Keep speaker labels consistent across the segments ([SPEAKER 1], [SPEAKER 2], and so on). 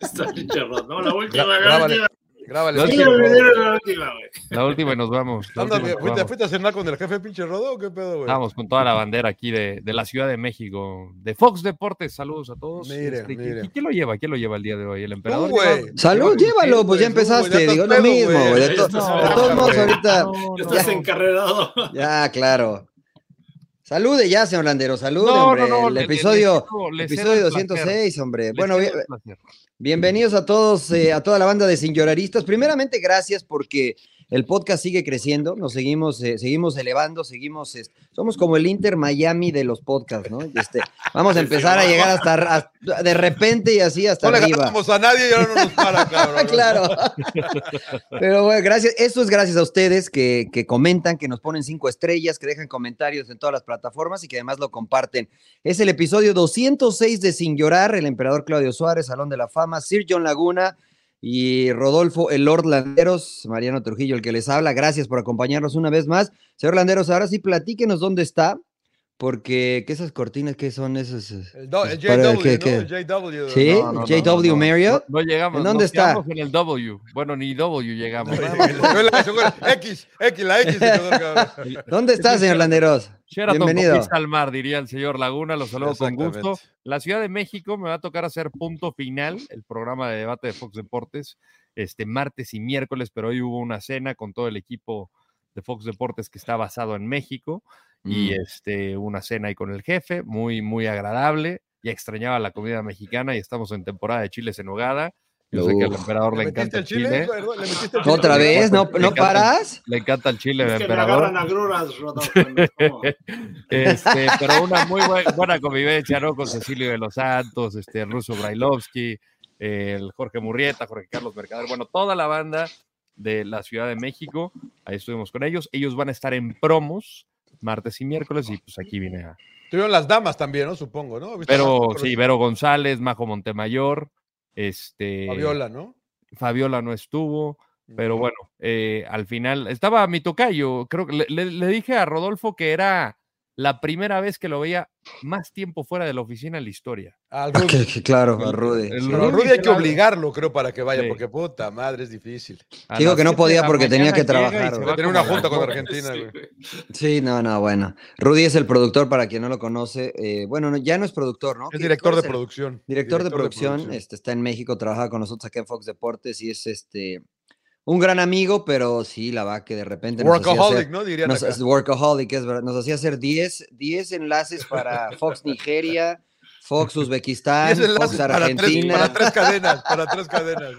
[SPEAKER 1] Está pinche roto. No, la última,
[SPEAKER 2] Gra-
[SPEAKER 1] la
[SPEAKER 2] grábale.
[SPEAKER 1] última.
[SPEAKER 2] Grábale.
[SPEAKER 1] La
[SPEAKER 2] pinche
[SPEAKER 1] última,
[SPEAKER 2] Rodo.
[SPEAKER 1] la última, güey.
[SPEAKER 3] La última y nos vamos. la
[SPEAKER 2] Ándale,
[SPEAKER 3] última y nos
[SPEAKER 2] ¿fuiste,
[SPEAKER 3] vamos.
[SPEAKER 2] fuiste a cenar con el jefe pinche Rodo o qué pedo, güey?
[SPEAKER 3] Vamos con toda la bandera aquí de, de la Ciudad de México, de Fox Deportes. Saludos a todos. Este,
[SPEAKER 2] Mire,
[SPEAKER 3] ¿qui-
[SPEAKER 2] mire.
[SPEAKER 3] qui- ¿Quién lo lleva? ¿Quién lo lleva el día de hoy? ¿El
[SPEAKER 2] Tú,
[SPEAKER 3] emperador?
[SPEAKER 2] güey.
[SPEAKER 4] Salud,
[SPEAKER 2] Lleva-
[SPEAKER 4] llévalo, pues ya
[SPEAKER 2] Tú, güey,
[SPEAKER 4] empezaste.
[SPEAKER 2] estás
[SPEAKER 4] digo lo
[SPEAKER 2] pedo,
[SPEAKER 4] mismo,
[SPEAKER 2] güey.
[SPEAKER 4] güey. De,
[SPEAKER 1] Ya
[SPEAKER 4] to-
[SPEAKER 1] estás-
[SPEAKER 4] de todos modos,
[SPEAKER 2] güey.
[SPEAKER 3] Ah,
[SPEAKER 4] ahorita.
[SPEAKER 1] Ya estás
[SPEAKER 4] Ya.
[SPEAKER 1] encarrerado.
[SPEAKER 4] Ya, claro. Salude ya, señor Landero, salude,
[SPEAKER 3] No,
[SPEAKER 4] hombre.
[SPEAKER 3] no, no,
[SPEAKER 4] el
[SPEAKER 3] le- le-
[SPEAKER 4] episodio,
[SPEAKER 3] le cedo- le cedo
[SPEAKER 4] episodio
[SPEAKER 3] el placer,
[SPEAKER 4] 206, hombre.
[SPEAKER 3] le
[SPEAKER 4] Bueno,
[SPEAKER 3] cedo
[SPEAKER 4] bien-
[SPEAKER 3] el placer.
[SPEAKER 4] Bienvenidos a todos, eh, a toda la banda de Sin Lloraristas. Primeramente, gracias porque el podcast sigue creciendo, nos seguimos, eh, seguimos elevando, seguimos, es- somos como el Inter Miami de los podcasts, ¿no? Este, vamos a empezar a llegar hasta, ar- hasta- de repente y así hasta
[SPEAKER 2] No le
[SPEAKER 4] arriba.
[SPEAKER 2] ganamos a nadie y ahora no nos para, cabrón.
[SPEAKER 4] claro. Ah, Pero bueno, gracias. Eso es gracias a ustedes que, que comentan, que nos ponen cinco estrellas, que dejan comentarios en todas las plataformas y que además lo comparten. Es el episodio 206 de Sin Llorar, el emperador Claudio Suárez, Salón de la Fama, Sir John Laguna y Rodolfo, el Lord Landeros, Mariano Trujillo, el que les habla. Gracias por acompañarnos una vez más. Señor Landeros, ahora sí platíquenos dónde está, porque ¿qué esas cortinas que son esas?
[SPEAKER 2] El, do- el
[SPEAKER 4] Para-
[SPEAKER 2] JW,
[SPEAKER 4] ¿qué-
[SPEAKER 2] ¿no?
[SPEAKER 4] qué?
[SPEAKER 2] El JW.
[SPEAKER 4] Sí,
[SPEAKER 3] Eh, No, no, no,
[SPEAKER 4] JW
[SPEAKER 3] no, no.
[SPEAKER 4] Marriott.
[SPEAKER 3] No, no llegamos.
[SPEAKER 4] ¿En
[SPEAKER 3] nos
[SPEAKER 4] dónde está?
[SPEAKER 3] quedamos En el W. Bueno, ni W llegamos.
[SPEAKER 2] Yo la- yo con- X, X, la X. se quedó, cabrón.
[SPEAKER 4] ¿Dónde está, señor Landeros?
[SPEAKER 3] Sheraton
[SPEAKER 4] Bienvenido.
[SPEAKER 3] con vista al mar, diría el señor Laguna. Los saludo con
[SPEAKER 2] Exactamente.
[SPEAKER 3] gusto. La Ciudad de México me va a tocar hacer punto final el programa de debate de Fox Deportes este martes y miércoles, pero hoy hubo una cena con todo el equipo de Fox Deportes que está basado en México y este una cena ahí con el jefe, muy muy agradable. Ya extrañaba la comida mexicana y estamos en temporada de chiles en hogada. Yo sé que al
[SPEAKER 4] Uf.
[SPEAKER 3] emperador
[SPEAKER 2] ¿Le
[SPEAKER 3] le
[SPEAKER 2] metiste
[SPEAKER 3] encanta
[SPEAKER 2] el
[SPEAKER 3] el chile.
[SPEAKER 2] chile? ¿Le metiste el chile?
[SPEAKER 4] ¿Otra vez? ¿No, no paras?
[SPEAKER 3] Le encanta el chile, al
[SPEAKER 1] Es que me
[SPEAKER 3] emperador.
[SPEAKER 1] agarran agruras, Rodolfo. ¿no? ¿Cómo?
[SPEAKER 3] Este, pero una muy buen- buena convivencia, ¿no? Con Cecilio de los Santos, este, el ruso Brailovsky, el Jorge Murrieta, Jorge Carlos Mercader, bueno, toda la banda de la Ciudad de México, ahí estuvimos con ellos. Ellos van a estar en promos martes y miércoles y pues aquí vine a...
[SPEAKER 2] Tuvieron las damas también, ¿no? Supongo, ¿no? ¿Viste las
[SPEAKER 3] Pero
[SPEAKER 2] damas?
[SPEAKER 3] sí, Vero González, Majo Montemayor, este...
[SPEAKER 2] Fabiola, ¿no?
[SPEAKER 3] Fabiola no estuvo, pero bueno, eh, al final estaba mi tocayo. Creo que le, le- le dije a Rodolfo que era la primera vez que lo veía más tiempo fuera de la oficina en la historia.
[SPEAKER 2] Al
[SPEAKER 4] Ah, que-
[SPEAKER 2] Rudy.
[SPEAKER 4] que claro, a Rudy.
[SPEAKER 3] El
[SPEAKER 4] sí.
[SPEAKER 2] Pero al
[SPEAKER 3] Rudy
[SPEAKER 2] Rudy hay que
[SPEAKER 3] Claro.
[SPEAKER 2] obligarlo, creo, para que vaya,
[SPEAKER 3] Sí.
[SPEAKER 2] porque puta madre, es difícil.
[SPEAKER 3] A
[SPEAKER 4] Digo
[SPEAKER 3] las
[SPEAKER 4] que no
[SPEAKER 3] 7 de
[SPEAKER 4] podía
[SPEAKER 3] la
[SPEAKER 4] porque tenía
[SPEAKER 3] mañana
[SPEAKER 4] que
[SPEAKER 3] llega y
[SPEAKER 4] trabajar,
[SPEAKER 3] se
[SPEAKER 4] güey.
[SPEAKER 3] va
[SPEAKER 2] Tenía
[SPEAKER 3] como
[SPEAKER 2] una
[SPEAKER 3] a las
[SPEAKER 2] junta con
[SPEAKER 3] dos.
[SPEAKER 2] Argentina,
[SPEAKER 1] Sí,
[SPEAKER 2] güey.
[SPEAKER 4] Sí, no, no, bueno. Rudy es el productor, para quien no lo conoce. eh, bueno, no, ya no es productor, ¿no?
[SPEAKER 2] Es
[SPEAKER 4] ¿Qué-
[SPEAKER 2] director
[SPEAKER 4] cuál
[SPEAKER 2] de
[SPEAKER 4] es el-
[SPEAKER 2] producción.
[SPEAKER 4] Director de producción, Este, está en México, trabaja con nosotros acá en Fox Deportes y es este un gran amigo, pero sí, la va que de repente nos hacía hacer-
[SPEAKER 2] Workaholic, ¿no? Dirían
[SPEAKER 4] nos,
[SPEAKER 2] acá.
[SPEAKER 4] es workaholic, es verdad. Nos hacía hacer 10, 10 enlaces para Fox Nigeria, Fox Uzbekistán,
[SPEAKER 2] Diez enlaces
[SPEAKER 4] Fox
[SPEAKER 2] para tres,
[SPEAKER 4] Argentina.
[SPEAKER 2] para tres cadenas, para tres cadenas.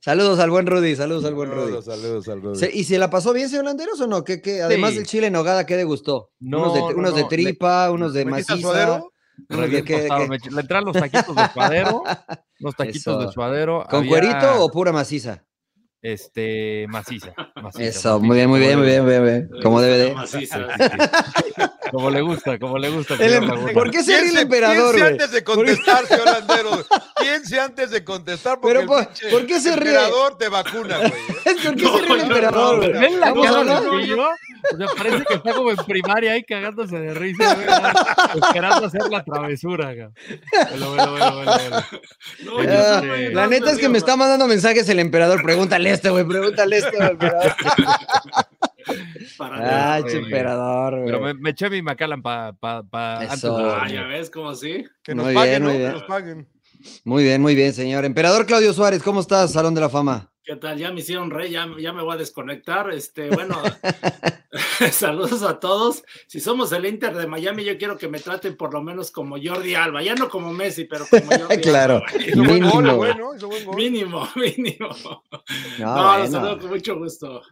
[SPEAKER 4] Saludos al buen Rudy, saludos al buen Rudy.
[SPEAKER 2] Saludos, saludos, saludos.
[SPEAKER 4] Se- ¿Y se la pasó bien, señor Landeros, o no? ¿Qué, qué? Además
[SPEAKER 3] Sí.
[SPEAKER 4] del chile en hogada, ¿qué le gustó?
[SPEAKER 3] No,
[SPEAKER 4] unos de,
[SPEAKER 3] no,
[SPEAKER 4] unos de
[SPEAKER 3] no, le-
[SPEAKER 4] tripa, unos de
[SPEAKER 2] ¿Metiste
[SPEAKER 4] maciza.
[SPEAKER 2] al suadero?
[SPEAKER 3] Re
[SPEAKER 4] unos de
[SPEAKER 3] bien
[SPEAKER 4] qué-
[SPEAKER 3] tostado,
[SPEAKER 4] qué-
[SPEAKER 3] me eché- Le entraron los taquitos de suadero, los taquitos
[SPEAKER 4] Eso.
[SPEAKER 3] de suadero.
[SPEAKER 4] ¿Con
[SPEAKER 3] había,
[SPEAKER 4] cuerito o pura maciza?
[SPEAKER 3] Este, maciza. maciza,
[SPEAKER 4] Eso,
[SPEAKER 3] maciza,
[SPEAKER 4] muy bien, muy
[SPEAKER 3] como
[SPEAKER 4] bien, muy
[SPEAKER 3] le-
[SPEAKER 4] bien, muy bien.
[SPEAKER 1] güey.
[SPEAKER 4] Como debe de.
[SPEAKER 1] Maciza.
[SPEAKER 2] Ah.
[SPEAKER 3] Como le gusta, como le gusta. al
[SPEAKER 4] El
[SPEAKER 3] señor
[SPEAKER 4] em-
[SPEAKER 3] Laguna.
[SPEAKER 4] ¿Por qué se ríe el
[SPEAKER 2] Piense-
[SPEAKER 4] emperador,
[SPEAKER 2] piense
[SPEAKER 4] güey?
[SPEAKER 2] antes de contestar, señor Landero. Piense antes de contestar porque
[SPEAKER 4] Pero,
[SPEAKER 2] el
[SPEAKER 4] ¿por-
[SPEAKER 2] pinche
[SPEAKER 4] por qué se ríe?
[SPEAKER 2] emperador te vacuna, güey.
[SPEAKER 4] ¿Por qué se ríe el
[SPEAKER 1] No, no,
[SPEAKER 4] emperador,
[SPEAKER 1] no,
[SPEAKER 4] güey?
[SPEAKER 3] ¿Ven la
[SPEAKER 4] Vamos a
[SPEAKER 3] cara
[SPEAKER 4] hablar.
[SPEAKER 3] de Trujillo? O sea, parece que está como en primaria ahí cagándose de risa, güey, ¿no? esperando hacer la travesura. güey. Velo, velo, velo, velo, velo.
[SPEAKER 1] No,
[SPEAKER 3] Oye,
[SPEAKER 1] ya,
[SPEAKER 4] Ah,
[SPEAKER 3] este,
[SPEAKER 1] güey,
[SPEAKER 4] La
[SPEAKER 1] no,
[SPEAKER 4] neta
[SPEAKER 1] no,
[SPEAKER 4] es que me
[SPEAKER 1] digo,
[SPEAKER 4] está mandando mensajes el emperador. Pregúntale este, güey. Pregúntale este, güey. emperador.
[SPEAKER 1] para nada,
[SPEAKER 4] Ay,
[SPEAKER 3] güey.
[SPEAKER 4] che, emperador,
[SPEAKER 3] Pero me,
[SPEAKER 4] güey.
[SPEAKER 3] me eché mi Macallan para pa, pa, antes de
[SPEAKER 4] Eso.
[SPEAKER 1] Ah,
[SPEAKER 3] dormir.
[SPEAKER 1] ya ves, ¿cómo sí?
[SPEAKER 2] Que nos
[SPEAKER 4] Muy bien,
[SPEAKER 2] paguen, ¿no?
[SPEAKER 4] muy
[SPEAKER 2] Que
[SPEAKER 4] bien.
[SPEAKER 2] nos paguen.
[SPEAKER 4] Muy bien, muy bien, señor. Emperador Claudio Suárez, ¿cómo estás, Salón de la Fama?
[SPEAKER 1] ¿Qué tal? Ya me hicieron rey, ya, ya me voy a desconectar. Este, bueno, saludos a todos. Si somos el Inter de Miami, yo quiero que me traten por lo menos como Jordi Alba, ya no como Messi, pero como Jordi Alba,
[SPEAKER 4] Claro.
[SPEAKER 1] güey.
[SPEAKER 2] Hizo buen gol,
[SPEAKER 4] Mínimo.
[SPEAKER 2] güey, ¿no? Hizo buen gol.
[SPEAKER 1] Mínimo, mínimo. No,
[SPEAKER 4] No,
[SPEAKER 1] los
[SPEAKER 4] Ah, bueno.
[SPEAKER 1] saludo con mucho gusto.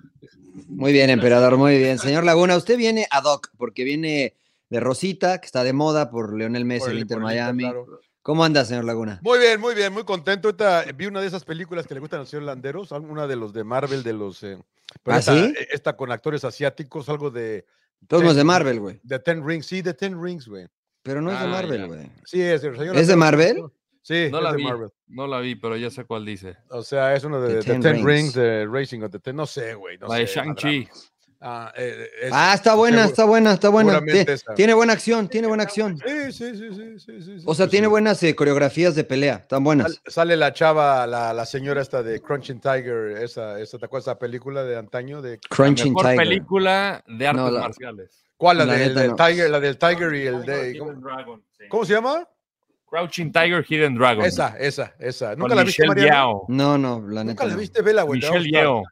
[SPEAKER 4] Muy bien, emperador, muy bien. Señor Laguna, usted viene ad hoc, porque viene de Rosita, que está de moda por Leonel Messi,
[SPEAKER 2] Por
[SPEAKER 4] el, Inter
[SPEAKER 2] por
[SPEAKER 4] Miami.
[SPEAKER 2] claro.
[SPEAKER 4] ¿Cómo anda, señor Laguna?
[SPEAKER 2] Muy bien, muy bien, muy contento. Ahorita vi una de esas películas que le gustan al señor Landeros, una de los de Marvel, de los. eh, pero
[SPEAKER 4] ¿Ah,
[SPEAKER 2] esta,
[SPEAKER 4] sí?
[SPEAKER 2] esta con actores asiáticos, algo de.
[SPEAKER 4] Todos
[SPEAKER 2] Ten-
[SPEAKER 4] los de Marvel, güey.
[SPEAKER 2] De Ten Rings, sí, de Ten Rings, güey.
[SPEAKER 4] Pero no es de
[SPEAKER 3] Ah,
[SPEAKER 4] Marvel,
[SPEAKER 3] ya.
[SPEAKER 4] güey.
[SPEAKER 2] Sí, es, el señor
[SPEAKER 4] ¿Es de
[SPEAKER 2] Landeros-
[SPEAKER 4] Marvel?
[SPEAKER 2] Sí,
[SPEAKER 3] No
[SPEAKER 2] es
[SPEAKER 3] la
[SPEAKER 2] de
[SPEAKER 3] vi.
[SPEAKER 2] Marvel.
[SPEAKER 3] No la vi, pero ya sé cuál dice.
[SPEAKER 2] O sea, es uno de
[SPEAKER 4] The
[SPEAKER 2] de
[SPEAKER 4] Ten
[SPEAKER 2] Ten,
[SPEAKER 4] Rings.
[SPEAKER 2] Rings, de Racing of the Ten. No sé, güey. No
[SPEAKER 3] la de
[SPEAKER 2] sé,
[SPEAKER 3] Shang-Chi.
[SPEAKER 2] madrazo. Ah, eh, es-
[SPEAKER 4] Ah, está buena,
[SPEAKER 2] seguro-
[SPEAKER 4] está buena, está buena. Tie-
[SPEAKER 2] seguramente
[SPEAKER 4] Tiene,
[SPEAKER 2] esa.
[SPEAKER 4] buena acción, tiene buena acción.
[SPEAKER 2] Sí, sí, sí, sí, sí, sí, sí,
[SPEAKER 4] O sea,
[SPEAKER 2] pues
[SPEAKER 4] tiene
[SPEAKER 2] sí.
[SPEAKER 4] buenas eh, coreografías de pelea, están buenas.
[SPEAKER 2] Sal- Sale la chava, la, la señora esta de Crunching Tiger, esa, esa, ¿te acuerdas de esa película de antaño? De,
[SPEAKER 4] Crunching
[SPEAKER 3] Mejor
[SPEAKER 4] Tiger.
[SPEAKER 3] película de artes
[SPEAKER 4] No, la-
[SPEAKER 3] marciales.
[SPEAKER 2] ¿Cuál? La,
[SPEAKER 4] La
[SPEAKER 2] del,
[SPEAKER 4] neta,
[SPEAKER 2] del
[SPEAKER 4] no.
[SPEAKER 2] Tiger, la del Tiger y el de...
[SPEAKER 3] Hidden
[SPEAKER 2] ¿Cómo,
[SPEAKER 3] Dragon, sí.
[SPEAKER 2] cómo se llama?
[SPEAKER 3] Crouching Tiger, Hidden Dragon.
[SPEAKER 2] Esa, esa, esa.
[SPEAKER 3] Con
[SPEAKER 2] ¿Nunca la viste,
[SPEAKER 3] Michelle
[SPEAKER 2] Mariano?
[SPEAKER 3] Yao.
[SPEAKER 4] No, no, la neta.
[SPEAKER 2] ¿Nunca la
[SPEAKER 4] no.
[SPEAKER 2] viste, Vela, güey? te va a
[SPEAKER 3] Michelle
[SPEAKER 2] gustar.
[SPEAKER 3] Yao.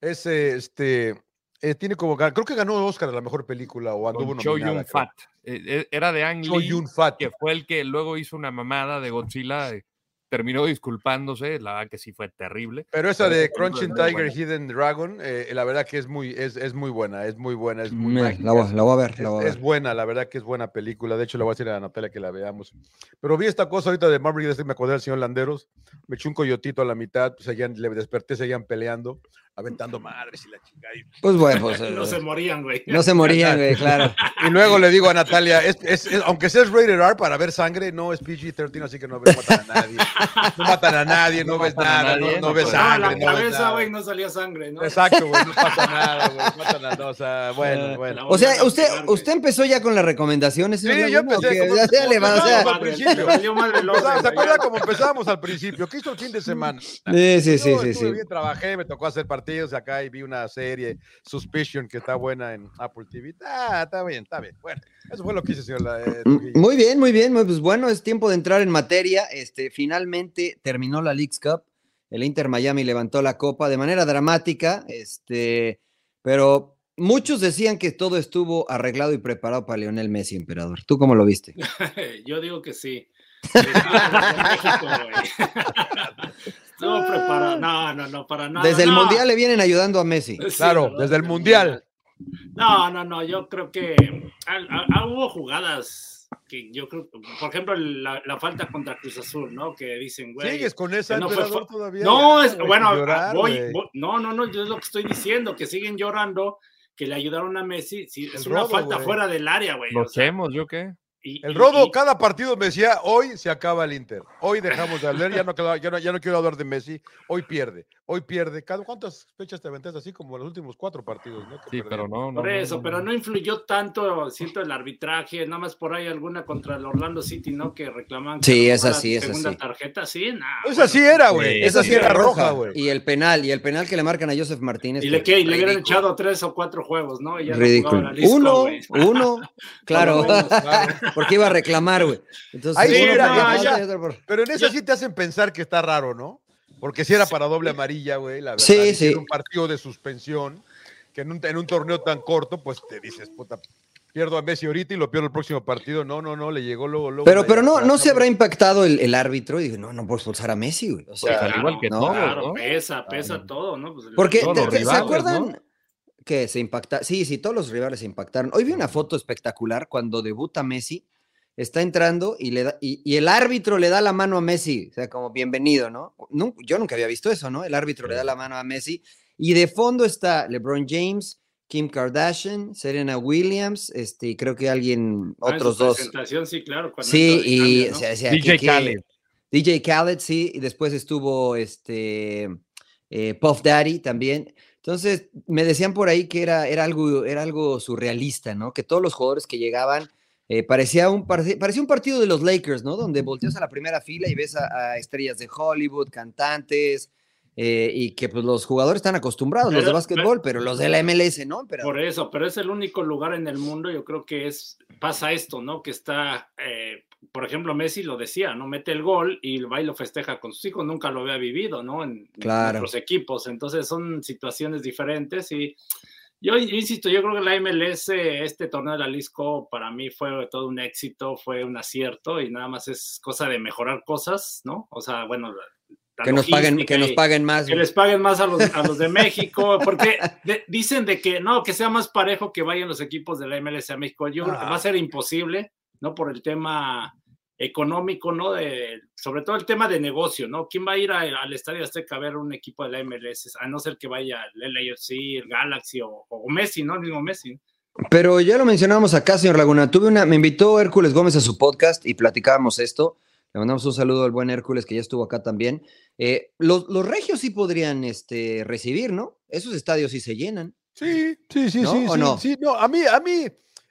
[SPEAKER 2] Ese, este, eh, tiene como, gan- creo que ganó Oscar a la mejor película o anduvo
[SPEAKER 3] Con Cho
[SPEAKER 2] nominada.
[SPEAKER 3] Yun Fat. Eh, eh, Era de Ang
[SPEAKER 2] Cho
[SPEAKER 3] Lee,
[SPEAKER 2] Yun Fat.
[SPEAKER 3] que fue el que luego hizo una mamada de Godzilla. eh, Terminó disculpándose, la verdad que sí fue terrible.
[SPEAKER 2] Pero esa
[SPEAKER 3] Pero
[SPEAKER 2] de
[SPEAKER 3] esa película
[SPEAKER 2] Crunching
[SPEAKER 3] es muy
[SPEAKER 2] Tiger,
[SPEAKER 3] buena.
[SPEAKER 2] Hidden Dragon, eh, la verdad que es muy, es, es muy buena, es muy buena, es muy
[SPEAKER 4] Me-
[SPEAKER 2] mágica,
[SPEAKER 4] la, voy,
[SPEAKER 2] es-
[SPEAKER 4] la voy a ver,
[SPEAKER 2] Es,
[SPEAKER 4] la voy a
[SPEAKER 2] es
[SPEAKER 4] ver.
[SPEAKER 2] buena, la verdad que es buena película. De hecho, le voy a decir a Natalia que la veamos. Pero vi esta cosa ahorita de Marvel, me acordé del señor Landeros. Me eché un coyotito a la mitad, pues, seguían, le desperté, seguían peleando, aventando madres y la chingada. Y,
[SPEAKER 4] Pues bueno, pues, eh,
[SPEAKER 1] No se morían, güey.
[SPEAKER 4] no se morían, güey, claro.
[SPEAKER 2] y luego le digo a Natalia, es- es- es- aunque seas rated R para ver sangre, no es PG-13, así que no ves- matan a nadie. No matan a nadie, no,
[SPEAKER 3] No
[SPEAKER 2] ves
[SPEAKER 3] matan a
[SPEAKER 2] nada,
[SPEAKER 3] nadie,
[SPEAKER 2] no, no
[SPEAKER 3] no
[SPEAKER 2] ves
[SPEAKER 3] pasa
[SPEAKER 1] Estaba
[SPEAKER 2] sangre.
[SPEAKER 1] la
[SPEAKER 2] no ves
[SPEAKER 1] cabeza,
[SPEAKER 2] nada.
[SPEAKER 1] güey, no salía sangre, ¿no?
[SPEAKER 2] Exacto, güey, no pasa nada, güey. Matan a o sea, bueno,
[SPEAKER 4] Eh,
[SPEAKER 2] bueno.
[SPEAKER 4] O sea,
[SPEAKER 1] Bueno,
[SPEAKER 4] usted,
[SPEAKER 1] claro, güey.
[SPEAKER 4] usted empezó ya con las recomendaciones. señor
[SPEAKER 2] Sí, yo
[SPEAKER 4] Laguna, ¿o
[SPEAKER 2] empecé,
[SPEAKER 4] qué?
[SPEAKER 2] como-
[SPEAKER 4] Ya se le va, o sea,
[SPEAKER 2] como-
[SPEAKER 1] al principio. Valió madre el orden,
[SPEAKER 2] Empezamos, ¿Se
[SPEAKER 1] güey.
[SPEAKER 2] acuerdan cómo empezamos al principio? ¿Qué hizo el fin de semana?
[SPEAKER 4] Sí, sí, sí,
[SPEAKER 2] Yo
[SPEAKER 4] sí,
[SPEAKER 2] estuve
[SPEAKER 4] sí.
[SPEAKER 2] bien, trabajé, me tocó hacer partidos acá y vi una serie, Suspicion, que está buena en Apple TV. Ah, está bien, está bien. Bueno, eso fue lo que hice, señor la- eh, Trujillo.
[SPEAKER 4] Muy bien, muy bien. muy- Pues bueno, es tiempo de entrar en materia. Este, finalmente terminó la Leagues Cup. El Inter Miami levantó la copa de manera dramática. Este, pero muchos decían que todo estuvo arreglado y preparado para Lionel Messi, emperador. ¿Tú cómo lo viste?
[SPEAKER 1] Yo digo que sí. Sí, México, güey. Estuvo preparado. No, no, no, para nada.
[SPEAKER 4] Desde el
[SPEAKER 1] no.
[SPEAKER 4] Mundial le vienen ayudando a Messi.
[SPEAKER 1] Sí,
[SPEAKER 2] Claro,
[SPEAKER 1] ¿verdad?
[SPEAKER 2] desde el Mundial.
[SPEAKER 1] No, no, no, yo creo que al- a- a- hubo jugadas que yo creo, por ejemplo, la, la falta contra Cruz Azul, ¿no? Que dicen, güey.
[SPEAKER 2] ¿Sigues con esa
[SPEAKER 1] que no fue
[SPEAKER 2] emperador
[SPEAKER 1] fa-
[SPEAKER 2] todavía?
[SPEAKER 1] No,
[SPEAKER 2] Ya,
[SPEAKER 1] es,
[SPEAKER 2] güey,
[SPEAKER 1] bueno,
[SPEAKER 2] sin llorar,
[SPEAKER 1] voy,
[SPEAKER 2] güey.
[SPEAKER 1] voy- no, no, no, yo es lo que estoy diciendo, que siguen llorando, que le ayudaron a Messi, sí, es
[SPEAKER 2] El
[SPEAKER 1] una
[SPEAKER 2] robo,
[SPEAKER 1] falta
[SPEAKER 2] güey.
[SPEAKER 1] fuera del área, güey. o
[SPEAKER 3] Lo
[SPEAKER 1] sea,
[SPEAKER 3] hacemos, ¿yo qué?
[SPEAKER 1] y-
[SPEAKER 2] El
[SPEAKER 1] y-
[SPEAKER 2] robo,
[SPEAKER 1] y-
[SPEAKER 2] cada partido me decía, hoy se acaba el Inter, hoy dejamos de hablar, ya no, queda- ya no, ya no quiero hablar de Messi, hoy pierde, hoy pierde. Cada, ¿Cuántas fechas te aventaste así como los últimos cuatro partidos? ¿no? que
[SPEAKER 3] Sí,
[SPEAKER 2] perdieron?
[SPEAKER 3] pero no. no,
[SPEAKER 1] Por
[SPEAKER 3] no,
[SPEAKER 1] eso,
[SPEAKER 3] no,
[SPEAKER 1] pero
[SPEAKER 3] no.
[SPEAKER 1] no influyó tanto, siento, el arbitraje, nada más por ahí alguna contra el Orlando City, ¿no? Que reclaman.
[SPEAKER 4] Sí,
[SPEAKER 1] que
[SPEAKER 4] es
[SPEAKER 1] la
[SPEAKER 4] así, es
[SPEAKER 1] segunda
[SPEAKER 4] así.
[SPEAKER 1] tarjeta, sí, nada.
[SPEAKER 2] Esa sí era, güey.
[SPEAKER 3] Sí,
[SPEAKER 2] Esa sí era roja, güey.
[SPEAKER 4] Y el penal, y el penal que le marcan a Joseph Martínez.
[SPEAKER 1] Y le,
[SPEAKER 4] que-
[SPEAKER 1] que, y le hubieran
[SPEAKER 4] ridículo.
[SPEAKER 1] echado tres o cuatro juegos, ¿no? Y ya no
[SPEAKER 4] Ridículo.
[SPEAKER 1] jugaba la Lisco,
[SPEAKER 4] uno,
[SPEAKER 1] güey.
[SPEAKER 4] uno, claro,
[SPEAKER 1] Por lo menos.
[SPEAKER 2] Claro.
[SPEAKER 4] porque iba a reclamar, güey. Entonces,
[SPEAKER 2] Ahí
[SPEAKER 4] uno
[SPEAKER 1] era,
[SPEAKER 4] por
[SPEAKER 1] ya,
[SPEAKER 4] falta
[SPEAKER 2] ya.
[SPEAKER 4] y otro por-
[SPEAKER 2] Pero en esa
[SPEAKER 1] Yo-
[SPEAKER 2] sí te hacen pensar que está raro, ¿no? Porque si era para doble amarilla, güey, la verdad.
[SPEAKER 4] Sí,
[SPEAKER 2] y
[SPEAKER 4] sí.
[SPEAKER 2] Era un partido de suspensión, que en un, en un torneo tan corto, pues te dices, puta, pierdo a Messi ahorita y lo pierdo el próximo partido. No, no, no, le llegó luego, luego.
[SPEAKER 4] Pero,
[SPEAKER 2] la-
[SPEAKER 4] pero no,
[SPEAKER 2] la-
[SPEAKER 4] no se habrá impactado el, el árbitro y dijo, no, no puedo expulsar a Messi, güey. O sea,
[SPEAKER 3] Pues, al igual que
[SPEAKER 4] no,
[SPEAKER 3] todos,
[SPEAKER 1] Claro,
[SPEAKER 3] ¿no?
[SPEAKER 1] pesa, pesa todo, ¿no? Pues,
[SPEAKER 4] porque
[SPEAKER 3] Todos
[SPEAKER 4] ¿te-
[SPEAKER 3] los
[SPEAKER 4] te- ¿se
[SPEAKER 3] rivales,
[SPEAKER 4] acuerdan que se impacta? Sí, sí, todos los rivales se impactaron. Hoy vi una foto espectacular cuando debuta Messi, está entrando y le da, y, y el árbitro le da la mano a Messi, o sea, como bienvenido, ¿no? Nun- yo nunca había visto eso, ¿no? El árbitro le da la mano a Messi y de fondo está LeBron James, Kim Kardashian, Serena Williams, este, y creo que alguien,
[SPEAKER 1] ah, en
[SPEAKER 4] otros
[SPEAKER 1] su
[SPEAKER 4] dos.
[SPEAKER 1] presentación, sí, claro. cuando
[SPEAKER 4] Sí,
[SPEAKER 1] entra de
[SPEAKER 4] y
[SPEAKER 1] cambio, ¿no?
[SPEAKER 4] o sea, o sea,
[SPEAKER 3] DJ
[SPEAKER 4] que- que-
[SPEAKER 3] Khaled.
[SPEAKER 4] DJ Khaled, sí, y después estuvo este eh, Puff Daddy también. Entonces, me decían por ahí que era, era, algo, era algo surrealista, ¿no? Que todos los jugadores que llegaban eh, parecía, un, parci- parecía un partido de los Lakers, ¿no? Donde volteas a la primera fila y ves a, a estrellas de Hollywood, cantantes, eh, y que pues, los jugadores están acostumbrados, los de
[SPEAKER 1] Pero-
[SPEAKER 4] básquetbol, pero los de la MLS, ¿no? Pero,
[SPEAKER 1] Por eso, pero es el único lugar en el mundo, yo creo que es, pasa esto, ¿no? Que está, eh, por ejemplo, Messi lo decía, ¿no? Mete el gol y va y lo festeja con sus hijos, nunca lo había vivido, ¿no? En, en
[SPEAKER 4] Claro.
[SPEAKER 1] otros equipos, entonces son situaciones diferentes y yo insisto, yo creo que la MLS, este torneo de la Lisco, para mí fue todo un éxito, fue un acierto y nada más es cosa de mejorar cosas, ¿no? O sea, bueno, la- la
[SPEAKER 4] que, nos paguen, que
[SPEAKER 1] logística
[SPEAKER 4] nos
[SPEAKER 1] y-
[SPEAKER 4] paguen más.
[SPEAKER 1] que les paguen más a los, a los de México, porque de- dicen de que no, que sea más parejo que vayan los equipos de la MLS a México. Yo creo que va
[SPEAKER 2] Ah.
[SPEAKER 1] a ser imposible, ¿no? Por el tema económico, ¿no? De, sobre todo el tema de negocio, ¿no? ¿Quién va a ir a- al Estadio Azteca a ver un equipo de la MLS? A no ser que vaya el LAFC, el Galaxy o, o Messi, ¿no? El mismo Messi.
[SPEAKER 4] Pero ya lo mencionábamos acá, señor Laguna. Tuve una, me invitó Hércules Gómez a su podcast y platicábamos esto. Le mandamos un saludo al buen Hércules que ya estuvo acá también. Eh, los, los regios sí podrían este, recibir, ¿no? Esos estadios sí se llenan.
[SPEAKER 2] Sí, sí, sí,
[SPEAKER 4] ¿No?
[SPEAKER 2] sí,
[SPEAKER 4] ¿O
[SPEAKER 2] sí,
[SPEAKER 4] no?
[SPEAKER 2] sí, no, a mí, a mí,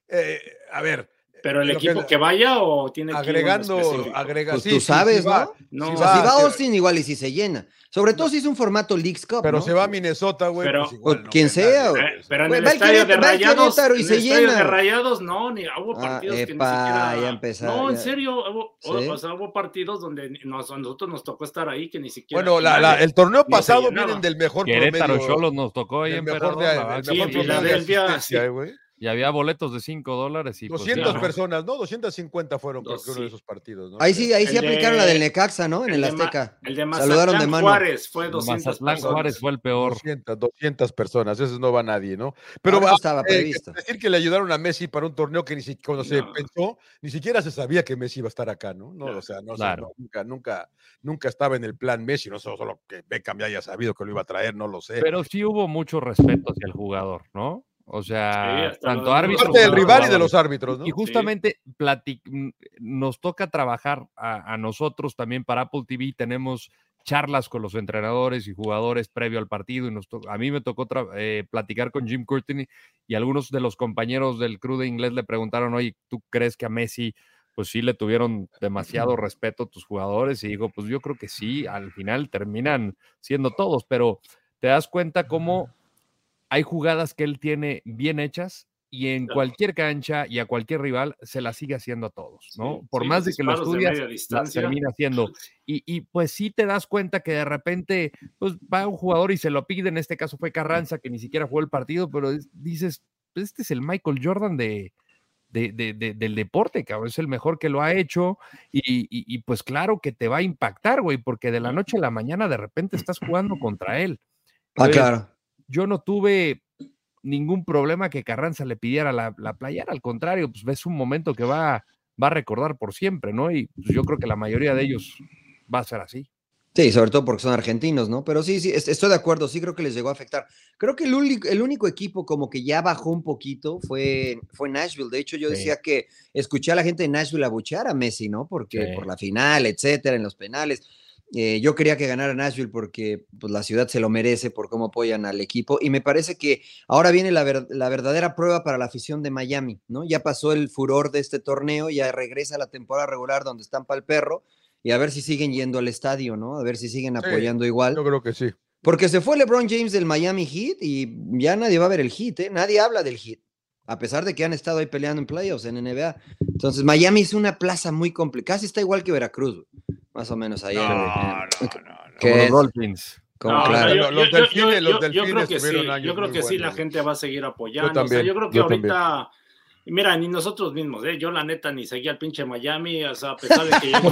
[SPEAKER 2] eh, a ver,
[SPEAKER 1] Pero el
[SPEAKER 2] Lo
[SPEAKER 1] equipo
[SPEAKER 2] que-
[SPEAKER 1] que, vaya o tiene que ir uno
[SPEAKER 2] agregando,
[SPEAKER 1] específico?
[SPEAKER 2] agregando,
[SPEAKER 4] Pues tú sabes,
[SPEAKER 1] No,
[SPEAKER 2] Sí
[SPEAKER 4] O
[SPEAKER 1] o
[SPEAKER 4] sea,
[SPEAKER 2] va,
[SPEAKER 4] si va
[SPEAKER 2] pero-
[SPEAKER 4] Austin, igual y si se llena. Sobre todo si es un formato Leagues Cup.
[SPEAKER 2] Pero
[SPEAKER 4] ¿no?
[SPEAKER 2] se va a Minnesota, güey.
[SPEAKER 1] Pero-
[SPEAKER 2] pues igual no,
[SPEAKER 4] quien
[SPEAKER 2] que
[SPEAKER 4] sea,
[SPEAKER 2] nadie,
[SPEAKER 4] güey.
[SPEAKER 2] güey.
[SPEAKER 1] Eh, pero en
[SPEAKER 4] Güey,
[SPEAKER 1] el
[SPEAKER 4] va el
[SPEAKER 1] estadio de
[SPEAKER 4] Querétaro- va el
[SPEAKER 1] Rayados,
[SPEAKER 4] Querétaro y
[SPEAKER 1] en el
[SPEAKER 4] se
[SPEAKER 1] estadio
[SPEAKER 4] llena.
[SPEAKER 1] de Rayados, no, ni hubo
[SPEAKER 4] Ah,
[SPEAKER 1] partidos que ni
[SPEAKER 4] epa,
[SPEAKER 1] siquiera.
[SPEAKER 4] ya empezar,
[SPEAKER 1] no, en
[SPEAKER 4] ya.
[SPEAKER 1] serio, hubo, o-
[SPEAKER 4] Sí.
[SPEAKER 1] o sea, hubo partidos donde ni- nos- a nosotros nos tocó estar ahí que ni siquiera.
[SPEAKER 2] Bueno, la-
[SPEAKER 1] nadie.
[SPEAKER 2] la- el torneo
[SPEAKER 1] se
[SPEAKER 2] pasado
[SPEAKER 1] llenaba.
[SPEAKER 2] vienen del mejor
[SPEAKER 3] Querétaro
[SPEAKER 2] promedio.
[SPEAKER 3] Cholos nos tocó ahí
[SPEAKER 2] del
[SPEAKER 3] en
[SPEAKER 2] mejor de,
[SPEAKER 3] Perador, la
[SPEAKER 2] del
[SPEAKER 3] verdad,
[SPEAKER 1] sí,
[SPEAKER 2] mejor
[SPEAKER 1] y
[SPEAKER 2] promedio de
[SPEAKER 1] Filadelfia,
[SPEAKER 2] asistencia,
[SPEAKER 1] sí.
[SPEAKER 2] eh, güey.
[SPEAKER 3] Y había boletos de 5 dólares y pues,
[SPEAKER 2] 200
[SPEAKER 3] ya, ¿no?
[SPEAKER 2] personas, ¿no? 250 fueron, creo que uno de
[SPEAKER 1] Sí.
[SPEAKER 2] esos partidos, ¿no?
[SPEAKER 4] Ahí sí, ahí sí
[SPEAKER 1] El de-
[SPEAKER 4] aplicaron la del Necaxa, ¿no? En el
[SPEAKER 1] de Ma-
[SPEAKER 4] Azteca.
[SPEAKER 1] El de
[SPEAKER 4] Saludaron de
[SPEAKER 1] Mazatlán
[SPEAKER 4] mano.
[SPEAKER 1] Juárez fue 200
[SPEAKER 3] Mazatlán
[SPEAKER 1] personas.
[SPEAKER 3] Juárez fue el peor.
[SPEAKER 2] 200, 200 personas, eso no va nadie, ¿no? Pero
[SPEAKER 4] No, eso
[SPEAKER 2] va-
[SPEAKER 4] estaba
[SPEAKER 2] eh,
[SPEAKER 4] previsto.
[SPEAKER 2] decir que le ayudaron a Messi para un torneo que ni siquiera cuando se
[SPEAKER 1] No.
[SPEAKER 2] pensó, ni siquiera se sabía que Messi iba a estar acá, ¿no? No,
[SPEAKER 1] Claro.
[SPEAKER 2] o sea, no, sé,
[SPEAKER 3] Claro.
[SPEAKER 2] no, nunca, nunca, nunca estaba en el plan Messi, no solo, solo que Beckham ya haya sabido que lo iba a traer, no lo sé.
[SPEAKER 3] Pero sí hubo mucho respeto hacia el jugador, ¿no? O
[SPEAKER 1] Sí,
[SPEAKER 3] sea,
[SPEAKER 1] hasta
[SPEAKER 3] tanto
[SPEAKER 1] lo-
[SPEAKER 3] árbitro.
[SPEAKER 2] Parte del
[SPEAKER 3] como
[SPEAKER 2] rival y de
[SPEAKER 3] jugadores.
[SPEAKER 2] los árbitros, ¿no?
[SPEAKER 3] Y justamente platic- mm, nos toca trabajar a, a nosotros también para Apple TV. Tenemos charlas con los entrenadores y jugadores previo al partido. Y nos to- a mí me tocó tra- eh, platicar con Jim Curtin y algunos de los compañeros del crew de inglés le preguntaron, oye, ¿tú crees que a Messi, pues sí le tuvieron demasiado respeto tus jugadores? Y dijo, pues yo creo que sí, al final terminan siendo todos, pero te das cuenta
[SPEAKER 1] Ah.
[SPEAKER 3] cómo hay jugadas que él tiene bien hechas y en
[SPEAKER 1] Claro.
[SPEAKER 3] cualquier cancha y a cualquier rival se la sigue haciendo a todos, ¿no?
[SPEAKER 1] Sí,
[SPEAKER 3] Por
[SPEAKER 1] sí,
[SPEAKER 3] más de
[SPEAKER 1] los
[SPEAKER 3] que lo
[SPEAKER 1] disparos de
[SPEAKER 3] estudias,
[SPEAKER 1] media
[SPEAKER 3] la
[SPEAKER 1] distancia.
[SPEAKER 3] termina haciendo. Y, y, pues sí te das cuenta que de repente pues, va un jugador y se lo pide, en este caso fue Carranza, que ni siquiera jugó el partido, pero es- dices, "Pues, este es el Michael Jordan de, de- de- de- del deporte, cabrón, es el mejor que lo ha hecho y, y- y, pues claro que te va a impactar, güey, porque de la noche a la mañana de repente estás jugando contra él.
[SPEAKER 4] Ah,
[SPEAKER 2] eh,
[SPEAKER 3] Entonces,
[SPEAKER 4] claro.
[SPEAKER 3] yo no tuve ningún problema que Carranza le pidiera la, la playera, al contrario, pues ves un momento que va, va a recordar por siempre, ¿no? Y pues, yo creo que la mayoría de ellos va a ser así.
[SPEAKER 4] Sí, sobre todo porque son argentinos, ¿no? Pero sí, sí, es- estoy de acuerdo, sí creo que les llegó a afectar. Creo que el, uli- el único equipo como que ya bajó un poquito fue, fue Nashville. De hecho, yo
[SPEAKER 3] Sí.
[SPEAKER 4] decía que escuché a la gente de Nashville abuchear a Messi, ¿no? Porque
[SPEAKER 3] Sí.
[SPEAKER 4] por la final, etcétera, en los penales. Eh, yo quería que ganara Nashville porque pues, la ciudad se lo merece por cómo apoyan al equipo. Y me parece que ahora viene la, ver- la verdadera prueba para la afición de Miami, ¿no? Ya pasó el furor de este torneo, ya regresa la temporada regular donde están para el perro y a ver si siguen yendo al estadio, ¿no? A ver si siguen apoyando
[SPEAKER 2] Yo
[SPEAKER 4] igual.
[SPEAKER 2] creo que sí.
[SPEAKER 4] Porque se fue LeBron James del Miami Heat y ya nadie va a ver el Heat, ¿eh? Nadie habla del Heat, a pesar de que han estado ahí peleando en playoffs, en NBA. Entonces, Miami es una plaza muy complicada, casi está igual que Veracruz, güey. más o menos ahí.
[SPEAKER 2] No,
[SPEAKER 4] en-
[SPEAKER 2] no,
[SPEAKER 4] en-
[SPEAKER 2] no, no.
[SPEAKER 4] ¿Qué
[SPEAKER 3] Como los
[SPEAKER 4] es?
[SPEAKER 3] Dolphins.
[SPEAKER 4] como-
[SPEAKER 1] No,
[SPEAKER 4] claro.
[SPEAKER 1] no, yo-
[SPEAKER 2] Los- los
[SPEAKER 1] yo- yo-
[SPEAKER 2] delfines- los
[SPEAKER 1] yo- yo- yo
[SPEAKER 2] delfines
[SPEAKER 1] creo que sí,
[SPEAKER 2] tuvieron años
[SPEAKER 1] yo creo
[SPEAKER 2] muy
[SPEAKER 1] que sí, la
[SPEAKER 2] buenos.
[SPEAKER 1] gente va a seguir apoyando.
[SPEAKER 2] Yo también,
[SPEAKER 1] o sea, yo creo que
[SPEAKER 2] yo
[SPEAKER 1] ahorita, mira, ni nosotros mismos, ¿eh? yo la neta ni seguía al pinche Miami, o sea, a pesar de que llegó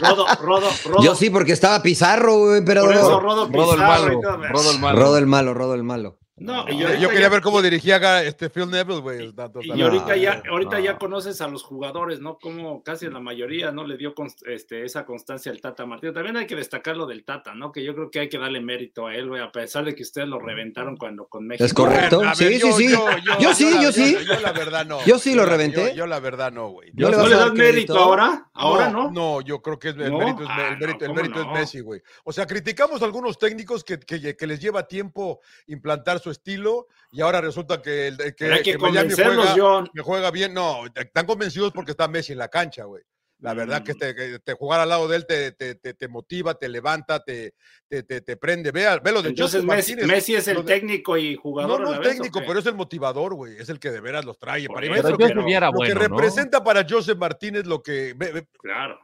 [SPEAKER 1] Rodo, Rodo, Rodo.
[SPEAKER 4] Yo sí, porque estaba Pizarro, güey, emperador.
[SPEAKER 1] por eso Rodo
[SPEAKER 3] Rodo el
[SPEAKER 1] Pizarro y
[SPEAKER 3] malo.
[SPEAKER 1] todo.
[SPEAKER 3] Rodo el malo.
[SPEAKER 4] Rodo el malo, Rodo el malo.
[SPEAKER 1] No,
[SPEAKER 2] Yo,
[SPEAKER 1] y ahorita
[SPEAKER 2] yo quería
[SPEAKER 1] ya-
[SPEAKER 2] ver cómo dirigía acá, este Phil Neville, güey. tantos
[SPEAKER 1] Y
[SPEAKER 2] años.
[SPEAKER 1] ahorita ya,
[SPEAKER 3] no.
[SPEAKER 1] ahorita ya conoces a los jugadores, ¿no? Como casi la mayoría, ¿no? Le dio const- este, esa constancia al Tata Martino. También hay que destacar lo del Tata, ¿no? Que yo creo que hay que darle mérito a él, güey, a pesar de que ustedes lo reventaron cuando con México.
[SPEAKER 4] Es correcto.
[SPEAKER 2] A
[SPEAKER 4] Oh, Sí, sí, sí. Yo sí,
[SPEAKER 2] la-
[SPEAKER 4] yo sí.
[SPEAKER 2] Yo la verdad no.
[SPEAKER 4] Yo sí lo
[SPEAKER 2] la-
[SPEAKER 4] reventé.
[SPEAKER 2] Yo, yo la verdad no, güey.
[SPEAKER 4] Yo
[SPEAKER 1] ¿No
[SPEAKER 4] le
[SPEAKER 1] le,
[SPEAKER 4] vas a
[SPEAKER 1] das
[SPEAKER 4] dar
[SPEAKER 1] mérito
[SPEAKER 4] crédito.
[SPEAKER 1] ahora? ¿Ahora no?
[SPEAKER 2] No, yo creo que es- el
[SPEAKER 1] ¿No?
[SPEAKER 2] mérito, es,
[SPEAKER 1] Ah,
[SPEAKER 2] el mérito, el
[SPEAKER 1] no,
[SPEAKER 2] mérito es
[SPEAKER 1] ¿cómo no?
[SPEAKER 2] Messi, güey. O sea, criticamos a algunos técnicos que, que- que les lleva tiempo implantar su estilo y ahora resulta que, el- que,
[SPEAKER 1] Pero hay que,
[SPEAKER 2] que
[SPEAKER 1] convencerlos,
[SPEAKER 2] juega,
[SPEAKER 1] John.
[SPEAKER 2] que juega bien. No, están convencidos porque está Messi en la cancha, güey. La verdad que, este-
[SPEAKER 1] Mm.
[SPEAKER 2] te, que te jugar al lado de él te, te, te- te motiva, te levanta, te, te, te- te prende. Ve, a- ve lo de
[SPEAKER 1] Entonces
[SPEAKER 2] Joseph
[SPEAKER 1] Messi,
[SPEAKER 2] Martínez.
[SPEAKER 1] Messi es
[SPEAKER 2] lo
[SPEAKER 1] el
[SPEAKER 2] de-
[SPEAKER 1] técnico y
[SPEAKER 2] No,
[SPEAKER 1] jugador a
[SPEAKER 2] no
[SPEAKER 1] la
[SPEAKER 2] el
[SPEAKER 1] vez, ¿o
[SPEAKER 2] técnico,
[SPEAKER 1] qué?
[SPEAKER 2] pero es el motivador, güey. Es el que de veras los trae.
[SPEAKER 1] Por
[SPEAKER 2] Para mí
[SPEAKER 1] eso,
[SPEAKER 2] es
[SPEAKER 3] Pero
[SPEAKER 2] lo que,
[SPEAKER 3] yo
[SPEAKER 1] pero-
[SPEAKER 3] estuviera
[SPEAKER 2] lo que
[SPEAKER 3] bueno, ¿no?
[SPEAKER 2] representa para Joseph Martínez lo que ve- ve-
[SPEAKER 1] Claro.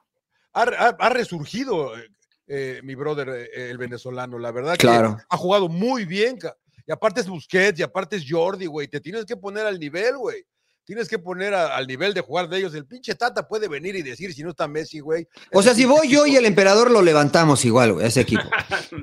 [SPEAKER 2] ha, ha- ha resurgido eh, eh, mi brother, eh, el venezolano. La verdad
[SPEAKER 4] Claro.
[SPEAKER 2] que ha jugado muy bien. ca- Y aparte es Busquets, y aparte es Jordi, güey. Te tienes que poner al nivel, güey. Tienes que poner a- al nivel de jugar de ellos. El pinche Tata puede venir y decir, si no está Messi, güey.
[SPEAKER 4] O
[SPEAKER 2] ese
[SPEAKER 4] sea, si
[SPEAKER 2] pinche
[SPEAKER 4] voy yo y
[SPEAKER 2] equipo-
[SPEAKER 4] el emperador lo levantamos igual, güey, ese equipo.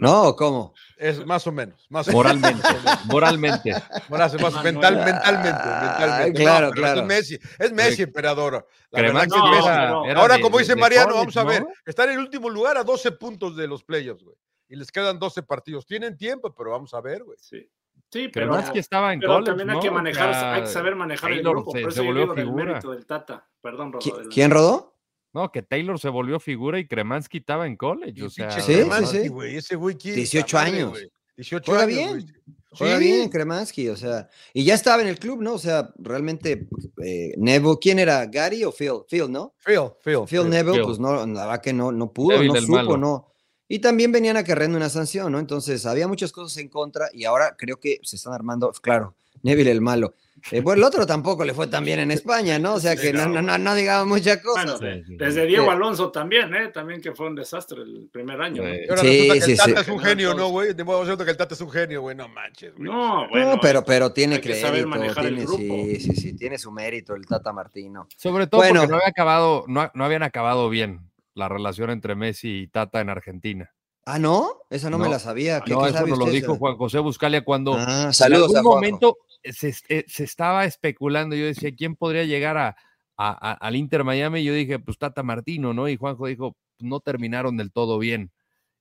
[SPEAKER 4] ¿No? ¿O ¿Cómo?
[SPEAKER 2] Es más o menos, más o menos.
[SPEAKER 3] Moralmente, moralmente.
[SPEAKER 2] Ahora se pasa
[SPEAKER 1] Ah,
[SPEAKER 2] mental,
[SPEAKER 4] no.
[SPEAKER 2] mentalmente,
[SPEAKER 4] Ah,
[SPEAKER 2] mentalmente.
[SPEAKER 4] claro,
[SPEAKER 2] pero
[SPEAKER 4] claro.
[SPEAKER 2] Es Messi, es Messi, emperador. La
[SPEAKER 3] Crema
[SPEAKER 2] verdad que
[SPEAKER 1] no,
[SPEAKER 2] es Messi.
[SPEAKER 1] era- era
[SPEAKER 2] Ahora,
[SPEAKER 3] de-
[SPEAKER 2] como
[SPEAKER 3] de-
[SPEAKER 2] dice
[SPEAKER 3] de
[SPEAKER 2] Mariano,
[SPEAKER 3] college,
[SPEAKER 2] vamos a ver,
[SPEAKER 3] ¿no?
[SPEAKER 2] está en el último lugar a 12 puntos de los playoffs, güey. Y les quedan 12 partidos. Tienen tiempo, pero vamos a ver, güey.
[SPEAKER 1] Sí, sí
[SPEAKER 3] Pero,
[SPEAKER 1] pero,
[SPEAKER 3] es que estaba en
[SPEAKER 1] pero
[SPEAKER 3] college,
[SPEAKER 1] también hay
[SPEAKER 3] ¿no?
[SPEAKER 1] que
[SPEAKER 3] O
[SPEAKER 1] manejar,
[SPEAKER 3] sea,
[SPEAKER 1] hay que saber manejar el
[SPEAKER 3] Taylor
[SPEAKER 1] grupo.
[SPEAKER 3] se-
[SPEAKER 1] por
[SPEAKER 3] se
[SPEAKER 1] eso yo
[SPEAKER 3] volvió
[SPEAKER 1] digo del
[SPEAKER 3] figura.
[SPEAKER 1] mérito del Tata. Perdón, Rodo.
[SPEAKER 4] ¿Qui-
[SPEAKER 1] adelante.
[SPEAKER 4] ¿Quién rodó?
[SPEAKER 3] No, que Taylor se volvió figura y Cremansky estaba en college. O sea,
[SPEAKER 2] Pinche
[SPEAKER 4] Sí, sí,
[SPEAKER 2] Cremansky,
[SPEAKER 4] sí.
[SPEAKER 2] güey, Ese güey quiere
[SPEAKER 4] 18
[SPEAKER 2] esa madre,
[SPEAKER 4] años.
[SPEAKER 2] güey. 18
[SPEAKER 4] Juega
[SPEAKER 2] años.
[SPEAKER 4] bien.
[SPEAKER 2] güey.
[SPEAKER 4] Juega
[SPEAKER 2] Sí.
[SPEAKER 4] bien Kremansky, o sea, y ya estaba en el club, ¿no? O sea, realmente eh, Nebo, ¿quién era? ¿Gary o Phil? Phil, ¿no?
[SPEAKER 2] Phil, Phil.
[SPEAKER 4] Phil Neville,
[SPEAKER 3] Phil.
[SPEAKER 4] pues no, la verdad que no, no pudo,
[SPEAKER 3] Débil
[SPEAKER 4] no
[SPEAKER 3] el
[SPEAKER 4] supo,
[SPEAKER 3] malo.
[SPEAKER 4] no. Y también venían acarreando una sanción, ¿no? Entonces había muchas cosas en contra y ahora creo que se están armando, claro, Neville el malo. Eh, bueno, el otro tampoco le fue tan bien en España, ¿no? O sea que no, no, no, no digamos muchas cosas.
[SPEAKER 1] Bueno,
[SPEAKER 3] Sí, sí,
[SPEAKER 1] Desde Diego
[SPEAKER 4] Sí.
[SPEAKER 1] Alonso también, ¿eh? También que fue un desastre el primer año. ¿no?
[SPEAKER 3] Sí.
[SPEAKER 2] Y ahora
[SPEAKER 4] Sí,
[SPEAKER 2] resulta que
[SPEAKER 4] sí,
[SPEAKER 2] el Tata
[SPEAKER 4] sí.
[SPEAKER 2] es un genio, ¿no, güey? De modo cierto que el Tata es un genio, güey. No manches, güey.
[SPEAKER 1] No, bueno.
[SPEAKER 4] No, pero, pero tiene
[SPEAKER 1] hay que saber
[SPEAKER 4] crédito,
[SPEAKER 1] manejar el
[SPEAKER 4] tiene,
[SPEAKER 1] grupo.
[SPEAKER 4] sí, sí, sí, tiene su mérito el Tata Martino.
[SPEAKER 3] Sobre todo
[SPEAKER 4] Bueno.
[SPEAKER 3] porque no, había acabado, no, no habían acabado bien la relación entre Messi y Tata en Argentina.
[SPEAKER 4] Ah, ¿no? Esa no, me
[SPEAKER 3] No.
[SPEAKER 4] la sabía. ¿Qué-
[SPEAKER 3] No,
[SPEAKER 4] qué
[SPEAKER 3] eso
[SPEAKER 4] sabe
[SPEAKER 3] nos lo
[SPEAKER 4] usted,
[SPEAKER 3] dijo
[SPEAKER 4] señor?
[SPEAKER 3] Juan José Buscalia cuando
[SPEAKER 4] Ah, saludos
[SPEAKER 3] en
[SPEAKER 4] a
[SPEAKER 3] algún
[SPEAKER 4] Juanjo.
[SPEAKER 3] momento se, es- eh, se estaba especulando. Yo decía, ¿quién podría llegar a, a- a- al Inter Miami? Yo dije, pues Tata Martino, ¿no? Y Juanjo dijo, no terminaron del todo bien.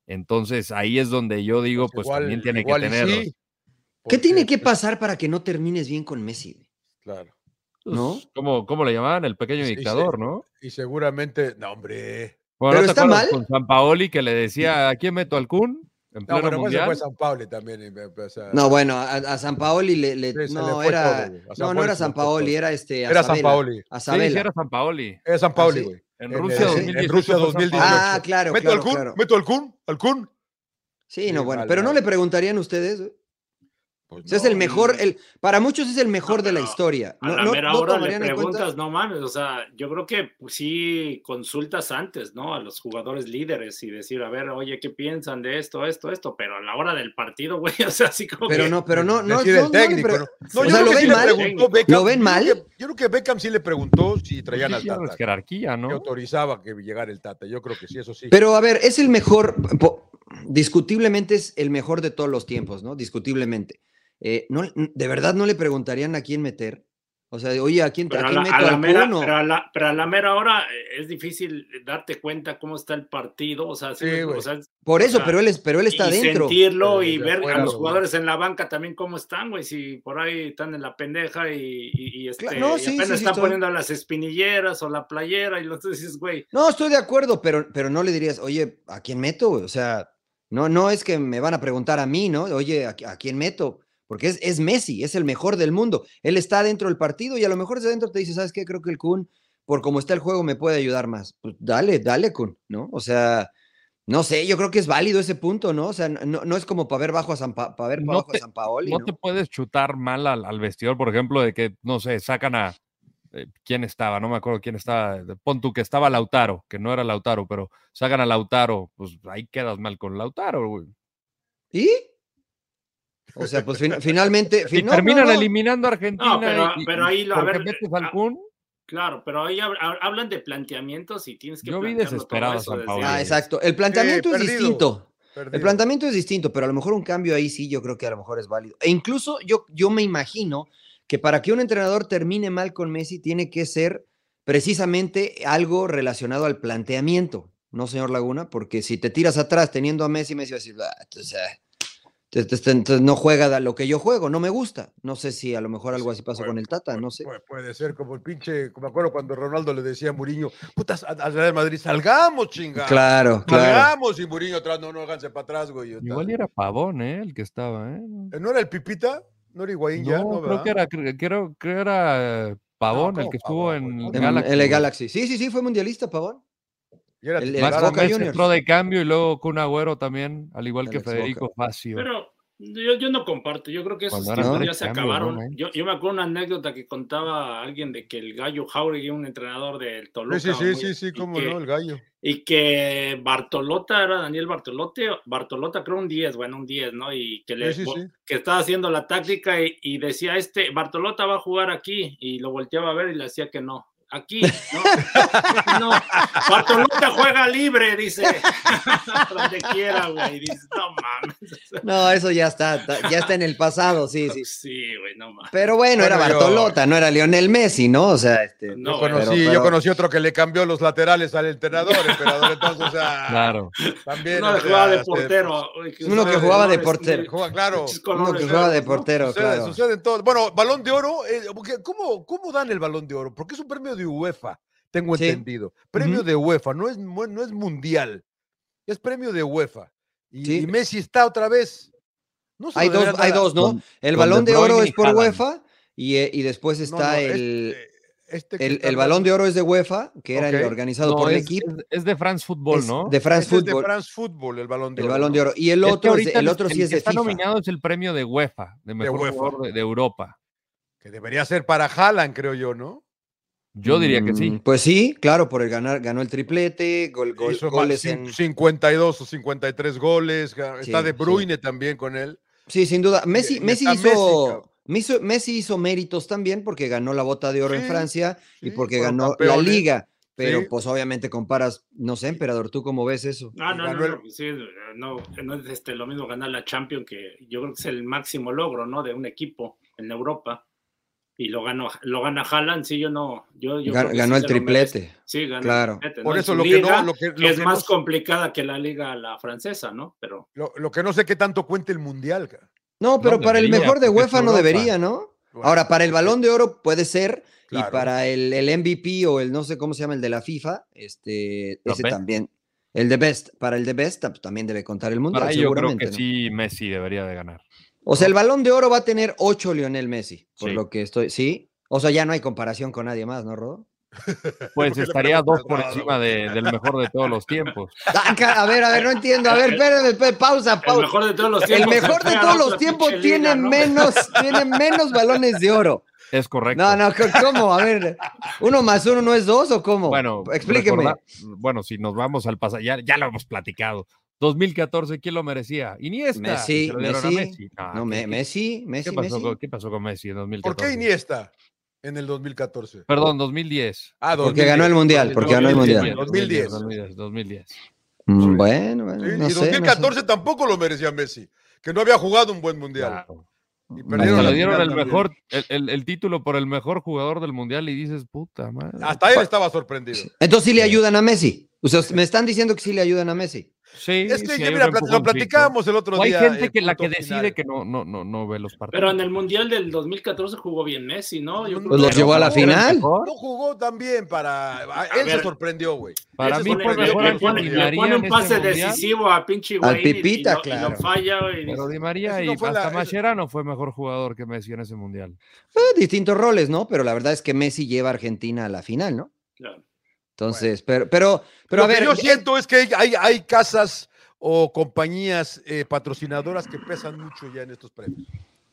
[SPEAKER 3] Entonces ahí es donde yo digo, pues
[SPEAKER 2] Igual-
[SPEAKER 3] también tiene que
[SPEAKER 2] igual y
[SPEAKER 3] tener.
[SPEAKER 2] sí,
[SPEAKER 4] ¿Qué
[SPEAKER 2] porque- pues
[SPEAKER 4] tiene que pasar para que no termines bien con Messi? güey?
[SPEAKER 2] Claro.
[SPEAKER 3] pues,
[SPEAKER 4] ¿No?
[SPEAKER 3] ¿cómo, cómo le llamaban? El pequeño
[SPEAKER 2] Sí, sí.
[SPEAKER 3] dictador, ¿no?
[SPEAKER 2] Y seguramente, no, hombre.
[SPEAKER 3] Bueno,
[SPEAKER 4] Pero
[SPEAKER 3] ¿no te
[SPEAKER 4] está
[SPEAKER 3] acuerdas
[SPEAKER 4] mal.
[SPEAKER 3] Con San Paoli que le decía, ¿a quién meto al Kun? En
[SPEAKER 2] No,
[SPEAKER 3] pleno
[SPEAKER 2] bueno, pues se
[SPEAKER 3] mundial.
[SPEAKER 2] fue a San Pablo también. y me- o sea,
[SPEAKER 4] No, bueno, a, a San Paoli le, le-
[SPEAKER 2] Ah. Sí, se le
[SPEAKER 4] no,
[SPEAKER 2] fue
[SPEAKER 4] era,
[SPEAKER 2] todo, güey. A San
[SPEAKER 4] no, no
[SPEAKER 2] Paoli
[SPEAKER 4] era
[SPEAKER 2] se le
[SPEAKER 4] San
[SPEAKER 2] fue
[SPEAKER 4] Paoli,
[SPEAKER 2] todo.
[SPEAKER 4] era este.
[SPEAKER 2] Era San
[SPEAKER 4] Sabela,
[SPEAKER 2] Paoli.
[SPEAKER 4] A
[SPEAKER 3] Sí, sí,
[SPEAKER 4] Sabela.
[SPEAKER 3] era San Paoli.
[SPEAKER 2] Era San Paoli,
[SPEAKER 4] Ah, sí.
[SPEAKER 2] güey.
[SPEAKER 3] En
[SPEAKER 2] En,
[SPEAKER 3] Rusia
[SPEAKER 2] eh, en
[SPEAKER 3] 2018.
[SPEAKER 2] Rusia
[SPEAKER 3] fue San
[SPEAKER 2] 2018.
[SPEAKER 3] Paoli.
[SPEAKER 4] Ah, claro,
[SPEAKER 2] ¿Meto
[SPEAKER 4] claro,
[SPEAKER 2] al Kun?
[SPEAKER 4] claro.
[SPEAKER 2] ¿Meto al Kun? ¿Al Kun?
[SPEAKER 4] Sí, no,
[SPEAKER 2] Sí,
[SPEAKER 4] bueno,
[SPEAKER 2] mal,
[SPEAKER 4] pero no
[SPEAKER 2] mal.
[SPEAKER 4] le preguntarían ustedes. güey.
[SPEAKER 2] Pues
[SPEAKER 4] O sea, es
[SPEAKER 2] no.
[SPEAKER 4] el mejor, el, para muchos es el mejor de la
[SPEAKER 1] pero
[SPEAKER 4] historia.
[SPEAKER 1] A
[SPEAKER 4] No,
[SPEAKER 1] la
[SPEAKER 4] no,
[SPEAKER 1] mera
[SPEAKER 4] no
[SPEAKER 1] hora le
[SPEAKER 4] tomarían en cuenta-
[SPEAKER 1] preguntas, no mames, o sea, yo creo que pues, sí consultas antes, ¿no? A los jugadores líderes y decir, a ver, oye, ¿qué piensan de esto, esto, esto? Pero a la hora del partido, güey, o sea, así como
[SPEAKER 4] Pero
[SPEAKER 1] que-
[SPEAKER 4] no, pero no, no,
[SPEAKER 2] Decide
[SPEAKER 4] no,
[SPEAKER 2] el
[SPEAKER 4] no le
[SPEAKER 2] técnico,
[SPEAKER 4] pre-
[SPEAKER 2] ¿no?
[SPEAKER 1] O
[SPEAKER 2] No, yo
[SPEAKER 1] sea,
[SPEAKER 2] creo
[SPEAKER 1] ¿lo
[SPEAKER 2] que sí
[SPEAKER 1] ven
[SPEAKER 2] le
[SPEAKER 1] mal?
[SPEAKER 2] preguntó Beckham.
[SPEAKER 4] ¿Lo ven
[SPEAKER 2] Yo creo
[SPEAKER 4] mal?
[SPEAKER 2] que- Yo creo que Beckham sí le preguntó si traían
[SPEAKER 3] Sí,
[SPEAKER 2] al
[SPEAKER 3] sí, era
[SPEAKER 2] Tata.
[SPEAKER 3] jerarquía,
[SPEAKER 2] Que
[SPEAKER 3] ¿no?
[SPEAKER 2] autorizaba que llegara el Tata. Yo creo que sí, eso sí.
[SPEAKER 4] Pero a ver, es el mejor, po- discutiblemente es el mejor de todos los tiempos, ¿no? Discutiblemente. Eh, no, de verdad no le preguntarían a quién meter. O sea, oye, ¿a quién,
[SPEAKER 1] Pero
[SPEAKER 4] a
[SPEAKER 1] a
[SPEAKER 4] quién
[SPEAKER 1] la,
[SPEAKER 4] meto
[SPEAKER 1] a la
[SPEAKER 4] al
[SPEAKER 1] mera,
[SPEAKER 4] Kun o-
[SPEAKER 1] pero a la- pero a la mera hora eh, es difícil darte cuenta cómo está el partido, o sea, sí,
[SPEAKER 2] Sí,
[SPEAKER 1] me-
[SPEAKER 2] güey.
[SPEAKER 1] o sea,
[SPEAKER 4] Por eso,
[SPEAKER 1] sea,
[SPEAKER 4] pero él, es, pero él está
[SPEAKER 1] y
[SPEAKER 4] dentro.
[SPEAKER 1] sentirlo
[SPEAKER 2] Pero
[SPEAKER 1] y
[SPEAKER 2] desde
[SPEAKER 1] ver
[SPEAKER 2] afuera,
[SPEAKER 1] a los
[SPEAKER 2] güey.
[SPEAKER 1] jugadores en la banca también cómo están, güey, si por ahí están en la pendeja y, y- y, este,
[SPEAKER 4] Claro, no,
[SPEAKER 1] y
[SPEAKER 4] sí,
[SPEAKER 1] apenas
[SPEAKER 4] sí, sí,
[SPEAKER 1] están
[SPEAKER 4] estoy-
[SPEAKER 1] poniendo las espinilleras o la playera y entonces dices, güey,
[SPEAKER 4] No, estoy de acuerdo, pero, pero no le dirías, oye, ¿a quién meto? güey? O sea, no, no es que me van a preguntar a mí, ¿no? Oye, ¿a, qui- a quién meto? Porque es, es Messi, es el mejor del mundo. Él está dentro del partido y a lo mejor desde dentro te dice, ¿sabes qué? Creo que el Kun, por cómo está el juego, me puede ayudar más. Pues dale, dale, Kun, ¿no? O sea, no sé, yo creo que es válido ese punto, ¿no? O sea, no, no es como para ver bajo a San, Pa- pa' ver
[SPEAKER 3] No
[SPEAKER 4] bajo
[SPEAKER 3] te-
[SPEAKER 4] a San Paoli,
[SPEAKER 3] no
[SPEAKER 4] ¿no?
[SPEAKER 3] te puedes chutar mal al, al vestidor, por ejemplo, de que, no sé, sacan a. eh, ¿Quién estaba? No me acuerdo quién estaba. de- Pon tú que estaba Lautaro, que no era Lautaro, pero sacan a Lautaro, pues ahí quedas mal con Lautaro, güey.
[SPEAKER 4] ¿Y? O sea, pues fin- finalmente...
[SPEAKER 3] Y
[SPEAKER 4] fin- no, no,
[SPEAKER 3] terminan
[SPEAKER 4] no.
[SPEAKER 3] eliminando a Argentina.
[SPEAKER 1] No, pero-
[SPEAKER 3] y-
[SPEAKER 1] pero ahí lo- a
[SPEAKER 3] porque
[SPEAKER 1] ver,
[SPEAKER 3] metes
[SPEAKER 1] ah,
[SPEAKER 3] al Kun,
[SPEAKER 1] claro, pero ahí hab- hab- hablan de planteamientos y tienes que
[SPEAKER 3] Yo vi
[SPEAKER 1] plantearlo todo
[SPEAKER 3] desesperado a
[SPEAKER 1] eso
[SPEAKER 3] San
[SPEAKER 1] desde-
[SPEAKER 3] Paoli.
[SPEAKER 4] Ah, exacto. El planteamiento es
[SPEAKER 2] perdido.
[SPEAKER 4] distinto.
[SPEAKER 2] Perdido.
[SPEAKER 4] El planteamiento es distinto, pero a lo mejor un cambio ahí sí, yo creo que a lo mejor es válido. E incluso yo, yo me imagino que para que un entrenador termine mal con Messi tiene que ser precisamente algo relacionado al planteamiento, ¿no, señor Laguna? Porque si te tiras atrás teniendo a Messi, Messi va a decir, "Ah, entonces, ah, entonces- entonces- entonces no juega da- lo que yo juego, no me gusta. No sé si a lo mejor algo así pasó
[SPEAKER 2] puede-
[SPEAKER 4] con el Tata, no sé.
[SPEAKER 2] Pu- Puede ser como el pinche, como me acuerdo cuando Ronaldo le decía a Muriño, putas, a- al Real Madrid, salgamos, chingada.
[SPEAKER 4] Claro, claro.
[SPEAKER 2] Salgamos y Muriño atrás, no, no, háganse para atrás, güey. Yo
[SPEAKER 3] Igual
[SPEAKER 2] estaba-
[SPEAKER 3] era Pavón, ¿eh? El que estaba, ¿eh? No,
[SPEAKER 2] ¿No era el Pipita? ¿No era Higuaín ya? No,
[SPEAKER 3] creo,
[SPEAKER 2] ¿verdad?
[SPEAKER 3] que era, creo, creo que era eh, Pavón, el
[SPEAKER 2] ¿cómo
[SPEAKER 3] que estuvo
[SPEAKER 2] Pavón,
[SPEAKER 3] en
[SPEAKER 2] güey?
[SPEAKER 4] En-
[SPEAKER 3] Galaxy.
[SPEAKER 4] en el
[SPEAKER 3] güey.
[SPEAKER 4] Galaxy. Sí, sí, sí, fue mundialista, Pavón.
[SPEAKER 2] Y era
[SPEAKER 4] el- el
[SPEAKER 2] titular,
[SPEAKER 3] Max
[SPEAKER 4] Boca
[SPEAKER 2] güey.
[SPEAKER 3] Gómez
[SPEAKER 4] Juniors.
[SPEAKER 3] entró de cambio y luego Kun Agüero también, al igual
[SPEAKER 4] El
[SPEAKER 3] que
[SPEAKER 4] ex
[SPEAKER 3] Federico Facio.
[SPEAKER 1] Pero yo, yo no comparto, yo creo que esos
[SPEAKER 3] Cuando eran
[SPEAKER 1] tiempos
[SPEAKER 4] tres
[SPEAKER 1] ya se
[SPEAKER 3] cambios,
[SPEAKER 1] acabaron.
[SPEAKER 3] ¿no, man?
[SPEAKER 1] yo, yo me acuerdo una anécdota que contaba alguien de que el gallo Jauregui, un entrenador del Toluca,
[SPEAKER 2] Sí, sí, sí,
[SPEAKER 1] muy-
[SPEAKER 2] sí, sí,
[SPEAKER 1] y
[SPEAKER 2] cómo
[SPEAKER 1] que-
[SPEAKER 2] no, el gallo.
[SPEAKER 1] y que Bartolota era Daniel Bartolote, Bartolota creo un 10, bueno, un 10, ¿no? Y que le
[SPEAKER 2] Sí, sí, sí.
[SPEAKER 1] que estaba haciendo la táctica y, y decía este, Bartolota va a jugar aquí y lo volteaba a ver y le hacía que no. Aquí, no, no. Bartolota juega libre, dice. Donde quiera, güey. Dice, no mames.
[SPEAKER 4] No, eso ya está, ta- ya está en el pasado, sí, sí.
[SPEAKER 1] Sí, güey, no mames.
[SPEAKER 4] Pero bueno, era
[SPEAKER 2] Bueno, yo-
[SPEAKER 4] Bartolota, no era Lionel Messi, ¿no? O sea, este,
[SPEAKER 1] No,
[SPEAKER 2] yo, conocí,
[SPEAKER 4] pero-
[SPEAKER 2] yo
[SPEAKER 4] pero-
[SPEAKER 2] conocí otro que le cambió los laterales al entrenador, emperador, entonces, o sea,
[SPEAKER 3] Claro.
[SPEAKER 2] también.
[SPEAKER 1] uno
[SPEAKER 2] o
[SPEAKER 1] que
[SPEAKER 2] sea,
[SPEAKER 1] jugaba de
[SPEAKER 2] este,
[SPEAKER 1] portero. güey,
[SPEAKER 4] uno
[SPEAKER 1] usaba
[SPEAKER 4] que jugaba de
[SPEAKER 1] colores,
[SPEAKER 4] portero.
[SPEAKER 1] güey,
[SPEAKER 2] Juega, claro.
[SPEAKER 1] muchos
[SPEAKER 4] uno
[SPEAKER 1] colores
[SPEAKER 4] que jugaba de
[SPEAKER 1] verdes, ¿no?
[SPEAKER 4] portero,
[SPEAKER 2] Sucede,
[SPEAKER 4] claro.
[SPEAKER 2] sucede en todo. Bueno, balón de oro, eh, porque ¿cómo, ¿cómo dan el balón de oro? Porque es un premio de UEFA, tengo
[SPEAKER 4] Sí.
[SPEAKER 2] entendido. Premio
[SPEAKER 4] Ujú.
[SPEAKER 2] de UEFA, no es, mu- no es mundial, es premio de UEFA. Y,
[SPEAKER 4] Sí.
[SPEAKER 2] y Messi está otra vez. No se
[SPEAKER 4] Hay
[SPEAKER 2] lo
[SPEAKER 4] dos,
[SPEAKER 2] deberían
[SPEAKER 4] hay
[SPEAKER 2] dar a-
[SPEAKER 4] dos, ¿no?
[SPEAKER 3] Con-
[SPEAKER 4] El
[SPEAKER 3] con
[SPEAKER 4] balón
[SPEAKER 3] De
[SPEAKER 4] de oro
[SPEAKER 3] Bruyne
[SPEAKER 4] es
[SPEAKER 3] y
[SPEAKER 4] por
[SPEAKER 3] Haaland.
[SPEAKER 4] UEFA y, eh, y después
[SPEAKER 2] No,
[SPEAKER 4] está
[SPEAKER 2] no,
[SPEAKER 4] el,
[SPEAKER 2] este- este que
[SPEAKER 4] el,
[SPEAKER 2] está
[SPEAKER 4] el balón de oro es de UEFA, que era el
[SPEAKER 2] Ok.
[SPEAKER 4] organizado
[SPEAKER 3] No,
[SPEAKER 4] por el
[SPEAKER 3] es,
[SPEAKER 4] equipo.
[SPEAKER 3] es- es de France Football,
[SPEAKER 4] es
[SPEAKER 3] ¿no?
[SPEAKER 4] De France
[SPEAKER 2] Ese es
[SPEAKER 4] Football.
[SPEAKER 2] de France Football, el balón de
[SPEAKER 4] el
[SPEAKER 2] oro.
[SPEAKER 4] balón
[SPEAKER 2] ¿no?
[SPEAKER 4] de oro. Y el
[SPEAKER 3] Es que
[SPEAKER 4] otro, es de-
[SPEAKER 3] ahorita
[SPEAKER 4] el otro
[SPEAKER 3] que
[SPEAKER 4] sí es de
[SPEAKER 3] está
[SPEAKER 4] FIFA.
[SPEAKER 3] nominado es el premio de UEFA, de mejor
[SPEAKER 2] UEFA.
[SPEAKER 3] jugador de, de Europa.
[SPEAKER 2] Que debería ser para Haaland, creo yo, ¿no?
[SPEAKER 3] Yo diría que
[SPEAKER 4] Mm,
[SPEAKER 3] sí.
[SPEAKER 4] Pues sí, claro, por el ganar, ganó el triplete, gol, gol-
[SPEAKER 2] Hizo más
[SPEAKER 4] goles
[SPEAKER 2] cin-
[SPEAKER 4] en.
[SPEAKER 2] 52 o 53 goles. ga- Está
[SPEAKER 4] Sí,
[SPEAKER 2] de
[SPEAKER 4] sí.
[SPEAKER 2] Bruyne también con él.
[SPEAKER 4] Sí, sin duda. Messi,
[SPEAKER 2] y
[SPEAKER 4] Messi,
[SPEAKER 2] está Messi,
[SPEAKER 4] hizo,
[SPEAKER 2] cabrón.
[SPEAKER 4] Messi, Messi hizo méritos también porque ganó la bota de oro en
[SPEAKER 2] Sí,
[SPEAKER 4] Francia y
[SPEAKER 2] sí,
[SPEAKER 4] porque
[SPEAKER 2] fueron
[SPEAKER 4] ganó la
[SPEAKER 2] campeones,
[SPEAKER 4] liga. Pero
[SPEAKER 2] sí.
[SPEAKER 4] pues obviamente comparas, no sé, emperador, ¿tú cómo ves eso?
[SPEAKER 1] No,
[SPEAKER 2] Y
[SPEAKER 1] Ah, no, no,
[SPEAKER 2] ganó el-
[SPEAKER 1] no, sí, no, no es este, lo mismo ganar la Champions, que yo creo que es el máximo logro, ¿no? De un equipo en Europa. Y lo ganó, lo gana Haaland, sí, yo no. Yo, yo
[SPEAKER 4] Gan-
[SPEAKER 1] creo que
[SPEAKER 4] ganó
[SPEAKER 1] sí
[SPEAKER 4] el
[SPEAKER 1] se lo merece.
[SPEAKER 4] triplete.
[SPEAKER 1] Sí, ganó
[SPEAKER 4] Claro.
[SPEAKER 1] el triplete. ¿no?
[SPEAKER 2] Por
[SPEAKER 1] En
[SPEAKER 2] eso
[SPEAKER 1] su
[SPEAKER 2] lo que
[SPEAKER 1] liga,
[SPEAKER 2] no. Lo que, lo
[SPEAKER 1] que es
[SPEAKER 2] que
[SPEAKER 1] más
[SPEAKER 2] no, sé-
[SPEAKER 1] complicada que la liga la francesa, ¿no? Pero
[SPEAKER 2] lo, lo que no sé qué tanto cuenta el mundial. ca-
[SPEAKER 4] No, pero para el
[SPEAKER 3] debería,
[SPEAKER 4] mejor de
[SPEAKER 3] porque es
[SPEAKER 4] UEFA no
[SPEAKER 3] Europa.
[SPEAKER 4] debería, ¿no?
[SPEAKER 2] Bueno,
[SPEAKER 4] Ahora, para el balón de oro puede ser, y
[SPEAKER 2] Claro.
[SPEAKER 4] para el, el MVP o el no sé cómo se llama, el de la FIFA, este,
[SPEAKER 3] ¿La
[SPEAKER 4] ese
[SPEAKER 3] best?
[SPEAKER 4] también. El de Best, para el de Best tam- también debe contar el mundial,
[SPEAKER 3] Para ahí yo creo
[SPEAKER 4] Mm, seguramente.
[SPEAKER 3] que
[SPEAKER 4] ¿no?
[SPEAKER 3] sí Messi debería de ganar.
[SPEAKER 4] O sea, el balón de oro va a tener 8 Lionel Messi, por
[SPEAKER 3] Sí.
[SPEAKER 4] lo que estoy. Sí. O sea, ya no hay comparación con nadie más, ¿no, Rodo?
[SPEAKER 3] Pues
[SPEAKER 2] qué le
[SPEAKER 3] estaría dos por
[SPEAKER 2] preguntas,
[SPEAKER 3] encima de- del mejor de todos los tiempos.
[SPEAKER 4] Ah, ca- A ver, a ver, no entiendo. A ver, espérame, espérame, pausa,
[SPEAKER 1] el
[SPEAKER 4] pausa.
[SPEAKER 1] mejor de todos los
[SPEAKER 4] El
[SPEAKER 1] tiempos.
[SPEAKER 4] mejor de
[SPEAKER 1] entrega
[SPEAKER 4] todos
[SPEAKER 1] la
[SPEAKER 4] los
[SPEAKER 1] otra
[SPEAKER 4] tiempos
[SPEAKER 1] pinche liga,
[SPEAKER 4] tiene
[SPEAKER 1] ¿no?
[SPEAKER 4] menos, tiene menos balones de oro.
[SPEAKER 3] Es correcto.
[SPEAKER 4] No, no, co- ¿cómo? A ver, ¿uno más uno no es dos o cómo?
[SPEAKER 3] Bueno,
[SPEAKER 4] explíqueme.
[SPEAKER 3] recorda- bueno, si nos vamos al pasado, ya, ya lo hemos platicado. 2014, ¿quién lo merecía? Iniesta.
[SPEAKER 4] Messi,
[SPEAKER 3] y se lo dieron a
[SPEAKER 4] Messi.
[SPEAKER 3] No,
[SPEAKER 4] No,
[SPEAKER 3] ¿qué-
[SPEAKER 4] me-
[SPEAKER 3] qué-
[SPEAKER 4] Messi, Messi,
[SPEAKER 3] Ah, ¿Qué pasó,
[SPEAKER 4] Messi.
[SPEAKER 3] con, qué pasó con Messi en 2014?
[SPEAKER 2] ¿Por qué Iniesta en el 2014?
[SPEAKER 3] Perdón, 2010.
[SPEAKER 2] Ah,
[SPEAKER 4] Porque ganó el
[SPEAKER 2] 2010.
[SPEAKER 4] Mundial, porque ganó el Mundial.
[SPEAKER 2] 2010.
[SPEAKER 3] 2010. 2010.
[SPEAKER 4] Mm, Bueno, bueno,
[SPEAKER 2] Sí,
[SPEAKER 4] no
[SPEAKER 2] y
[SPEAKER 4] sé. no sé.
[SPEAKER 2] 2014 tampoco lo merecía Messi, que no había jugado un buen mundial.
[SPEAKER 3] Claro.
[SPEAKER 2] Y
[SPEAKER 3] Hasta
[SPEAKER 2] perdieron la
[SPEAKER 3] le dieron
[SPEAKER 2] final
[SPEAKER 3] el
[SPEAKER 2] también.
[SPEAKER 3] mejor, el, el- el título por el mejor jugador del mundial y dices, puta madre.
[SPEAKER 2] Hasta él estaba sorprendido.
[SPEAKER 4] Entonces sí le ayudan a Messi. O sea, me están diciendo que sí le ayudan a Messi.
[SPEAKER 3] Sí,
[SPEAKER 2] Es que
[SPEAKER 3] sí,
[SPEAKER 2] ya,
[SPEAKER 3] hay un
[SPEAKER 2] mira, plat- lo
[SPEAKER 3] empujoncito.
[SPEAKER 2] platicábamos el otro
[SPEAKER 3] O hay
[SPEAKER 2] día.
[SPEAKER 3] gente
[SPEAKER 2] el
[SPEAKER 3] que la que
[SPEAKER 2] punto
[SPEAKER 3] decide
[SPEAKER 2] final.
[SPEAKER 3] que no, no, no, no ve los partidos.
[SPEAKER 1] Pero en el Mundial del 2014 jugó bien Messi, ¿no? Yo creo
[SPEAKER 4] Pues
[SPEAKER 1] que-
[SPEAKER 4] los llevó a la
[SPEAKER 3] ¿Era el
[SPEAKER 4] final.
[SPEAKER 3] mejor?
[SPEAKER 2] No jugó tan bien para. a-
[SPEAKER 1] A
[SPEAKER 2] él se
[SPEAKER 1] ver.
[SPEAKER 2] sorprendió, güey.
[SPEAKER 3] Para
[SPEAKER 1] Ese
[SPEAKER 3] mí
[SPEAKER 1] pone-
[SPEAKER 3] fue
[SPEAKER 1] le
[SPEAKER 3] mejor
[SPEAKER 1] pone-
[SPEAKER 3] el que
[SPEAKER 1] pone-
[SPEAKER 3] Di
[SPEAKER 1] le
[SPEAKER 3] María
[SPEAKER 1] pone
[SPEAKER 3] en
[SPEAKER 1] un
[SPEAKER 3] este
[SPEAKER 1] pase
[SPEAKER 3] mundial,
[SPEAKER 1] decisivo a pinche
[SPEAKER 4] Al
[SPEAKER 1] Higuaín y- y
[SPEAKER 4] Pipita,
[SPEAKER 1] lo- y, lo,
[SPEAKER 4] claro.
[SPEAKER 1] falla. güey, y
[SPEAKER 3] Pero
[SPEAKER 1] dices,
[SPEAKER 3] Di María
[SPEAKER 2] Ese
[SPEAKER 3] y
[SPEAKER 2] no fue la-
[SPEAKER 3] hasta
[SPEAKER 2] ese-
[SPEAKER 3] Mascherano fue mejor jugador que Messi en ese mundial.
[SPEAKER 4] Eh, distintos roles, ¿no? Pero la verdad es que Messi lleva a Argentina a la final, ¿no?
[SPEAKER 1] claro.
[SPEAKER 4] Entonces, pero, pero, pero a
[SPEAKER 2] lo
[SPEAKER 4] ver.
[SPEAKER 2] que yo
[SPEAKER 4] eh,
[SPEAKER 2] siento es que hay, hay casas o compañías eh, patrocinadoras que pesan mucho ya en estos premios.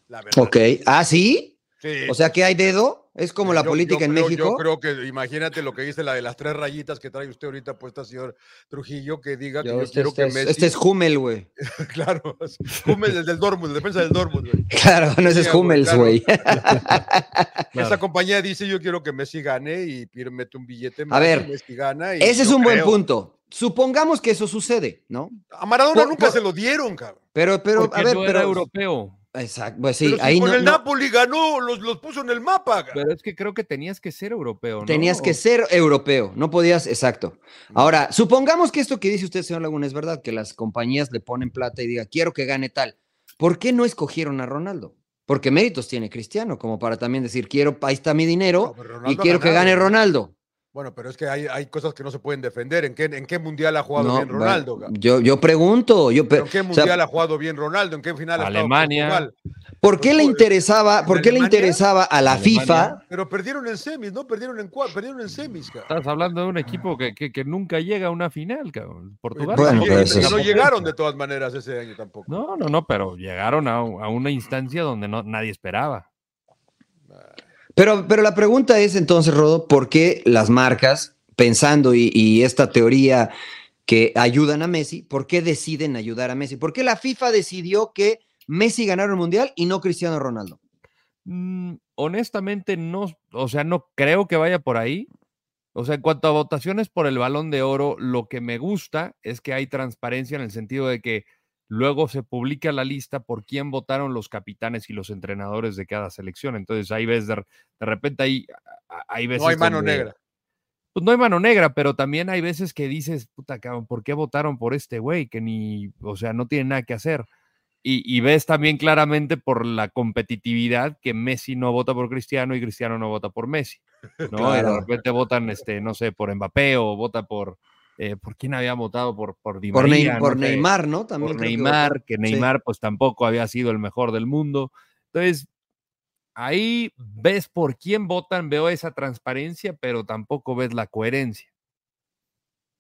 [SPEAKER 2] La verdad.
[SPEAKER 4] Ok. ¿Ah, sí?
[SPEAKER 2] Sí.
[SPEAKER 4] O sea, que hay dedo. Es como la
[SPEAKER 2] Yo- yo
[SPEAKER 4] política en
[SPEAKER 2] creo-
[SPEAKER 4] México.
[SPEAKER 2] Yo creo que, imagínate lo que dice la de las tres rayitas que trae usted ahorita puesta, señor Trujillo, que diga que
[SPEAKER 4] Yo-
[SPEAKER 2] yo
[SPEAKER 4] este,
[SPEAKER 2] quiero que
[SPEAKER 4] es,
[SPEAKER 2] Messi.
[SPEAKER 4] este es Hummel, güey.
[SPEAKER 2] Claro, Hummels, el del Dortmund, defensa del Dortmund. güey.
[SPEAKER 4] Claro, no ese
[SPEAKER 2] Sí,
[SPEAKER 4] es
[SPEAKER 2] güey,
[SPEAKER 4] Hummels,
[SPEAKER 2] claro.
[SPEAKER 4] güey.
[SPEAKER 3] Claro.
[SPEAKER 2] Esa compañía dice yo quiero que Messi gane y Pierre mete un billete. más
[SPEAKER 4] A ver,
[SPEAKER 2] y Messi gana. y
[SPEAKER 4] Ese es
[SPEAKER 2] yo
[SPEAKER 4] un buen
[SPEAKER 2] creo.
[SPEAKER 4] punto. Supongamos que eso sucede, ¿no?
[SPEAKER 2] A Maradona
[SPEAKER 4] Por-
[SPEAKER 2] nunca
[SPEAKER 4] por-
[SPEAKER 2] se lo dieron, cabrón.
[SPEAKER 4] Pero, pero,
[SPEAKER 3] Porque
[SPEAKER 4] a ver,
[SPEAKER 3] no
[SPEAKER 4] pero.
[SPEAKER 3] era europeo.
[SPEAKER 4] Exacto, pues sí,
[SPEAKER 2] Pero si
[SPEAKER 4] ahí
[SPEAKER 2] con
[SPEAKER 4] no,
[SPEAKER 2] el
[SPEAKER 4] no,
[SPEAKER 2] Napoli ganó, los, los puso en el mapa. cabrón.
[SPEAKER 3] Pero es que creo que tenías que ser europeo, ¿no?
[SPEAKER 4] tenías que
[SPEAKER 3] O-
[SPEAKER 4] ser europeo, no podías, exacto. Ahora, supongamos que esto que dice usted, señor Laguna, es verdad, que las compañías le ponen plata y diga, quiero que gane tal. ¿Por qué no escogieron a Ronaldo? Porque méritos tiene Cristiano, como para también decir, quiero, ahí está mi
[SPEAKER 2] No,
[SPEAKER 4] dinero
[SPEAKER 2] pero
[SPEAKER 4] y
[SPEAKER 2] Ronaldo ha
[SPEAKER 4] quiero que
[SPEAKER 2] ganado.
[SPEAKER 4] gane Ronaldo.
[SPEAKER 2] Bueno, pero es que hay, hay cosas que no se pueden defender. ¿En qué, en qué mundial ha jugado
[SPEAKER 4] No,
[SPEAKER 2] bien Ronaldo?
[SPEAKER 4] bueno,
[SPEAKER 2] cabrón?
[SPEAKER 4] yo, yo pregunto, yo,
[SPEAKER 2] ¿Pero
[SPEAKER 4] pero,
[SPEAKER 2] ¿En qué
[SPEAKER 4] o sea,
[SPEAKER 2] mundial ha jugado bien Ronaldo? ¿En qué final ha estado
[SPEAKER 3] Alemania.
[SPEAKER 2] Portugal?
[SPEAKER 4] ¿por qué le interesaba,
[SPEAKER 2] ¿En
[SPEAKER 4] por qué le
[SPEAKER 2] Alemania?
[SPEAKER 4] interesaba a la
[SPEAKER 3] Alemania.
[SPEAKER 4] FIFA
[SPEAKER 2] Pero perdieron en semis, ¿no? Perdieron en cua- perdieron en semis, cabrón.
[SPEAKER 3] Estás hablando de un equipo que, que- que nunca llega a una final, cabrón. Portugal.
[SPEAKER 4] Bueno,
[SPEAKER 2] no,
[SPEAKER 4] pero
[SPEAKER 2] lleg-
[SPEAKER 4] eso es-
[SPEAKER 2] no llegaron de todas maneras ese año tampoco.
[SPEAKER 3] No, no, no, pero llegaron a, a una instancia donde no, nadie esperaba.
[SPEAKER 4] Pero, pero la pregunta es entonces, Rodo, ¿por qué las marcas, pensando y, y esta teoría que ayudan a Messi, ¿por qué deciden ayudar a Messi? ¿Por qué la FIFA decidió que Messi ganara el Mundial y no Cristiano Ronaldo?
[SPEAKER 3] Mm, honestamente, no, o sea, no creo que vaya por ahí. O sea, en cuanto a votaciones por el balón de oro, lo que me gusta es que hay transparencia en el sentido de que luego se publica la lista por quién votaron los capitanes y los entrenadores de cada selección. Entonces ahí ves, de, de repente ahí, ahí ves...
[SPEAKER 2] No hay mano negra.
[SPEAKER 3] Pues no hay mano negra, pero también hay veces que dices, puta cabrón, ¿por qué votaron por este güey? Que ni, o sea, no tiene nada que hacer. Y, y ves también claramente por la competitividad que Messi no vota por Cristiano y Cristiano no vota por Messi. ¿no? Y
[SPEAKER 4] Claro.
[SPEAKER 3] de repente votan, este, no sé, por Mbappé o vota por, eh, ¿por quién había votado? Por, por, Di
[SPEAKER 4] Por, Ney-
[SPEAKER 3] María,
[SPEAKER 4] por
[SPEAKER 3] ¿no? Que-
[SPEAKER 4] Neymar, ¿no? También
[SPEAKER 3] por
[SPEAKER 4] creo que
[SPEAKER 3] Neymar,
[SPEAKER 4] votó.
[SPEAKER 3] que
[SPEAKER 4] Sí.
[SPEAKER 3] Neymar pues tampoco había sido el mejor del mundo. Entonces, ahí ves por quién votan, veo esa transparencia, pero tampoco ves la coherencia.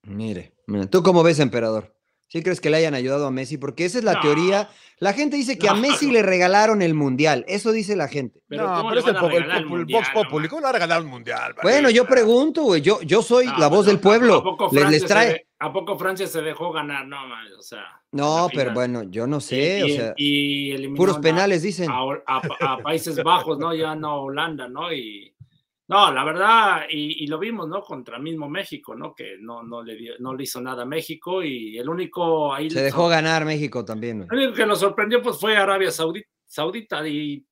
[SPEAKER 4] Mire, mira, ¿tú cómo ves, emperador? ¿Sí crees que le hayan ayudado a Messi? Porque esa es la
[SPEAKER 1] No.
[SPEAKER 4] teoría. La gente dice que a
[SPEAKER 1] No.
[SPEAKER 4] Messi le regalaron el mundial. Eso dice la gente.
[SPEAKER 1] Pero,
[SPEAKER 2] no,
[SPEAKER 1] ¿cómo
[SPEAKER 2] pero
[SPEAKER 1] le
[SPEAKER 2] es el,
[SPEAKER 1] van a
[SPEAKER 2] po- el
[SPEAKER 1] regalar el
[SPEAKER 2] popul-
[SPEAKER 1] mundial,
[SPEAKER 2] Vox
[SPEAKER 1] no
[SPEAKER 2] Populi.
[SPEAKER 1] mames?
[SPEAKER 2] ¿Cómo le va a regalar un mundial? vale?
[SPEAKER 4] Bueno, yo pregunto, güey. Yo, yo soy
[SPEAKER 1] No,
[SPEAKER 4] la voz
[SPEAKER 1] Ah, pero
[SPEAKER 4] del
[SPEAKER 1] tampoco- ¿a
[SPEAKER 4] pueblo.
[SPEAKER 1] poco
[SPEAKER 4] Les,
[SPEAKER 1] Francia
[SPEAKER 4] les
[SPEAKER 1] se
[SPEAKER 4] trae.
[SPEAKER 1] de- ¿A poco Francia se dejó ganar? No, mames, o sea.
[SPEAKER 4] No,
[SPEAKER 1] la
[SPEAKER 4] pero
[SPEAKER 1] final.
[SPEAKER 4] bueno, yo no
[SPEAKER 1] Y-
[SPEAKER 4] sé. o
[SPEAKER 1] y-
[SPEAKER 4] sea,
[SPEAKER 1] y eliminó
[SPEAKER 4] puros
[SPEAKER 1] a-
[SPEAKER 4] penales dicen.
[SPEAKER 1] A, a- a Países Bajos, ¿no? Ya no a Holanda, ¿no? Y. No, la verdad, y, y lo vimos, ¿no? Contra mismo México, ¿no? Que no, no, le, dio- no le hizo nada a México y el único ahí.
[SPEAKER 4] Se dejó ganar México también,
[SPEAKER 1] Lo
[SPEAKER 4] güey.
[SPEAKER 1] único que nos sorprendió pues fue Arabia Saudi- Saudita y,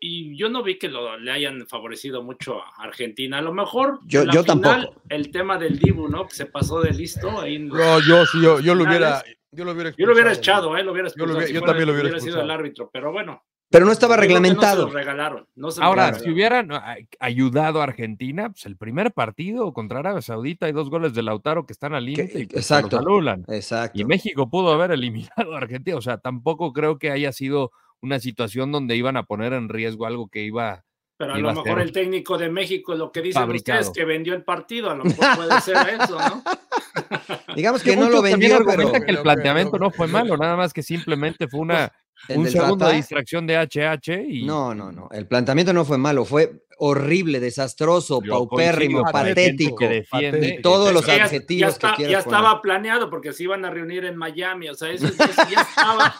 [SPEAKER 1] y yo no vi que lo, le hayan favorecido mucho a Argentina. A lo mejor
[SPEAKER 4] Yo-
[SPEAKER 1] en la
[SPEAKER 4] yo tampoco.
[SPEAKER 1] el tema del Dibu, ¿no? Que se pasó de listo. ahí en-
[SPEAKER 2] No, yo sí, yo, yo lo hubiera. Yo lo hubiera,
[SPEAKER 1] yo lo hubiera
[SPEAKER 2] expulsado.
[SPEAKER 1] echado, ¿eh? Lo hubiera
[SPEAKER 2] Yo lo
[SPEAKER 1] expulsado,
[SPEAKER 2] hubiera-
[SPEAKER 1] si
[SPEAKER 2] yo
[SPEAKER 1] fuera-
[SPEAKER 2] también lo hubiera
[SPEAKER 1] sido el
[SPEAKER 2] expulsado.
[SPEAKER 1] árbitro, pero bueno.
[SPEAKER 4] Pero no estaba
[SPEAKER 1] yo creo que No
[SPEAKER 4] reglamentado.
[SPEAKER 1] se lo regalaron. No se lo
[SPEAKER 3] Ahora,
[SPEAKER 1] regalaron.
[SPEAKER 3] si hubieran a- ayudado a Argentina, pues el primer partido contra Arabia Saudita hay dos goles de Lautaro que están al límite y pues, se los
[SPEAKER 4] exacto.
[SPEAKER 3] anulan.
[SPEAKER 4] Exacto.
[SPEAKER 3] Y México pudo haber eliminado a Argentina. O sea, tampoco creo que haya sido una situación donde iban a poner en riesgo algo que iba.
[SPEAKER 1] Pero a
[SPEAKER 3] iba
[SPEAKER 1] lo
[SPEAKER 3] a
[SPEAKER 1] mejor
[SPEAKER 3] ser
[SPEAKER 1] el técnico de México, lo que dicen
[SPEAKER 3] fabricado.
[SPEAKER 1] ustedes, que vendió el partido, a lo mejor puede ser eso, ¿no?
[SPEAKER 4] Digamos que no
[SPEAKER 3] muchos
[SPEAKER 4] lo
[SPEAKER 3] también
[SPEAKER 4] vendió, pero
[SPEAKER 3] argumentan que el
[SPEAKER 2] Pero-
[SPEAKER 3] planteamiento no fue malo, nada más que simplemente fue una,
[SPEAKER 4] Pues, el
[SPEAKER 3] un
[SPEAKER 4] del
[SPEAKER 3] segundo
[SPEAKER 4] Tata-
[SPEAKER 3] de distracción de HH y
[SPEAKER 4] No, no, no. El planteamiento no fue malo, fue horrible, desastroso,
[SPEAKER 3] Yo coincido
[SPEAKER 4] paupérrimo,
[SPEAKER 3] con la gente
[SPEAKER 4] patético.
[SPEAKER 3] que defiende
[SPEAKER 2] Y
[SPEAKER 4] todos los
[SPEAKER 1] Ya- ya
[SPEAKER 4] adjetivos
[SPEAKER 1] está-
[SPEAKER 4] que quieras
[SPEAKER 1] Ya
[SPEAKER 4] poner.
[SPEAKER 1] estaba planeado porque se iban a reunir en Miami, o sea, eso, eso ya estaba,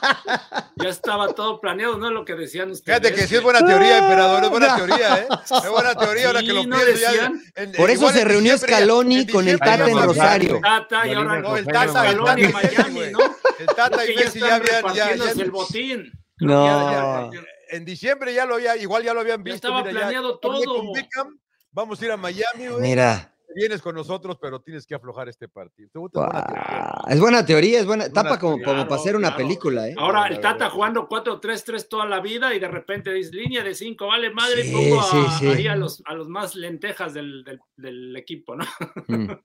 [SPEAKER 1] ya estaba todo planeado, ¿no? Lo que decían ustedes.
[SPEAKER 2] Fíjate que sí es buena teoría, emperador, es buena teoría, ¿eh? Es buena teoría ahora que lo
[SPEAKER 1] Sí, ¿no
[SPEAKER 2] pienso ya.
[SPEAKER 1] decían?
[SPEAKER 2] en-
[SPEAKER 4] Por eso
[SPEAKER 2] igual
[SPEAKER 4] se
[SPEAKER 2] en
[SPEAKER 4] reunió
[SPEAKER 2] diciembre ya-
[SPEAKER 4] Scaloni
[SPEAKER 2] en
[SPEAKER 4] con el
[SPEAKER 2] diciembre ya
[SPEAKER 4] Tata en
[SPEAKER 2] habían-
[SPEAKER 4] Rosario.
[SPEAKER 1] Tata y
[SPEAKER 3] Yo
[SPEAKER 1] ahora
[SPEAKER 3] digo,
[SPEAKER 2] No, el
[SPEAKER 3] Rosario,
[SPEAKER 2] Tata, el
[SPEAKER 1] Scaloni en
[SPEAKER 2] Tata y Messi,
[SPEAKER 1] Miami,
[SPEAKER 2] güey.
[SPEAKER 1] ¿no?
[SPEAKER 2] El Tata
[SPEAKER 1] Es
[SPEAKER 2] y
[SPEAKER 1] que ya
[SPEAKER 2] Messi ya
[SPEAKER 1] están
[SPEAKER 2] habían. ya- ya-
[SPEAKER 1] repartiéndose el botín.
[SPEAKER 4] No.
[SPEAKER 1] Ya- ya- ya-
[SPEAKER 2] en diciembre ya lo había, igual ya lo habían
[SPEAKER 1] Ya
[SPEAKER 2] visto.
[SPEAKER 1] estaba
[SPEAKER 2] mira, ya
[SPEAKER 1] planeado
[SPEAKER 2] hablé
[SPEAKER 1] todo.
[SPEAKER 2] con Beckham, vamos a ir a Miami, güey.
[SPEAKER 4] Mira,
[SPEAKER 2] Vienes con nosotros, pero tienes que aflojar este partido. Te gusta buena teoría.
[SPEAKER 4] guau, es buena teoría, es buena.
[SPEAKER 2] Buena
[SPEAKER 4] Tapa como,
[SPEAKER 2] teoría.
[SPEAKER 4] como para hacer una
[SPEAKER 1] Claro,
[SPEAKER 4] película, ¿eh?
[SPEAKER 1] Ahora
[SPEAKER 2] la
[SPEAKER 1] el
[SPEAKER 2] verdad.
[SPEAKER 1] Tata jugando 4-3-3 toda la vida y de repente dice línea de 5, vale madre,
[SPEAKER 4] Sí,
[SPEAKER 1] y pongo a,
[SPEAKER 4] sí, sí.
[SPEAKER 1] ahí a los, a los más lentejas del, del- del equipo, ¿no?
[SPEAKER 4] Mm.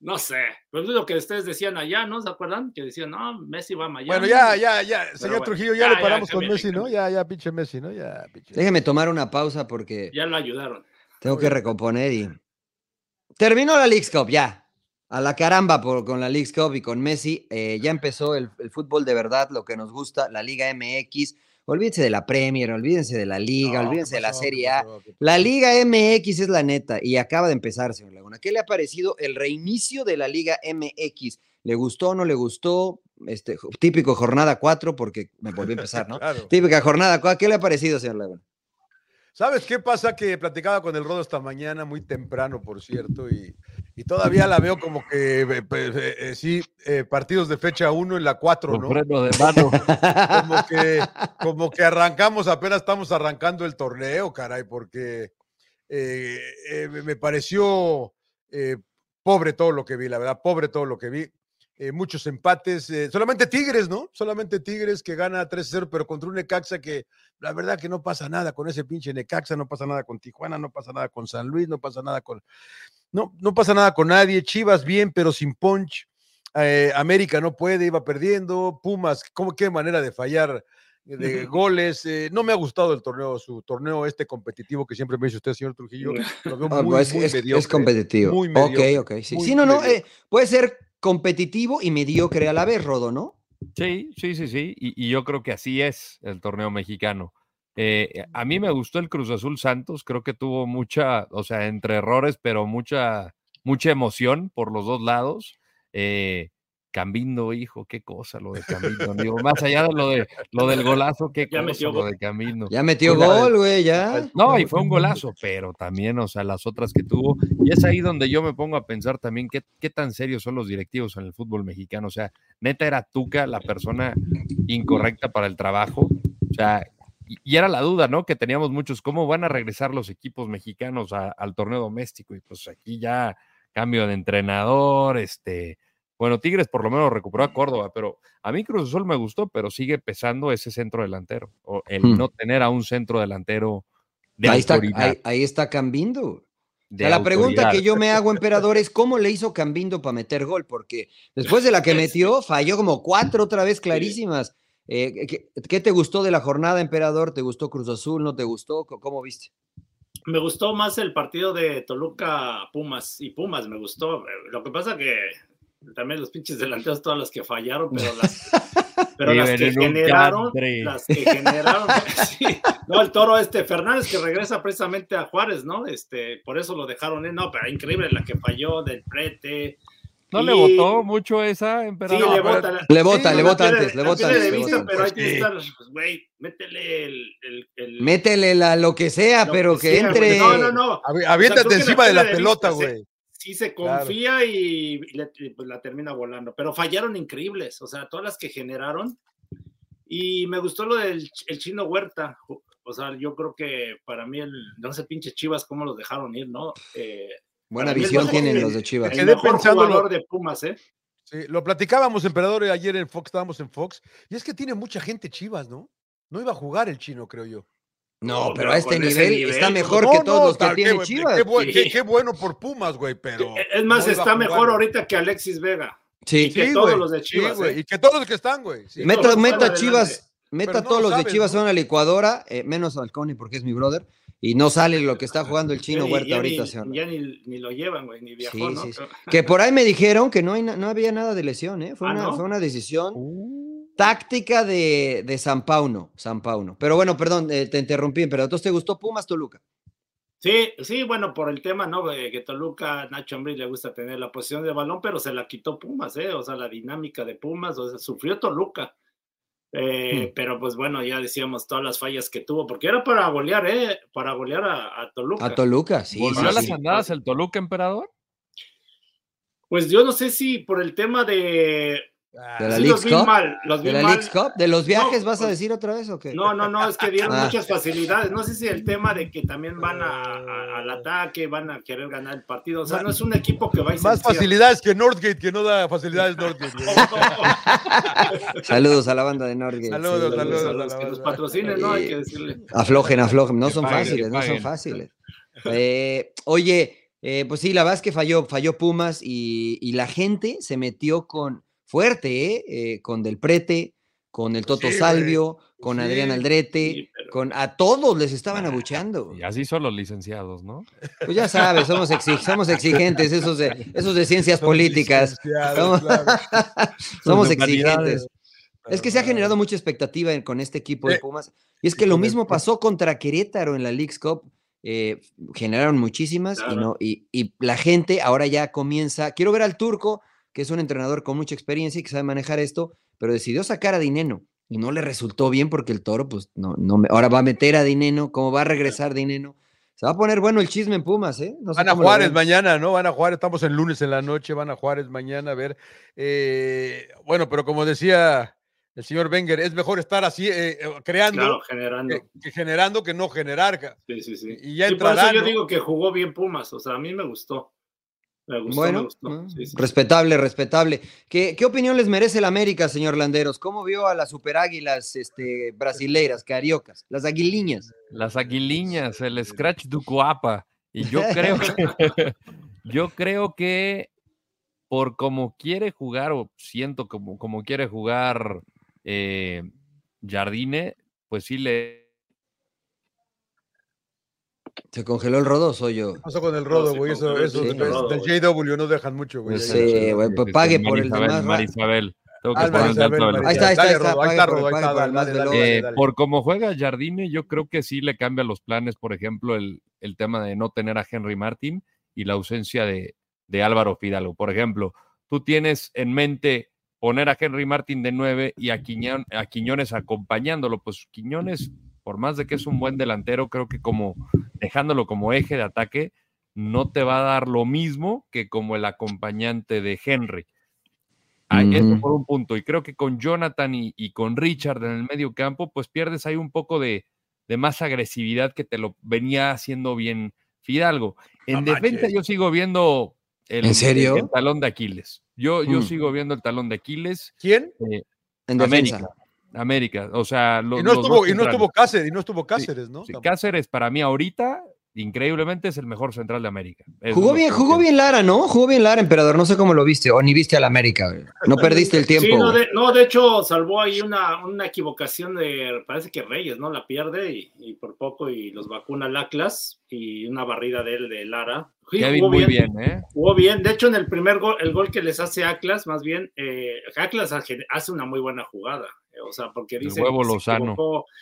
[SPEAKER 1] No sé, pues es lo que ustedes decían allá, ¿no? ¿Se acuerdan? Que decían, no, Messi va a Miami.
[SPEAKER 2] Bueno, ya, ya, ya. Señor
[SPEAKER 1] bueno,
[SPEAKER 2] Trujillo, ya,
[SPEAKER 1] ya,
[SPEAKER 2] le
[SPEAKER 1] ya,
[SPEAKER 2] paramos con
[SPEAKER 1] cámbiale,
[SPEAKER 2] Messi, ¿no? Ya, ya, pinche Messi, ¿no? Ya, pinche.
[SPEAKER 4] Déjeme tomar una pausa porque
[SPEAKER 1] Ya lo ayudaron.
[SPEAKER 4] tengo que recomponer y. Terminó la Leagues Cup, ya. A la caramba por, con la Leagues Cup y con Messi. eh, ya empezó el, el fútbol de verdad, lo que nos gusta, la Liga MX. Olvídense de la Premier, olvídense de la Liga,
[SPEAKER 2] No,
[SPEAKER 4] olvídense
[SPEAKER 2] ¿qué
[SPEAKER 4] de la
[SPEAKER 2] pasó? ¿Qué
[SPEAKER 4] Serie A.
[SPEAKER 2] pasó? ¿Qué pasó?
[SPEAKER 4] La Liga MX es la neta y acaba de empezar, señor Laguna. ¿Qué le ha parecido el reinicio de la Liga MX? ¿Le gustó o no le gustó? Este, jo- típico jornada 4, porque me volví a empezar, ¿no?
[SPEAKER 2] Claro.
[SPEAKER 4] Típica jornada 4. ¿Qué le ha parecido, señor Laguna?
[SPEAKER 2] ¿Sabes qué pasa? Que platicaba con el Rodo esta mañana, muy temprano, por cierto, y, y todavía la veo como que, eh, pues, eh, eh, sí, eh, partidos de fecha 1 en la 4,
[SPEAKER 3] con
[SPEAKER 2] ¿no?
[SPEAKER 3] freno de mano.
[SPEAKER 2] como que, como que arrancamos, apenas estamos arrancando el torneo, caray, porque eh, eh, me me pareció eh, pobre todo lo que vi, la verdad, pobre todo lo que vi. Eh, muchos empates, eh, solamente Tigres, ¿no? Solamente Tigres que gana 3-0, pero contra un Necaxa que la verdad que no pasa nada con ese pinche Necaxa, no pasa nada con Tijuana, no pasa nada con San Luis, no pasa nada con... No, no pasa nada con nadie, Chivas bien, pero sin punch. Eh, América no puede, iba perdiendo. Pumas, ¿cómo, qué manera de fallar de goles? Eh, no me ha gustado el torneo, su torneo este competitivo que siempre me dice usted, señor Trujillo. Lo veo
[SPEAKER 4] Ah,
[SPEAKER 2] muy,
[SPEAKER 4] pues,
[SPEAKER 2] muy
[SPEAKER 4] es, es
[SPEAKER 2] mediocre.
[SPEAKER 4] competitivo.
[SPEAKER 2] Muy mediocre,
[SPEAKER 4] ok, ok. Sí,
[SPEAKER 2] muy
[SPEAKER 4] Sí, no, no. eh,
[SPEAKER 2] mediocre.
[SPEAKER 4] puede ser competitivo y mediocre a la vez, Rodo, ¿no?
[SPEAKER 3] Sí, sí, sí, sí. Y, y yo creo que así es el torneo mexicano. Eh, a mí me gustó el Cruz Azul Santos, creo que tuvo mucha, o sea, entre errores, pero mucha, mucha emoción por los dos lados. Eh, Cambindo, hijo, qué cosa lo de Cambindo. Digo, más allá de lo, de, lo del golazo, qué
[SPEAKER 1] Ya
[SPEAKER 3] cosa
[SPEAKER 1] metió
[SPEAKER 3] lo
[SPEAKER 1] gol.
[SPEAKER 3] de Cambindo.
[SPEAKER 4] Ya metió
[SPEAKER 2] Una vez.
[SPEAKER 4] gol, güey, ya.
[SPEAKER 3] No, y fue un golazo, pero también, o sea, las otras que tuvo. Y es ahí donde yo me pongo a pensar también qué, qué tan serios son los directivos en el fútbol mexicano. O sea, neta era Tuca la persona incorrecta para el trabajo. O sea, y, y era la duda, ¿no? Que teníamos muchos, ¿cómo van a regresar los equipos mexicanos a- al torneo doméstico? Y pues aquí ya cambio de entrenador, este. Bueno, Tigres por lo menos recuperó a Córdoba, pero a mí Cruz Azul me gustó, pero sigue pesando ese centro delantero, o el
[SPEAKER 4] Hmm.
[SPEAKER 3] no tener a un centro delantero de
[SPEAKER 4] Ahí está,
[SPEAKER 3] autoridad.
[SPEAKER 4] ahí, ahí está Cambindo. O sea, la pregunta que yo me hago, emperador, es cómo le hizo Cambindo para meter gol, porque después de la que metió, falló como cuatro otra vez clarísimas. Eh, ¿qué, ¿Qué te gustó de la jornada, emperador? ¿Te gustó Cruz Azul? ¿No te gustó? ¿Cómo viste?
[SPEAKER 1] Me gustó más el partido de Toluca Pumas y Pumas me gustó. Lo que pasa que también los pinches delanteros, todas las que fallaron, pero las, pero las que generaron, las que generaron, sí. no, el toro este Fernández que regresa precisamente a Juárez, ¿no? Este, por eso lo dejaron en, no, pero increíble la que falló del prete.
[SPEAKER 3] ¿No y... le votó mucho esa, emperador?
[SPEAKER 1] Sí,
[SPEAKER 3] no,
[SPEAKER 1] le vota.
[SPEAKER 4] La... Le vota, sí, le vota antes, le vota antes.
[SPEAKER 1] Vista, pero hay que estar, güey, métele el, el, el...
[SPEAKER 4] Métele la, lo que sea, lo pero que, que sea, entre... Wey.
[SPEAKER 1] No, no, no.
[SPEAKER 2] Aviéntate o sea, encima de la, de pelota, güey
[SPEAKER 1] sí se confía claro. y, y, le, y pues la termina volando. Pero fallaron increíbles, o sea, todas las que generaron. Y me gustó lo del el chino Huerta. O sea, yo creo que para mí, el, no sé, pinche Chivas, cómo los dejaron ir, ¿no?
[SPEAKER 4] Eh, Buena visión tienen los de Chivas.
[SPEAKER 1] El, el mejor jugador lo... de Pumas, ¿eh?
[SPEAKER 2] Sí, lo platicábamos, emperador, ayer en Fox, estábamos en Fox. Y es que tiene mucha gente Chivas, ¿no? No iba a jugar el chino, creo yo.
[SPEAKER 4] No, no, pero a este nivel, nivel, está mejor no, que todos no, los que
[SPEAKER 2] qué,
[SPEAKER 4] tiene Chivas.
[SPEAKER 2] Qué, qué, sí. qué, bueno por Pumas, güey, pero.
[SPEAKER 1] E, Es más, está mejor ahorita que Alexis Vega. Sí, y que sí, todos
[SPEAKER 2] güey,
[SPEAKER 1] los de Chivas.
[SPEAKER 2] Sí, eh. Y que todos los que están, güey.
[SPEAKER 4] meta, meta Chivas, meta todos los sabes, de Chivas a una licuadora, eh, menos Falcone porque es mi brother. Y no sale lo que está jugando el chino
[SPEAKER 1] ya
[SPEAKER 4] Huerta
[SPEAKER 1] ya
[SPEAKER 4] ahorita.
[SPEAKER 1] Ni, señor. ya ni, ni, lo llevan, güey, ni viajó, ¿no?
[SPEAKER 4] Que por ahí me dijeron que no, hay, no había nada de lesión, ¿eh? Fue, una, fue una decisión
[SPEAKER 3] Uh.
[SPEAKER 4] táctica de, de, San Pauno, San Pauno. Pero bueno, perdón, eh, te interrumpí, pero entonces te gustó Pumas Toluca.
[SPEAKER 1] Sí, sí, bueno, por el tema, ¿no? Que Toluca, Nacho Ambrí le gusta tener la posición de balón, pero se la quitó Pumas, ¿eh? O sea, la dinámica de Pumas, o sea, sufrió Toluca. Eh, mm. Pero pues bueno, ya decíamos todas las fallas que tuvo, porque era para golear, ¿eh? Para golear a, a Toluca.
[SPEAKER 4] A Toluca, sí.
[SPEAKER 3] ¿Volvió
[SPEAKER 4] sí,
[SPEAKER 3] a las
[SPEAKER 4] sí.
[SPEAKER 3] andadas el Toluca, emperador?
[SPEAKER 1] Pues yo no sé si por el tema de
[SPEAKER 2] Ah,
[SPEAKER 4] de la sí, League Cup. Mal, ¿De la League Cup? ¿De los viajes no, vas a decir otra vez o qué?
[SPEAKER 1] No, no, no, es que dieron ah. muchas facilidades. No sé si el tema de que también van a, a, al ataque, van a querer ganar el partido. O sea, no, no es un equipo que va a
[SPEAKER 2] Más facilidades que Northgate, que no da facilidades Northgate.
[SPEAKER 4] ¿no? saludos a la banda de Northgate.
[SPEAKER 2] Saludos, sí, saludos, saludos,
[SPEAKER 1] saludos. que los patrocinen, ¿no? Hay que decirle.
[SPEAKER 4] Aflojen, aflojen. No son paguen, fáciles, no son fáciles. Eh, oye, eh, pues sí, la verdad es que falló, falló Pumas y, y la gente se metió con fuerte, ¿eh? Eh, con Del Prete, con el Toto sí, Salvio, güey. con sí, Adrián Aldrete, sí, pero... con a todos les estaban abucheando.
[SPEAKER 3] Y así son los licenciados, ¿no?
[SPEAKER 4] Pues ya sabes, somos, exig somos exigentes, esos de, esos de ciencias somos políticas. Somos, claro. somos exigentes. Pero, es que se ha generado mucha expectativa en, con este equipo de Pumas. Y es que lo mismo pasó contra Querétaro en la Leagues Cup. Eh, generaron muchísimas claro. y, no, y, y la gente ahora ya comienza. Quiero ver al turco que es un entrenador con mucha experiencia y que sabe manejar esto, pero decidió sacar a Dineno y no le resultó bien porque el toro, pues no, no me, ahora va a meter a Dineno, ¿cómo va a regresar Dineno? Se va a poner bueno el chisme en Pumas, ¿eh?
[SPEAKER 2] No sé van a Juárez mañana, ¿no? Van a Juárez, estamos en lunes en la noche, van a Juárez mañana, a ver. Eh, bueno, pero como decía el señor Wenger, es mejor estar así, eh, creando,
[SPEAKER 1] claro, generando.
[SPEAKER 2] Que, que, generando que no generar.
[SPEAKER 1] Sí, sí, sí.
[SPEAKER 2] Y Eh, ya
[SPEAKER 1] sí,
[SPEAKER 2] entrará,
[SPEAKER 1] por eso yo
[SPEAKER 2] ¿no?
[SPEAKER 1] digo que jugó bien Pumas, o sea, a mí me gustó. Me gustó,
[SPEAKER 4] bueno, mm,
[SPEAKER 1] me gustó. Sí, sí.
[SPEAKER 4] respetable, respetable. ¿Qué, ¿Qué, opinión les merece el América, señor Landeros? ¿Cómo vio a las superáguilas este, brasileiras, cariocas, las aguiliñas?
[SPEAKER 3] Las aguiliñas, el Scratch Ducuapa. Y yo creo que, yo creo que por como quiere jugar, o siento como, como quiere jugar eh, Jardine, pues sí le
[SPEAKER 4] se congeló el rodo, soy yo. ¿Qué
[SPEAKER 2] pasó con el rodo, güey? Eso, eso, del JW no dejan mucho, güey.
[SPEAKER 4] Sí, güey, pues pague por el demás.
[SPEAKER 3] este, Marisabel. Tengo que poner
[SPEAKER 4] el Ahí está, ahí está, ahí está.
[SPEAKER 1] Eh,
[SPEAKER 3] Rodo, Eh, Por como juega Jardine, yo creo que sí le cambia los planes, por ejemplo, el, el tema de no tener a Henry Martin y la ausencia de, de Álvaro Fidalgo. Por ejemplo, tú tienes en mente poner a Henry Martin de 9 y a, Quiñón, a Quiñones acompañándolo. Pues Quiñones por más de que es un buen delantero, creo que como dejándolo como eje de ataque, no te va a dar lo mismo que como el acompañante de Henry. Ahí mm. Eso por un punto. Y creo que con Jonathan y, y, con Richard en el medio campo, pues pierdes ahí un poco de, de más agresividad que te lo venía haciendo bien Fidalgo. En no defensa manches. yo sigo viendo el,
[SPEAKER 4] ¿En serio?
[SPEAKER 3] el talón de Aquiles. Yo, mm. yo sigo viendo el talón de Aquiles.
[SPEAKER 2] ¿Quién?
[SPEAKER 3] Eh, en América. Defensa. América, o sea,
[SPEAKER 2] los, y, no estuvo, y no estuvo Cáceres, y no estuvo Cáceres, ¿no?
[SPEAKER 3] Sí, Cáceres para mí ahorita increíblemente es el mejor central de América. Es
[SPEAKER 4] Jugó
[SPEAKER 3] lo
[SPEAKER 4] bien,
[SPEAKER 3] que
[SPEAKER 4] jugó bien Lara, ¿no? Jugó bien Lara, emperador. No sé cómo lo viste, o ni viste al América. güey. No perdiste el tiempo.
[SPEAKER 1] Sí, no
[SPEAKER 4] güey.
[SPEAKER 1] de, no, de hecho, salvó ahí una, una equivocación de, parece que Reyes, ¿no? La pierde y, y por poco y los vacuna el Atlas y una barrida de él de Lara. Sí,
[SPEAKER 3] Kevin
[SPEAKER 1] jugó
[SPEAKER 3] muy bien, ¿eh?
[SPEAKER 1] Jugó bien. De hecho, en el primer gol, el gol que les hace Atlas, más bien, eh, Atlas hace- hace una muy buena jugada. eh, O sea, porque
[SPEAKER 3] El
[SPEAKER 1] dice.
[SPEAKER 3] huevo Lozano.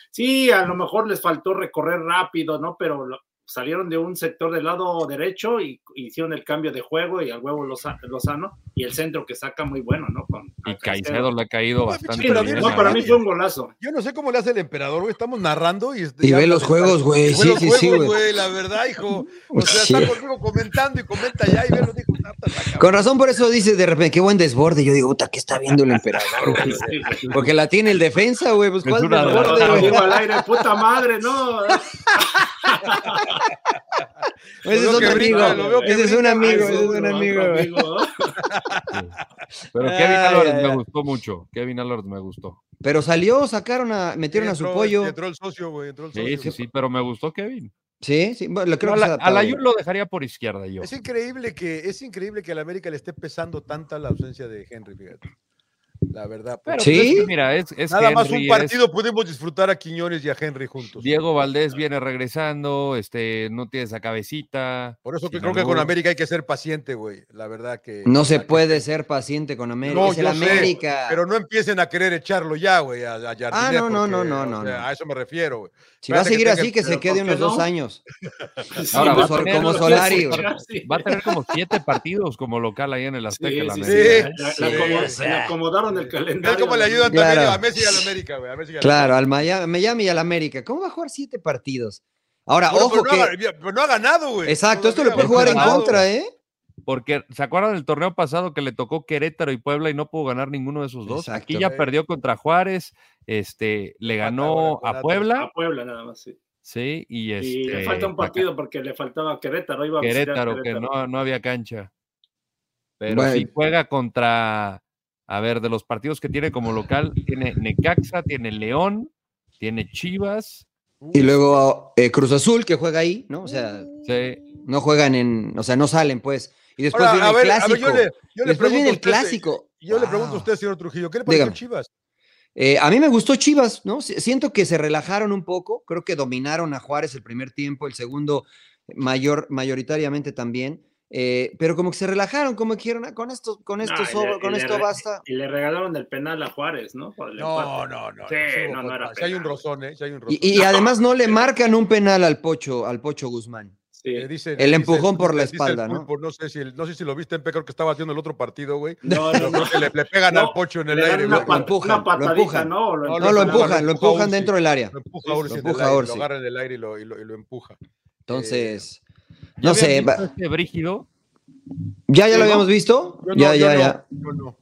[SPEAKER 1] Sí, a lo mejor les faltó recorrer rápido, ¿no? Pero lo- salieron de un sector del lado derecho y hicieron el cambio de juego y al huevo Loza- Lozano y el centro que saca muy bueno, ¿no? Con,
[SPEAKER 3] Y
[SPEAKER 1] a Caicedo.
[SPEAKER 3] Caicedo le ha caído
[SPEAKER 2] Oye,
[SPEAKER 3] bastante
[SPEAKER 1] Sí,
[SPEAKER 2] pero
[SPEAKER 3] bien.
[SPEAKER 2] bien,
[SPEAKER 1] no,
[SPEAKER 3] a-
[SPEAKER 1] para mí fue un golazo.
[SPEAKER 2] Yo no sé cómo le hace el emperador, güey. Estamos narrando y.
[SPEAKER 4] Y
[SPEAKER 2] ya-
[SPEAKER 4] ve los juegos,
[SPEAKER 2] Y
[SPEAKER 4] güey,
[SPEAKER 2] ve
[SPEAKER 4] Eh, sí,
[SPEAKER 2] los
[SPEAKER 4] sí,
[SPEAKER 2] juegos,
[SPEAKER 4] sí, güey.
[SPEAKER 2] La verdad, hijo. O
[SPEAKER 4] Pues
[SPEAKER 2] sea,
[SPEAKER 4] sí.
[SPEAKER 2] está conmigo comentando y comenta ya y ve los hijos. Ah, está cabrón.
[SPEAKER 4] Con razón por eso dice de repente, qué buen desborde. Yo digo, puta, ¿qué está viendo el emperador? güey?
[SPEAKER 1] Sí, sí.
[SPEAKER 4] Porque la tiene el defensa, güey. Pues
[SPEAKER 3] Es
[SPEAKER 4] cuál
[SPEAKER 3] una
[SPEAKER 1] Pero
[SPEAKER 4] desborde,
[SPEAKER 1] la
[SPEAKER 4] güey.
[SPEAKER 1] digo al aire, puta madre, no.
[SPEAKER 4] Ese
[SPEAKER 2] Lo
[SPEAKER 4] es
[SPEAKER 2] veo
[SPEAKER 4] otro
[SPEAKER 2] que brinca,
[SPEAKER 4] amigo.
[SPEAKER 2] lo veo que
[SPEAKER 4] Ese es un
[SPEAKER 2] brinca.
[SPEAKER 4] amigo,
[SPEAKER 1] Ay,
[SPEAKER 4] ese es un
[SPEAKER 1] otro
[SPEAKER 4] amigo. güey.
[SPEAKER 1] amigo.
[SPEAKER 3] Pero Kevin
[SPEAKER 4] Ay,
[SPEAKER 3] Álvarez
[SPEAKER 4] ay,
[SPEAKER 3] me
[SPEAKER 4] ay.
[SPEAKER 3] gustó mucho. Kevin Álvarez me gustó.
[SPEAKER 4] Pero salió, sacaron a, metieron a su
[SPEAKER 2] Entró,
[SPEAKER 4] pollo.
[SPEAKER 2] este, Entró el socio, güey. Entró el
[SPEAKER 3] Sí,
[SPEAKER 2] socio.
[SPEAKER 3] sí, sí, pero me gustó Kevin.
[SPEAKER 4] Sí, sí, bueno, lo creo
[SPEAKER 3] No,
[SPEAKER 4] que
[SPEAKER 3] a la-
[SPEAKER 4] se adaptó,
[SPEAKER 3] a la
[SPEAKER 4] güey.
[SPEAKER 3] Jun lo dejaría por izquierda yo.
[SPEAKER 2] Es increíble que es increíble que a la América le esté pesando tanta la ausencia de Henry, fíjate. La verdad.
[SPEAKER 3] Pero
[SPEAKER 2] porque
[SPEAKER 4] Sí.
[SPEAKER 3] pues, es que mira, es, es
[SPEAKER 2] Nada más
[SPEAKER 3] Henry,
[SPEAKER 2] un
[SPEAKER 3] es-
[SPEAKER 2] partido pudimos disfrutar a Quiñones y a Henry juntos.
[SPEAKER 3] Diego Valdés viene regresando, este, no tiene esa cabecita.
[SPEAKER 2] Por eso que
[SPEAKER 3] Sinaloa.
[SPEAKER 2] creo que con América hay que ser paciente, güey. La verdad que.
[SPEAKER 4] No se
[SPEAKER 2] la que-
[SPEAKER 4] puede ser paciente con América.
[SPEAKER 2] No,
[SPEAKER 4] es el
[SPEAKER 2] yo sé,
[SPEAKER 4] América.
[SPEAKER 2] Pero no empiecen a querer echarlo ya, güey, a, a Jardiné,
[SPEAKER 4] Ah, no, no, no,
[SPEAKER 2] porque,
[SPEAKER 4] no,
[SPEAKER 2] o
[SPEAKER 4] no,
[SPEAKER 2] sea,
[SPEAKER 4] no.
[SPEAKER 2] A eso me refiero, güey.
[SPEAKER 4] si va a
[SPEAKER 2] espérate que
[SPEAKER 4] seguir
[SPEAKER 2] tenga-
[SPEAKER 4] así, que se
[SPEAKER 1] pero
[SPEAKER 4] quede
[SPEAKER 1] ¿por qué
[SPEAKER 4] unos dos
[SPEAKER 1] no?
[SPEAKER 4] años.
[SPEAKER 1] Sí,
[SPEAKER 3] Ahora
[SPEAKER 1] no
[SPEAKER 3] va a
[SPEAKER 1] sé,
[SPEAKER 3] tener-
[SPEAKER 1] no sé,
[SPEAKER 4] Solari, güey.
[SPEAKER 1] sí.
[SPEAKER 3] Va a tener como siete partidos como local ahí en el
[SPEAKER 1] Sí,
[SPEAKER 3] Azteca. la
[SPEAKER 1] sí, sí,
[SPEAKER 3] América.
[SPEAKER 2] América.
[SPEAKER 1] la- la-
[SPEAKER 2] Sí,
[SPEAKER 1] la acomo-
[SPEAKER 4] sí.
[SPEAKER 1] le acomodaron el
[SPEAKER 2] Es
[SPEAKER 1] calendario.
[SPEAKER 2] como le ayudan
[SPEAKER 4] Claro.
[SPEAKER 2] también a Messi y a la América, güey. a Messi y a la
[SPEAKER 4] Claro, al Miami, Miami y al América. ¿Cómo va a jugar siete partidos? Ahora,
[SPEAKER 2] Bueno,
[SPEAKER 4] ojo
[SPEAKER 2] pero, no ha,
[SPEAKER 4] que.
[SPEAKER 2] mira, pero no ha ganado, güey.
[SPEAKER 4] Exacto, esto le
[SPEAKER 2] Todavía,
[SPEAKER 4] puede
[SPEAKER 2] güey.
[SPEAKER 4] jugar en
[SPEAKER 2] No ha ganado.
[SPEAKER 4] contra, ¿eh?
[SPEAKER 3] Porque, ¿se acuerdan del torneo pasado que le tocó Querétaro y Puebla y no pudo ganar ninguno de esos dos? Aquí
[SPEAKER 4] Exacto.
[SPEAKER 3] ya perdió contra Juárez, este, le ganó
[SPEAKER 2] ahora con
[SPEAKER 3] a
[SPEAKER 2] Atlas.
[SPEAKER 1] A
[SPEAKER 3] Puebla,
[SPEAKER 1] Puebla nada más, sí.
[SPEAKER 3] sí, y este.
[SPEAKER 1] Y le falta un
[SPEAKER 3] acá,
[SPEAKER 1] partido porque le faltaba Querétaro. Iba a visitar
[SPEAKER 3] Querétaro, que no, no había cancha. Pero
[SPEAKER 4] Bueno.
[SPEAKER 3] si juega contra, a ver, de los partidos que tiene como local, tiene Necaxa, tiene León, tiene Chivas,
[SPEAKER 4] Y luego eh, Cruz Azul, que juega ahí, ¿no? O sea,
[SPEAKER 2] Mm.
[SPEAKER 3] sí,
[SPEAKER 4] no juegan en. O sea, no salen, pues. Y después
[SPEAKER 2] Ahora,
[SPEAKER 4] viene
[SPEAKER 2] a
[SPEAKER 4] el
[SPEAKER 2] ver, a
[SPEAKER 4] clásico.
[SPEAKER 2] ver, yo le, yo le
[SPEAKER 4] después
[SPEAKER 2] pregunto
[SPEAKER 4] viene
[SPEAKER 2] a
[SPEAKER 4] el
[SPEAKER 2] usted,
[SPEAKER 4] clásico.
[SPEAKER 2] Yo le
[SPEAKER 4] Wow.
[SPEAKER 2] pregunto a usted, señor Trujillo, ¿qué le pareció
[SPEAKER 4] Dígame.
[SPEAKER 2] Chivas?
[SPEAKER 4] Eh, a mí me gustó Chivas, ¿no? Si- Siento que se relajaron un poco, creo que dominaron a Juárez el primer tiempo, el segundo eh, mayor, mayoritariamente también, eh, pero como que se relajaron, como que dijeron, "Ah, con esto, con esto,
[SPEAKER 1] y le-
[SPEAKER 4] sobra, con
[SPEAKER 1] y le
[SPEAKER 4] esto
[SPEAKER 1] re-
[SPEAKER 4] basta.
[SPEAKER 1] Y le regalaron el penal a Juárez, ¿no? Por el
[SPEAKER 2] No,
[SPEAKER 1] empate.
[SPEAKER 2] no, no.
[SPEAKER 1] Sí,
[SPEAKER 2] estuvo
[SPEAKER 1] no, no era
[SPEAKER 2] fatal. Si hay un
[SPEAKER 1] penal.
[SPEAKER 2] rozón, ¿eh? Si hay un rozón.
[SPEAKER 4] Y, y además no le marcan un penal al Pocho, al Pocho Guzmán.
[SPEAKER 1] Sí.
[SPEAKER 2] Eh, dice-
[SPEAKER 4] el
[SPEAKER 2] dice-
[SPEAKER 4] empujón por la
[SPEAKER 2] dice el
[SPEAKER 4] espalda, ¿no?
[SPEAKER 2] pulpo, no, sé si, el- no sé si lo viste, Pepe, creo que estaba haciendo el otro partido, güey.
[SPEAKER 1] No, no,
[SPEAKER 2] Pero
[SPEAKER 1] no.
[SPEAKER 2] creo que le, le pegan
[SPEAKER 1] No,
[SPEAKER 2] al pocho en el
[SPEAKER 1] Le dan
[SPEAKER 2] aire.
[SPEAKER 1] una,
[SPEAKER 2] güey.
[SPEAKER 1] pat-
[SPEAKER 4] empujan,
[SPEAKER 1] una patadita,
[SPEAKER 4] lo empujan.
[SPEAKER 1] ¿no?
[SPEAKER 2] No,
[SPEAKER 4] No, lo
[SPEAKER 2] lo
[SPEAKER 4] empujan, lo
[SPEAKER 2] empuja
[SPEAKER 4] empujan
[SPEAKER 2] Ursi.
[SPEAKER 4] dentro del área.
[SPEAKER 2] Lo empuja
[SPEAKER 1] Sí, sí,
[SPEAKER 2] Orsi
[SPEAKER 1] lo
[SPEAKER 2] en el
[SPEAKER 4] empuja
[SPEAKER 2] aire,
[SPEAKER 4] Orsi.
[SPEAKER 2] Lo agarra en el aire y lo, y lo- y lo empuja.
[SPEAKER 4] Entonces,
[SPEAKER 3] ¿Ya
[SPEAKER 4] no
[SPEAKER 3] habían
[SPEAKER 4] sé,
[SPEAKER 3] visto
[SPEAKER 4] va-
[SPEAKER 3] este brígido?
[SPEAKER 4] ¿ya, ya
[SPEAKER 2] Yo
[SPEAKER 4] lo
[SPEAKER 2] no,
[SPEAKER 4] habíamos visto?
[SPEAKER 2] Yo no,
[SPEAKER 4] Ya,
[SPEAKER 2] yo
[SPEAKER 4] ya,
[SPEAKER 2] no,
[SPEAKER 4] ya.
[SPEAKER 2] yo no.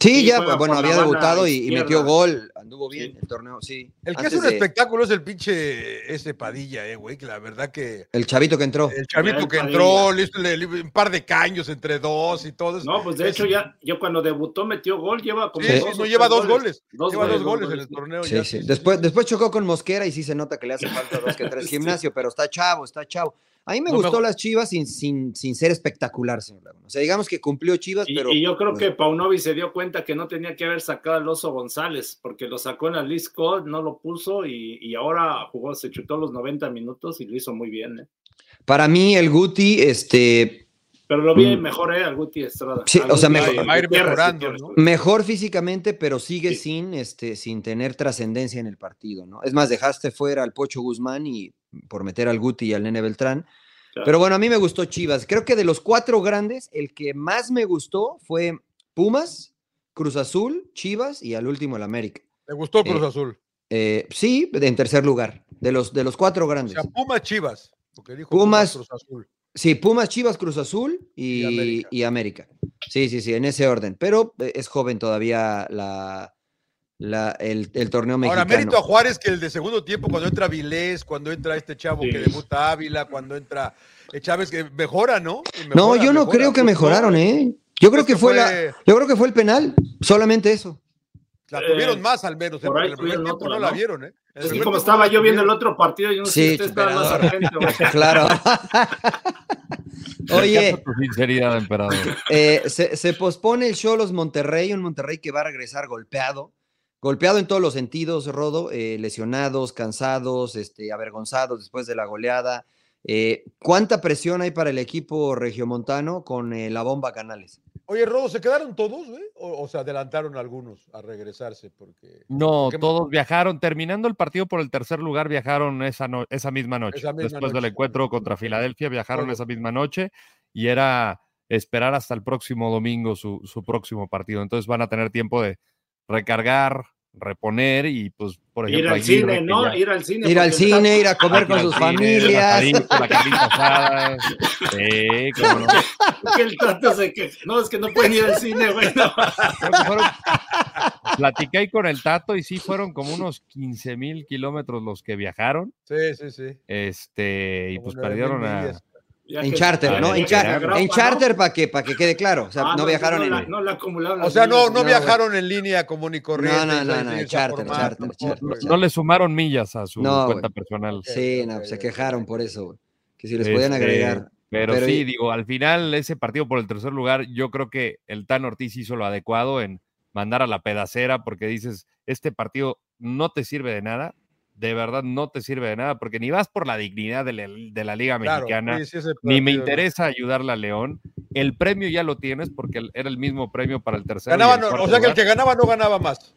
[SPEAKER 4] Sí,
[SPEAKER 1] Sí,
[SPEAKER 4] ya,
[SPEAKER 1] juega
[SPEAKER 4] bueno,
[SPEAKER 1] por la
[SPEAKER 4] había
[SPEAKER 1] banda
[SPEAKER 4] debutado y, y metió
[SPEAKER 1] izquierda.
[SPEAKER 4] gol, anduvo bien
[SPEAKER 1] Sí.
[SPEAKER 4] el torneo, sí.
[SPEAKER 2] El que
[SPEAKER 4] Antes
[SPEAKER 2] es un
[SPEAKER 4] de-
[SPEAKER 2] espectáculo es el pinche ese Padilla, eh, güey, que la verdad que
[SPEAKER 4] El chavito que entró.
[SPEAKER 2] el chavito
[SPEAKER 1] el
[SPEAKER 2] que
[SPEAKER 1] Padilla.
[SPEAKER 2] entró, le hizo- le- le- un par de caños entre dos y todo. eso.
[SPEAKER 1] No, pues de
[SPEAKER 2] Es-
[SPEAKER 1] hecho ya, yo cuando debutó metió gol, lleva como
[SPEAKER 2] Sí,
[SPEAKER 1] dos
[SPEAKER 2] sí,
[SPEAKER 1] o
[SPEAKER 2] no
[SPEAKER 1] tres
[SPEAKER 2] lleva dos goles.
[SPEAKER 1] Dos
[SPEAKER 2] lleva dos
[SPEAKER 1] goles,
[SPEAKER 2] goles
[SPEAKER 1] dos
[SPEAKER 2] en el
[SPEAKER 1] goles.
[SPEAKER 2] torneo.
[SPEAKER 4] Sí,
[SPEAKER 2] ya,
[SPEAKER 4] sí. Después, después chocó con Mosquera y sí se nota que le hace falta dos que tres gimnasio, pero está chavo, está chavo. A mí me
[SPEAKER 2] No me
[SPEAKER 4] gustó
[SPEAKER 2] gu-
[SPEAKER 4] las Chivas sin, sin, sin ser espectacular, señor Laguna. O sea, digamos que cumplió Chivas,
[SPEAKER 1] Y,
[SPEAKER 4] pero
[SPEAKER 1] y yo creo que Paunovi se dio cuenta que no tenía que haber sacado al oso González, porque lo sacó en la League Cup, no lo puso y, y ahora jugó, se chutó los 90 minutos y lo hizo muy bien. ¿eh?
[SPEAKER 4] para mí el Guti, este,
[SPEAKER 1] Pero lo vi
[SPEAKER 4] Mm.
[SPEAKER 1] mejor, ¿eh? Al Guti Estrada.
[SPEAKER 4] Sí,
[SPEAKER 1] Al
[SPEAKER 4] o sea,
[SPEAKER 1] Guti,
[SPEAKER 4] mejor-
[SPEAKER 1] al
[SPEAKER 2] Va a ir
[SPEAKER 1] Gutiérrez,
[SPEAKER 2] mejorando,
[SPEAKER 1] Gutiérrez,
[SPEAKER 2] ¿no?
[SPEAKER 1] Gutiérrez.
[SPEAKER 4] mejor físicamente, pero sigue
[SPEAKER 1] Sí.
[SPEAKER 4] sin, este, sin tener trascendencia en el partido, ¿no? Es más, dejaste fuera al Pocho Guzmán y por meter al Guti y al Nene Beltrán.
[SPEAKER 1] Claro.
[SPEAKER 4] Pero bueno, a mí me gustó Chivas. Creo que de los cuatro grandes, el que más me gustó fue Pumas, Cruz Azul, Chivas y al último el América.
[SPEAKER 2] Me gustó Cruz
[SPEAKER 4] Eh,
[SPEAKER 2] Azul.
[SPEAKER 4] Eh, sí, de- en tercer lugar, de los, de los cuatro
[SPEAKER 2] O
[SPEAKER 4] grandes.
[SPEAKER 2] sea, Pumas Chivas. lo que dijo
[SPEAKER 4] Pumas,
[SPEAKER 2] Cruz Azul.
[SPEAKER 4] Sí, Pumas, Chivas, Cruz Azul y,
[SPEAKER 2] Y América.
[SPEAKER 4] y América. Sí, sí, sí, en ese orden. Pero eh, es joven todavía la, la- el, el torneo mexicano.
[SPEAKER 2] Ahora, mérito a Juárez que el de segundo tiempo, cuando entra Vilés, cuando entra este chavo
[SPEAKER 1] Sí.
[SPEAKER 2] que debuta Ávila, cuando entra eh, Chávez, que mejora, ¿no? Que
[SPEAKER 4] no,
[SPEAKER 2] mejora,
[SPEAKER 4] yo no
[SPEAKER 2] mejora.
[SPEAKER 4] creo que
[SPEAKER 2] No,
[SPEAKER 4] mejoraron, ¿eh? Yo creo
[SPEAKER 2] Es
[SPEAKER 4] que
[SPEAKER 2] que
[SPEAKER 4] fue la,
[SPEAKER 2] fue-
[SPEAKER 4] yo creo que fue el penal, solamente eso.
[SPEAKER 2] La tuvieron
[SPEAKER 1] Eh,
[SPEAKER 2] más al menos.
[SPEAKER 1] por
[SPEAKER 2] en
[SPEAKER 1] ahí
[SPEAKER 2] el primer
[SPEAKER 1] tuvieron
[SPEAKER 2] tiempo
[SPEAKER 1] otra,
[SPEAKER 2] no la
[SPEAKER 1] ¿no?
[SPEAKER 2] vieron, ¿eh?
[SPEAKER 1] Es
[SPEAKER 2] El
[SPEAKER 1] que
[SPEAKER 2] primer
[SPEAKER 1] como
[SPEAKER 2] tiempo
[SPEAKER 1] estaba
[SPEAKER 2] no la
[SPEAKER 1] yo viendo el
[SPEAKER 2] vieron.
[SPEAKER 1] otro partido, yo no sé
[SPEAKER 4] Sí,
[SPEAKER 1] si usted estaba más
[SPEAKER 4] emperador.
[SPEAKER 1] atento, ¿eh? güey.
[SPEAKER 4] Claro. Oye,
[SPEAKER 3] Por sinceridad, emperador.
[SPEAKER 4] Eh, se, se pospone el show Los Monterrey, un Monterrey que va a regresar golpeado, golpeado en todos los sentidos, Rodo, eh, lesionados, cansados, este, avergonzados después de la goleada. Eh, ¿Cuánta presión hay para el equipo regiomontano con eh, la bomba Canales?
[SPEAKER 2] Oye, Rodo, ¿se quedaron todos, güey? O, o se adelantaron algunos a regresarse porque
[SPEAKER 3] No,
[SPEAKER 2] ¿Por qué más?
[SPEAKER 3] todos viajaron, terminando el partido por el tercer lugar, viajaron esa, no- esa misma noche.
[SPEAKER 2] Esa misma
[SPEAKER 3] Después del
[SPEAKER 2] noche.
[SPEAKER 3] encuentro contra Filadelfia, viajaron
[SPEAKER 2] Bueno.
[SPEAKER 3] esa misma noche y era esperar hasta el próximo domingo su, su próximo partido. Entonces van a tener tiempo de recargar, reponer y pues, por
[SPEAKER 1] Ir
[SPEAKER 3] ejemplo,
[SPEAKER 1] al
[SPEAKER 3] Aguirre,
[SPEAKER 1] cine,
[SPEAKER 3] que
[SPEAKER 1] ¿no?
[SPEAKER 3] ya-
[SPEAKER 1] Ir al cine.
[SPEAKER 4] Ir al
[SPEAKER 1] porque
[SPEAKER 4] cine, ir a comer con
[SPEAKER 3] al
[SPEAKER 4] sus
[SPEAKER 3] cine,
[SPEAKER 4] familias.
[SPEAKER 3] La, carita- la carnita asada. Sí, cómo no.
[SPEAKER 1] está- que el trato se que- No, es que no pueden ir al cine, güey. no.
[SPEAKER 3] Creo que fueron- Platiqué ahí con el Tato y sí fueron como unos 15 mil kilómetros los que viajaron.
[SPEAKER 2] Sí, sí, sí.
[SPEAKER 3] Este, y
[SPEAKER 2] Como
[SPEAKER 3] pues
[SPEAKER 2] nueve mil
[SPEAKER 3] perdieron a.
[SPEAKER 2] millas.
[SPEAKER 1] Ya
[SPEAKER 4] En
[SPEAKER 1] que-
[SPEAKER 4] charter, ¿no?
[SPEAKER 1] Ya
[SPEAKER 3] char-
[SPEAKER 4] En,
[SPEAKER 1] que
[SPEAKER 4] charter,
[SPEAKER 1] agrapa,
[SPEAKER 4] en
[SPEAKER 1] ¿no?
[SPEAKER 4] charter para que, para que quede claro. O sea,
[SPEAKER 1] Ah,
[SPEAKER 4] no viajaron
[SPEAKER 1] no,
[SPEAKER 4] en...
[SPEAKER 1] la- No la acumularon.
[SPEAKER 2] O
[SPEAKER 1] las
[SPEAKER 2] sea,
[SPEAKER 1] millas,
[SPEAKER 2] no, no
[SPEAKER 4] No,
[SPEAKER 2] viajaron en línea común y corriente.
[SPEAKER 4] No, no,
[SPEAKER 2] y
[SPEAKER 4] no,
[SPEAKER 2] sin
[SPEAKER 4] no,
[SPEAKER 2] esa
[SPEAKER 4] charter,
[SPEAKER 2] formato,
[SPEAKER 4] charter,
[SPEAKER 2] no,
[SPEAKER 4] charter,
[SPEAKER 2] güey.
[SPEAKER 3] No le sumaron millas a su
[SPEAKER 4] No,
[SPEAKER 3] cuenta
[SPEAKER 4] güey.
[SPEAKER 3] personal.
[SPEAKER 4] Sí, no,
[SPEAKER 2] Ok,
[SPEAKER 4] pues se
[SPEAKER 2] ok,
[SPEAKER 4] quejaron
[SPEAKER 2] ok.
[SPEAKER 4] por eso, güey, que si les podían
[SPEAKER 3] Este,
[SPEAKER 4] agregar.
[SPEAKER 3] Pero,
[SPEAKER 4] Pero
[SPEAKER 3] sí,
[SPEAKER 4] y-
[SPEAKER 3] digo, al final ese partido por el tercer lugar, yo creo que el Tan Ortiz hizo lo adecuado en mandar a la pedacera porque dices, este partido no te sirve de nada, de verdad no te sirve de nada, porque ni vas por la dignidad de la, de la Liga
[SPEAKER 2] Claro,
[SPEAKER 3] Mexicana,
[SPEAKER 2] sí, sí, ese
[SPEAKER 3] ni me
[SPEAKER 2] partido, ¿no?
[SPEAKER 3] interesa ayudarle a León. El premio ya lo tienes porque el- era el mismo premio para el tercer
[SPEAKER 2] Ganaba,
[SPEAKER 3] y el
[SPEAKER 2] no,
[SPEAKER 3] cuarto
[SPEAKER 2] o sea que el
[SPEAKER 3] lugar.
[SPEAKER 2] que ganaba no ganaba más.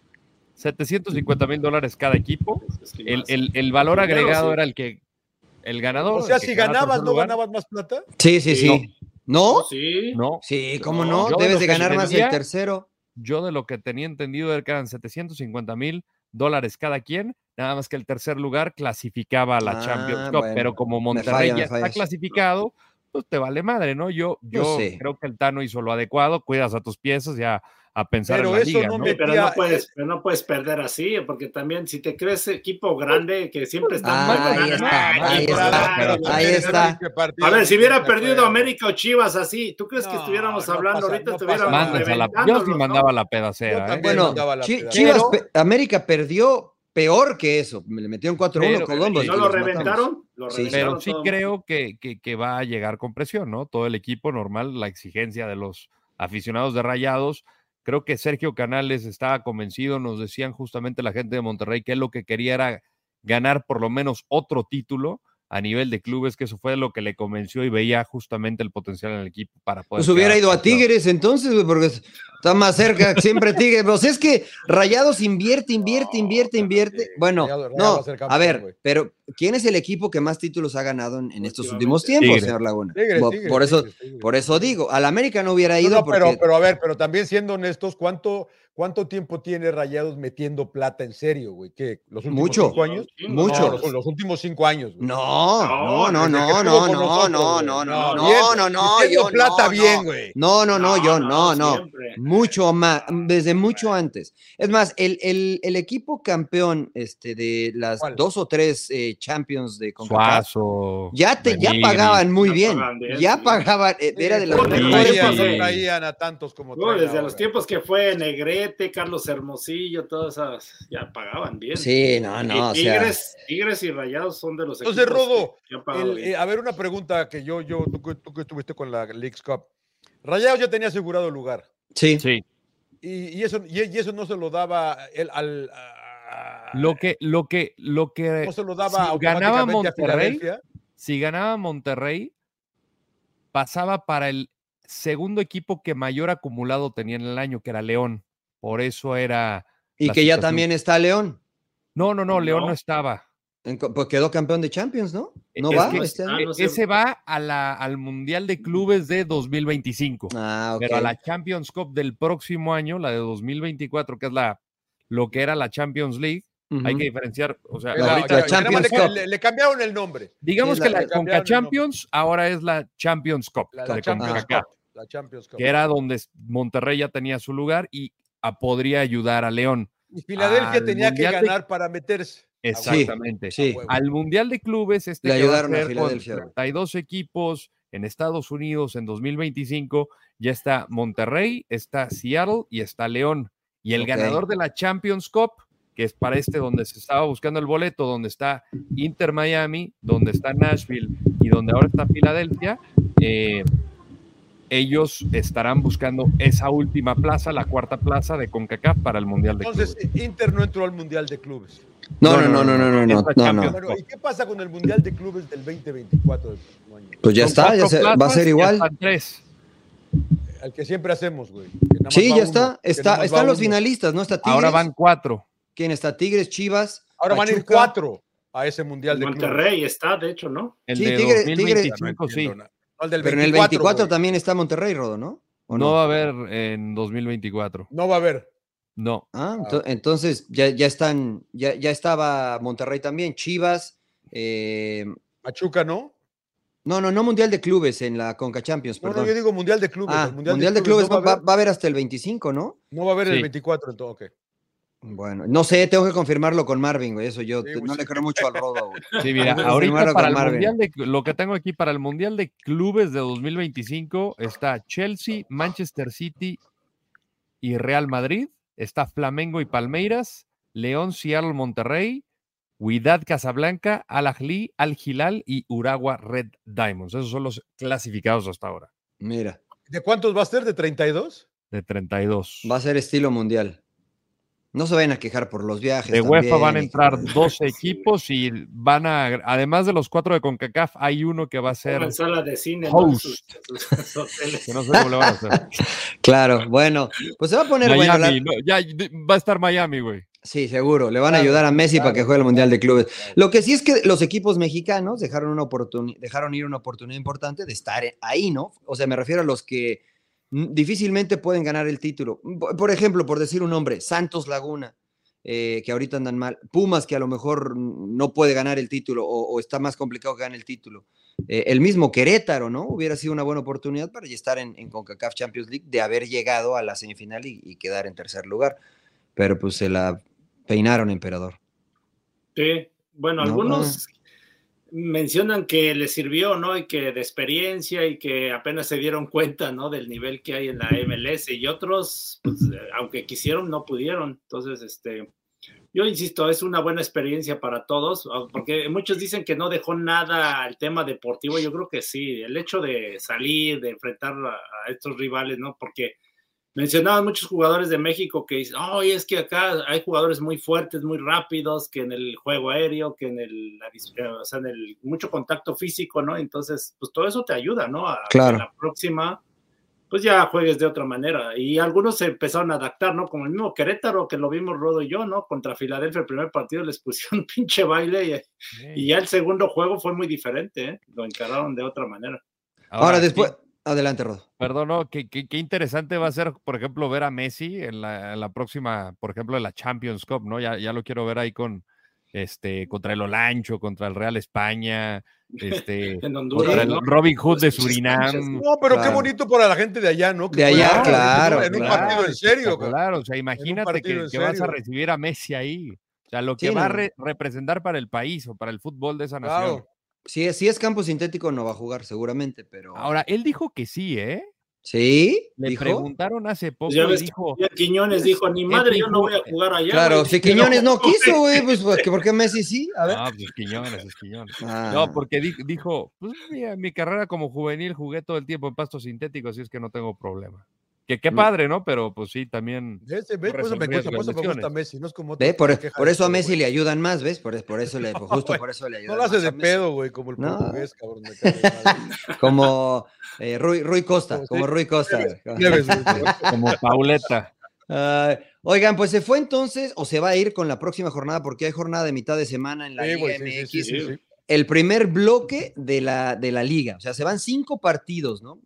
[SPEAKER 3] 750 mil dólares cada equipo.
[SPEAKER 1] Es que
[SPEAKER 3] El,
[SPEAKER 1] más.
[SPEAKER 3] el- el valor
[SPEAKER 1] Primero,
[SPEAKER 3] agregado
[SPEAKER 1] sí.
[SPEAKER 3] era el que el ganador.
[SPEAKER 2] O sea,
[SPEAKER 3] el que
[SPEAKER 2] si
[SPEAKER 3] quedara
[SPEAKER 2] ganabas,
[SPEAKER 3] tercer
[SPEAKER 2] ¿no
[SPEAKER 3] lugar.
[SPEAKER 2] ganabas más plata?
[SPEAKER 4] Sí, sí,
[SPEAKER 1] Sí.
[SPEAKER 4] sí. ¿No?
[SPEAKER 1] Sí.
[SPEAKER 3] No,
[SPEAKER 4] Sí, cómo
[SPEAKER 1] No,
[SPEAKER 4] no,
[SPEAKER 3] yo de
[SPEAKER 4] debes
[SPEAKER 3] lo
[SPEAKER 4] de
[SPEAKER 3] que
[SPEAKER 4] ganar más el
[SPEAKER 3] entendía-
[SPEAKER 4] tercero.
[SPEAKER 3] yo de lo que tenía entendido era que eran 750 mil dólares cada quien, nada más que el tercer lugar clasificaba a la
[SPEAKER 4] Ah,
[SPEAKER 3] Champions Cup,
[SPEAKER 4] bueno.
[SPEAKER 3] pero como
[SPEAKER 4] falla,
[SPEAKER 3] Monterrey
[SPEAKER 4] me
[SPEAKER 3] ya está
[SPEAKER 4] fallas.
[SPEAKER 3] clasificado, pues te vale madre, ¿no? Yo,
[SPEAKER 2] Pues
[SPEAKER 3] yo
[SPEAKER 4] sé.
[SPEAKER 3] creo que el Tano hizo lo adecuado, cuidas a tus piezas ya a pensar
[SPEAKER 2] Pero
[SPEAKER 3] en la
[SPEAKER 2] eso
[SPEAKER 3] liga,
[SPEAKER 2] no
[SPEAKER 3] ¿no?
[SPEAKER 2] me-
[SPEAKER 1] pero
[SPEAKER 2] Metía-
[SPEAKER 1] no
[SPEAKER 4] eh,
[SPEAKER 1] puedes, pero no puedes perder así, porque también si te crees equipo grande que siempre está
[SPEAKER 4] Ah, ahí
[SPEAKER 1] ganando,
[SPEAKER 4] está,
[SPEAKER 1] ay,
[SPEAKER 4] ahí
[SPEAKER 1] por
[SPEAKER 4] está,
[SPEAKER 1] ahí,
[SPEAKER 4] ahí
[SPEAKER 1] güey.
[SPEAKER 4] está. pues.
[SPEAKER 1] A ver, si hubiera perdido América o Chivas así, ¿tú crees que
[SPEAKER 2] No,
[SPEAKER 1] estuviéramos
[SPEAKER 2] no
[SPEAKER 1] hablando
[SPEAKER 2] pasa,
[SPEAKER 1] ahorita?
[SPEAKER 2] no
[SPEAKER 1] estuviéramos
[SPEAKER 2] pasa.
[SPEAKER 3] Mandas a la, yo
[SPEAKER 1] reventándolos,
[SPEAKER 3] sí
[SPEAKER 1] ¿no?
[SPEAKER 3] mandaba la
[SPEAKER 2] Yo
[SPEAKER 3] pedacera, ¿eh?
[SPEAKER 2] también.
[SPEAKER 4] Bueno,
[SPEAKER 2] mandaba la
[SPEAKER 4] Chi-
[SPEAKER 2] pedacera.
[SPEAKER 4] Chivas,
[SPEAKER 3] Pero-
[SPEAKER 4] pe- América perdió peor que eso. Me le metieron 4-1
[SPEAKER 3] Pero-
[SPEAKER 4] Colombo.
[SPEAKER 1] ¿Y
[SPEAKER 3] Sí,
[SPEAKER 1] no
[SPEAKER 4] y
[SPEAKER 1] lo
[SPEAKER 4] los matamos.
[SPEAKER 1] reventaron? Lo
[SPEAKER 4] Sí.
[SPEAKER 1] reventaron
[SPEAKER 3] Pero sí
[SPEAKER 1] todo.
[SPEAKER 3] creo que, que- que va a llegar con presión, ¿no? Todo el equipo normal, la exigencia de los aficionados de Rayados. Creo que Sergio Canales estaba convencido, nos decían justamente la gente de Monterrey que él lo que quería era ganar por lo menos otro título a nivel de clubes, que eso fue lo que le convenció y veía justamente el potencial en el equipo para poder.
[SPEAKER 4] Pues hubiera
[SPEAKER 3] quedar
[SPEAKER 4] ido a
[SPEAKER 3] campeón.
[SPEAKER 4] Tigres entonces, güey, porque está más cerca siempre Tigres. Pues es que Rayados invierte, invierte, invierte, invierte.
[SPEAKER 2] Tigres,
[SPEAKER 4] Bueno,
[SPEAKER 2] Rayados- Rayados va
[SPEAKER 4] no,
[SPEAKER 2] a ser
[SPEAKER 4] a
[SPEAKER 2] campeón, güey.
[SPEAKER 4] ver, pero ¿quién es el equipo que más títulos ha ganado en, en estos últimos
[SPEAKER 1] Últimamente.
[SPEAKER 4] tiempos,
[SPEAKER 3] Tigres.
[SPEAKER 4] señor Laguna?
[SPEAKER 2] Tigres,
[SPEAKER 4] Bo-
[SPEAKER 2] Tigres,
[SPEAKER 4] por eso,
[SPEAKER 2] Tigres, Tigres.
[SPEAKER 4] por eso digo, al América no hubiera
[SPEAKER 2] No,
[SPEAKER 4] ido
[SPEAKER 2] no, pero,
[SPEAKER 4] porque
[SPEAKER 2] pero a ver, pero también siendo honestos, ¿cuánto, cuánto tiempo tiene Rayados metiendo plata en serio, güey? ¿Qué? ¿Los últimos
[SPEAKER 4] Mucho.
[SPEAKER 2] cinco años?
[SPEAKER 4] Mucho.
[SPEAKER 2] No, los, los últimos cinco años, güey.
[SPEAKER 4] no, no, no,
[SPEAKER 2] Desde que
[SPEAKER 4] no,
[SPEAKER 2] estuvo
[SPEAKER 4] no,
[SPEAKER 2] con
[SPEAKER 4] no,
[SPEAKER 2] nosotros,
[SPEAKER 4] no,
[SPEAKER 2] güey.
[SPEAKER 4] no, no,
[SPEAKER 2] bien,
[SPEAKER 4] no, no, no,
[SPEAKER 2] metiendo
[SPEAKER 4] yo
[SPEAKER 2] plata
[SPEAKER 4] no,
[SPEAKER 2] bien,
[SPEAKER 4] no.
[SPEAKER 2] güey.
[SPEAKER 4] No, no, no, yo no, no.
[SPEAKER 1] siempre.
[SPEAKER 4] Mucho más, desde mucho antes. Es más, el, el- el equipo campeón este, de las
[SPEAKER 2] ¿Cuál?
[SPEAKER 4] dos o tres eh, Champions de CONCACAF,
[SPEAKER 3] Suazo.
[SPEAKER 4] ya, te, ya
[SPEAKER 3] Pellegrini.
[SPEAKER 4] pagaban muy
[SPEAKER 1] Ya
[SPEAKER 4] bien.
[SPEAKER 1] pagaban bien,
[SPEAKER 4] Ya
[SPEAKER 1] sí.
[SPEAKER 4] pagaban, eh, era de los
[SPEAKER 1] Sí,
[SPEAKER 2] no
[SPEAKER 4] mejores.
[SPEAKER 2] traían,
[SPEAKER 4] pasos.
[SPEAKER 2] no traían a tantos como
[SPEAKER 1] No,
[SPEAKER 2] traen
[SPEAKER 1] desde
[SPEAKER 2] ahora.
[SPEAKER 1] los tiempos que fue Negrete, Carlos Hermosillo, todas esas, ya pagaban bien.
[SPEAKER 4] Sí, Ah, no,
[SPEAKER 1] Y
[SPEAKER 4] no, o sea.
[SPEAKER 1] Tigres, Tigres y Rayados son de los
[SPEAKER 2] Entonces,
[SPEAKER 1] equipos que-
[SPEAKER 2] Rodo,
[SPEAKER 1] que han pagado
[SPEAKER 2] El-
[SPEAKER 1] bien.
[SPEAKER 2] eh, a ver, una pregunta que yo, yo, tú, que- tú que estuviste con la Leagues Cup. Rayados ya tenía asegurado lugar.
[SPEAKER 4] Sí.
[SPEAKER 3] Sí.
[SPEAKER 2] Y, y eso, y, y eso no se lo daba el, al. a-
[SPEAKER 3] Lo que, lo que, lo que
[SPEAKER 2] no se lo daba
[SPEAKER 3] si
[SPEAKER 2] automáticamente
[SPEAKER 3] ganaba
[SPEAKER 2] a
[SPEAKER 3] Monterrey,
[SPEAKER 2] Filadelfia.
[SPEAKER 3] si ganaba Monterrey, pasaba para el segundo equipo que mayor acumulado tenía en el año, que era León. Por eso era.
[SPEAKER 4] Y
[SPEAKER 3] la
[SPEAKER 4] que ya
[SPEAKER 3] situación.
[SPEAKER 4] también está León.
[SPEAKER 3] No, no, no, León no,
[SPEAKER 1] No.
[SPEAKER 3] estaba.
[SPEAKER 4] En co- Pues quedó campeón de Champions, ¿no? ¿No
[SPEAKER 3] Es
[SPEAKER 4] va?
[SPEAKER 3] que-
[SPEAKER 4] este año?
[SPEAKER 1] Ah, no sé.
[SPEAKER 3] E, Ese va a la, al Mundial de Clubes de 2025.
[SPEAKER 4] Ah, ok.
[SPEAKER 3] Pero a la Champions Cup del próximo año, la de 2024, que es la lo que era la Champions League,
[SPEAKER 4] Ujú.
[SPEAKER 3] hay que diferenciar, o sea,
[SPEAKER 4] La-
[SPEAKER 3] ahorita-
[SPEAKER 4] la
[SPEAKER 2] nada más
[SPEAKER 4] Champions
[SPEAKER 2] le-
[SPEAKER 4] Cup.
[SPEAKER 2] Le, le cambiaron el nombre.
[SPEAKER 3] digamos
[SPEAKER 4] sí,
[SPEAKER 3] que
[SPEAKER 4] la-
[SPEAKER 3] la,
[SPEAKER 2] le cambiaron el
[SPEAKER 3] Conca
[SPEAKER 2] nombre.
[SPEAKER 3] Champions ahora es la Champions Cup,
[SPEAKER 2] La,
[SPEAKER 3] de
[SPEAKER 2] la Champions
[SPEAKER 3] CONCACAF.
[SPEAKER 2] Cup. La Champions Cup.
[SPEAKER 3] que era donde s- Monterrey ya tenía su lugar y a- podría ayudar a León.
[SPEAKER 2] Y Filadelfia
[SPEAKER 3] al
[SPEAKER 2] tenía que
[SPEAKER 3] Mundial de-
[SPEAKER 2] ganar para meterse.
[SPEAKER 3] Exactamente.
[SPEAKER 4] Sí.
[SPEAKER 2] huevo.
[SPEAKER 3] Al Mundial de Clubes, este
[SPEAKER 4] Le
[SPEAKER 3] que va
[SPEAKER 4] ayudaron a
[SPEAKER 3] ser con
[SPEAKER 4] Filadelfia, güey.
[SPEAKER 3] 32 equipos en Estados Unidos en 2025, ya está Monterrey, está Seattle y está León. Y el
[SPEAKER 4] Ok.
[SPEAKER 3] ganador de la Champions Cup, que es para este donde se estaba buscando el boleto, donde está Inter Miami, donde está Nashville y donde ahora está Filadelfia, eh, ellos estarán buscando esa última plaza, la cuarta plaza de CONCACAF para el Mundial de
[SPEAKER 2] Entonces,
[SPEAKER 3] Clubes.
[SPEAKER 2] Inter no entró al Mundial de Clubes.
[SPEAKER 4] No, no, no, no, no, no,
[SPEAKER 3] Es
[SPEAKER 4] no,
[SPEAKER 3] la
[SPEAKER 4] no,
[SPEAKER 3] Champions.
[SPEAKER 4] no.
[SPEAKER 2] Bueno, ¿y qué pasa con el Mundial de Clubes del 2024 del próximo año?
[SPEAKER 4] Pues ya
[SPEAKER 3] Son
[SPEAKER 4] está, ya
[SPEAKER 3] cuatro
[SPEAKER 4] se- va a
[SPEAKER 3] plazas
[SPEAKER 4] ser
[SPEAKER 3] y
[SPEAKER 4] igual.
[SPEAKER 3] están tres.
[SPEAKER 2] Al que siempre hacemos, güey. que nada más va
[SPEAKER 4] Sí, ya
[SPEAKER 2] uno,
[SPEAKER 4] está.
[SPEAKER 2] que
[SPEAKER 4] está
[SPEAKER 2] nada más
[SPEAKER 4] están
[SPEAKER 2] va
[SPEAKER 4] los
[SPEAKER 2] uno.
[SPEAKER 4] finalistas, ¿no? Está Tigres.
[SPEAKER 3] Ahora van cuatro.
[SPEAKER 4] ¿Quién está? Tigres, Chivas.
[SPEAKER 2] Ahora van a ir
[SPEAKER 4] Pachuca.
[SPEAKER 2] cuatro a ese Mundial de Clubes.
[SPEAKER 1] Monterrey está, de hecho, ¿no?
[SPEAKER 3] El
[SPEAKER 4] Sí,
[SPEAKER 3] de
[SPEAKER 4] Tigre-
[SPEAKER 3] 2025,
[SPEAKER 2] No entiendo
[SPEAKER 3] sí.
[SPEAKER 2] nada. No, el del
[SPEAKER 4] Pero en el 24 también está Monterrey, Rodo, ¿no? ¿O
[SPEAKER 3] No va a haber en 2024.
[SPEAKER 2] güey. No va a haber.
[SPEAKER 3] No.
[SPEAKER 4] Ah, ento- entonces ya, ya están, ya, ya estaba Monterrey también, Chivas, eh,
[SPEAKER 2] Pachuca, ¿no?
[SPEAKER 4] no, no, no Mundial de Clubes en la Conca Champions,
[SPEAKER 2] No,
[SPEAKER 4] perdón.
[SPEAKER 2] no, yo digo Mundial de Clubes.
[SPEAKER 4] ah,
[SPEAKER 2] el
[SPEAKER 4] Mundial, de Clubes,
[SPEAKER 2] no
[SPEAKER 4] va,
[SPEAKER 2] va a haber,
[SPEAKER 4] va a haber hasta el 25, ¿no?
[SPEAKER 2] no va a haber
[SPEAKER 3] Sí.
[SPEAKER 2] el 24, entonces, ok.
[SPEAKER 4] Bueno, no sé, tengo que confirmarlo con Marvin, güey, eso yo
[SPEAKER 2] Sí,
[SPEAKER 4] te-
[SPEAKER 2] güey,
[SPEAKER 4] no
[SPEAKER 2] sí.
[SPEAKER 4] le creo mucho al Rodo, güey.
[SPEAKER 3] Sí, mira,
[SPEAKER 4] Vamos a
[SPEAKER 3] ahorita
[SPEAKER 4] firmarlo
[SPEAKER 3] para
[SPEAKER 4] con
[SPEAKER 3] el
[SPEAKER 4] Marvel.
[SPEAKER 3] mundial de, lo que tengo aquí para el mundial de clubes de 2025 está Chelsea, Manchester City y Real Madrid, está Flamengo y Palmeiras, León, Seattle, Monterrey, Huidad, Casablanca, Al Ahly, Al Hilal y Uragua Red Diamonds. Esos son los clasificados hasta ahora
[SPEAKER 4] Mira,
[SPEAKER 2] ¿De cuántos va a ser? ¿De 32?
[SPEAKER 3] de 32.
[SPEAKER 4] va a ser estilo mundial. No se vayan a quejar por los viajes.
[SPEAKER 3] De UEFA van a
[SPEAKER 4] también,
[SPEAKER 3] entrar
[SPEAKER 4] hijo de-
[SPEAKER 3] 12 equipos y van a, además de los cuatro de CONCACAF, hay uno que va a ser,
[SPEAKER 1] En sala de cine.
[SPEAKER 3] Host.
[SPEAKER 1] ¿no? Sus- sus- sus hoteles.
[SPEAKER 3] que no sé cómo le van a hacer.
[SPEAKER 4] Claro, bueno, pues se va a poner bueno. la-
[SPEAKER 3] Miami, no, ya de- va a estar Miami, güey.
[SPEAKER 4] Sí, seguro. Le van a
[SPEAKER 2] Claro,
[SPEAKER 4] ayudar a Messi para que
[SPEAKER 2] claro,
[SPEAKER 4] juegue el Mundial de Clubes.
[SPEAKER 2] claro.
[SPEAKER 4] Lo que sí es que los equipos mexicanos dejaron, una oportuni- dejaron ir una oportunidad importante de estar e-, ahí, ¿no? O sea, me refiero a los que mm, difícilmente pueden ganar el título. Por por ejemplo, por decir un nombre, Santos Laguna, eh, que ahorita andan mal. Pumas, que a lo mejor mm, no puede ganar el título o, o está más complicado que gane el título. Eh, el mismo Querétaro, ¿no? Hubiera sido una buena oportunidad para ya estar en, en CONCACAF Champions League de haber llegado a la semifinal y- y quedar en tercer lugar. Pero pues se la peinaron, emperador.
[SPEAKER 1] Sí, bueno,
[SPEAKER 4] No,
[SPEAKER 1] algunos mencionan que les sirvió, ¿no? Y que de experiencia y que apenas se dieron cuenta, ¿no? Del nivel que hay en la MLS y otros, pues, eh, aunque quisieron, no pudieron. Entonces, este, yo insisto, es una buena experiencia para todos, ah, porque muchos dicen que no dejó nada al tema deportivo. Yo creo que sí, el hecho de salir, de enfrentar a, a estos rivales, ¿no? Porque mencionaban muchos jugadores de México que dicen, oh, es que acá hay jugadores muy fuertes, muy rápidos, que en el juego aéreo, que en el, la dis- eh, o sea, en el mucho contacto físico, ¿no? Entonces, pues todo eso te ayuda, ¿no? A que
[SPEAKER 4] Claro.
[SPEAKER 1] la próxima, pues ya juegues de otra manera. Y algunos se empezaron a adaptar, ¿no? Como el mismo Querétaro, que lo vimos Rodo y yo, ¿no? Contra Filadelfia, el primer partido les pusieron un pinche baile y y ya el segundo juego fue muy diferente, ¿eh? lo encararon de otra manera.
[SPEAKER 4] Ahora,
[SPEAKER 3] sí,
[SPEAKER 4] después, adelante, Rodo.
[SPEAKER 3] Perdón, no, qué, qué- qué interesante va a ser, por ejemplo, ver a Messi en la, en la próxima, por ejemplo, en la Champions Cup, ¿no? Ya, ya lo quiero ver ahí con, este, contra el Olancho, contra el Real España, este,
[SPEAKER 1] En Honduras,
[SPEAKER 3] contra el
[SPEAKER 1] ¿no?
[SPEAKER 3] Robin Hood de
[SPEAKER 1] Los pinches canchas,
[SPEAKER 3] Surinam.
[SPEAKER 2] No, pero
[SPEAKER 4] Claro.
[SPEAKER 2] qué bonito para la gente de allá, ¿no? Que
[SPEAKER 4] De
[SPEAKER 2] pueda-
[SPEAKER 4] allá, claro,
[SPEAKER 2] En un
[SPEAKER 4] claro.
[SPEAKER 2] partido en serio, güey.
[SPEAKER 3] Claro, o sea, imagínate
[SPEAKER 2] partido
[SPEAKER 3] que,
[SPEAKER 2] en
[SPEAKER 3] que vas a
[SPEAKER 2] serio.
[SPEAKER 3] recibir a Messi ahí. O sea, lo que
[SPEAKER 4] Sí,
[SPEAKER 3] va a
[SPEAKER 4] no.
[SPEAKER 3] re- representar para el país o para el fútbol de esa nación.
[SPEAKER 2] Claro.
[SPEAKER 4] Si es, si es campo sintético, no va a jugar seguramente, pero.
[SPEAKER 3] Ahora, él dijo que sí, ¿eh?
[SPEAKER 4] ¿Sí,
[SPEAKER 3] Le
[SPEAKER 4] dijo.
[SPEAKER 3] preguntaron hace poco
[SPEAKER 1] Pues ya
[SPEAKER 3] y
[SPEAKER 1] ves que-
[SPEAKER 3] dijo,
[SPEAKER 1] Y Quiñones dijo, ni madre, yo no voy a jugar allá.
[SPEAKER 4] Claro,
[SPEAKER 1] güey".
[SPEAKER 4] si Quiñones no quiso, güey, pues ¿por qué- ¿por qué Messi sí? A ver.
[SPEAKER 3] no, pues Quiñones, es Quiñones.
[SPEAKER 4] Ah,
[SPEAKER 3] No, porque di- dijo, pues mira, mi carrera como juvenil jugué todo el tiempo en pasto sintético, así es que no tengo problema. Que qué
[SPEAKER 4] Mm.
[SPEAKER 3] padre, ¿no? Pero pues sí, también.
[SPEAKER 2] Ese, ¿ves? Por eso me
[SPEAKER 3] Resolver
[SPEAKER 2] gusta, por
[SPEAKER 3] las
[SPEAKER 2] eso me gusta
[SPEAKER 3] lesiones.
[SPEAKER 2] Messi, no es como otros
[SPEAKER 4] ¿Ve?
[SPEAKER 2] que
[SPEAKER 4] Por, e,
[SPEAKER 2] se quejan
[SPEAKER 4] por
[SPEAKER 2] de
[SPEAKER 4] eso a
[SPEAKER 2] todo,
[SPEAKER 4] Messi
[SPEAKER 2] güey.
[SPEAKER 4] le ayudan más, ¿ves? Por, e, por eso le, justo
[SPEAKER 2] güey,
[SPEAKER 4] por eso le ayudan
[SPEAKER 2] No lo hace
[SPEAKER 4] más a
[SPEAKER 2] de
[SPEAKER 4] Messi.
[SPEAKER 2] pedo, güey, como el
[SPEAKER 4] No.
[SPEAKER 2] portugués, cabrón. me cae de madre.
[SPEAKER 4] Como eh, Rui, Rui Costa,
[SPEAKER 2] Sí.
[SPEAKER 4] como Rui Costa. güey.
[SPEAKER 2] Nieves, güey.
[SPEAKER 3] Como Pauleta.
[SPEAKER 4] Ah, oigan, pues se fue entonces o se va a ir con la próxima jornada porque hay jornada de mitad de semana en la
[SPEAKER 2] Sí,
[SPEAKER 4] Liga
[SPEAKER 2] güey,
[SPEAKER 4] MX.
[SPEAKER 2] sí, sí, sí, sí, sí.
[SPEAKER 4] el primer bloque de la, de la liga. O sea, se van cinco partidos, ¿no?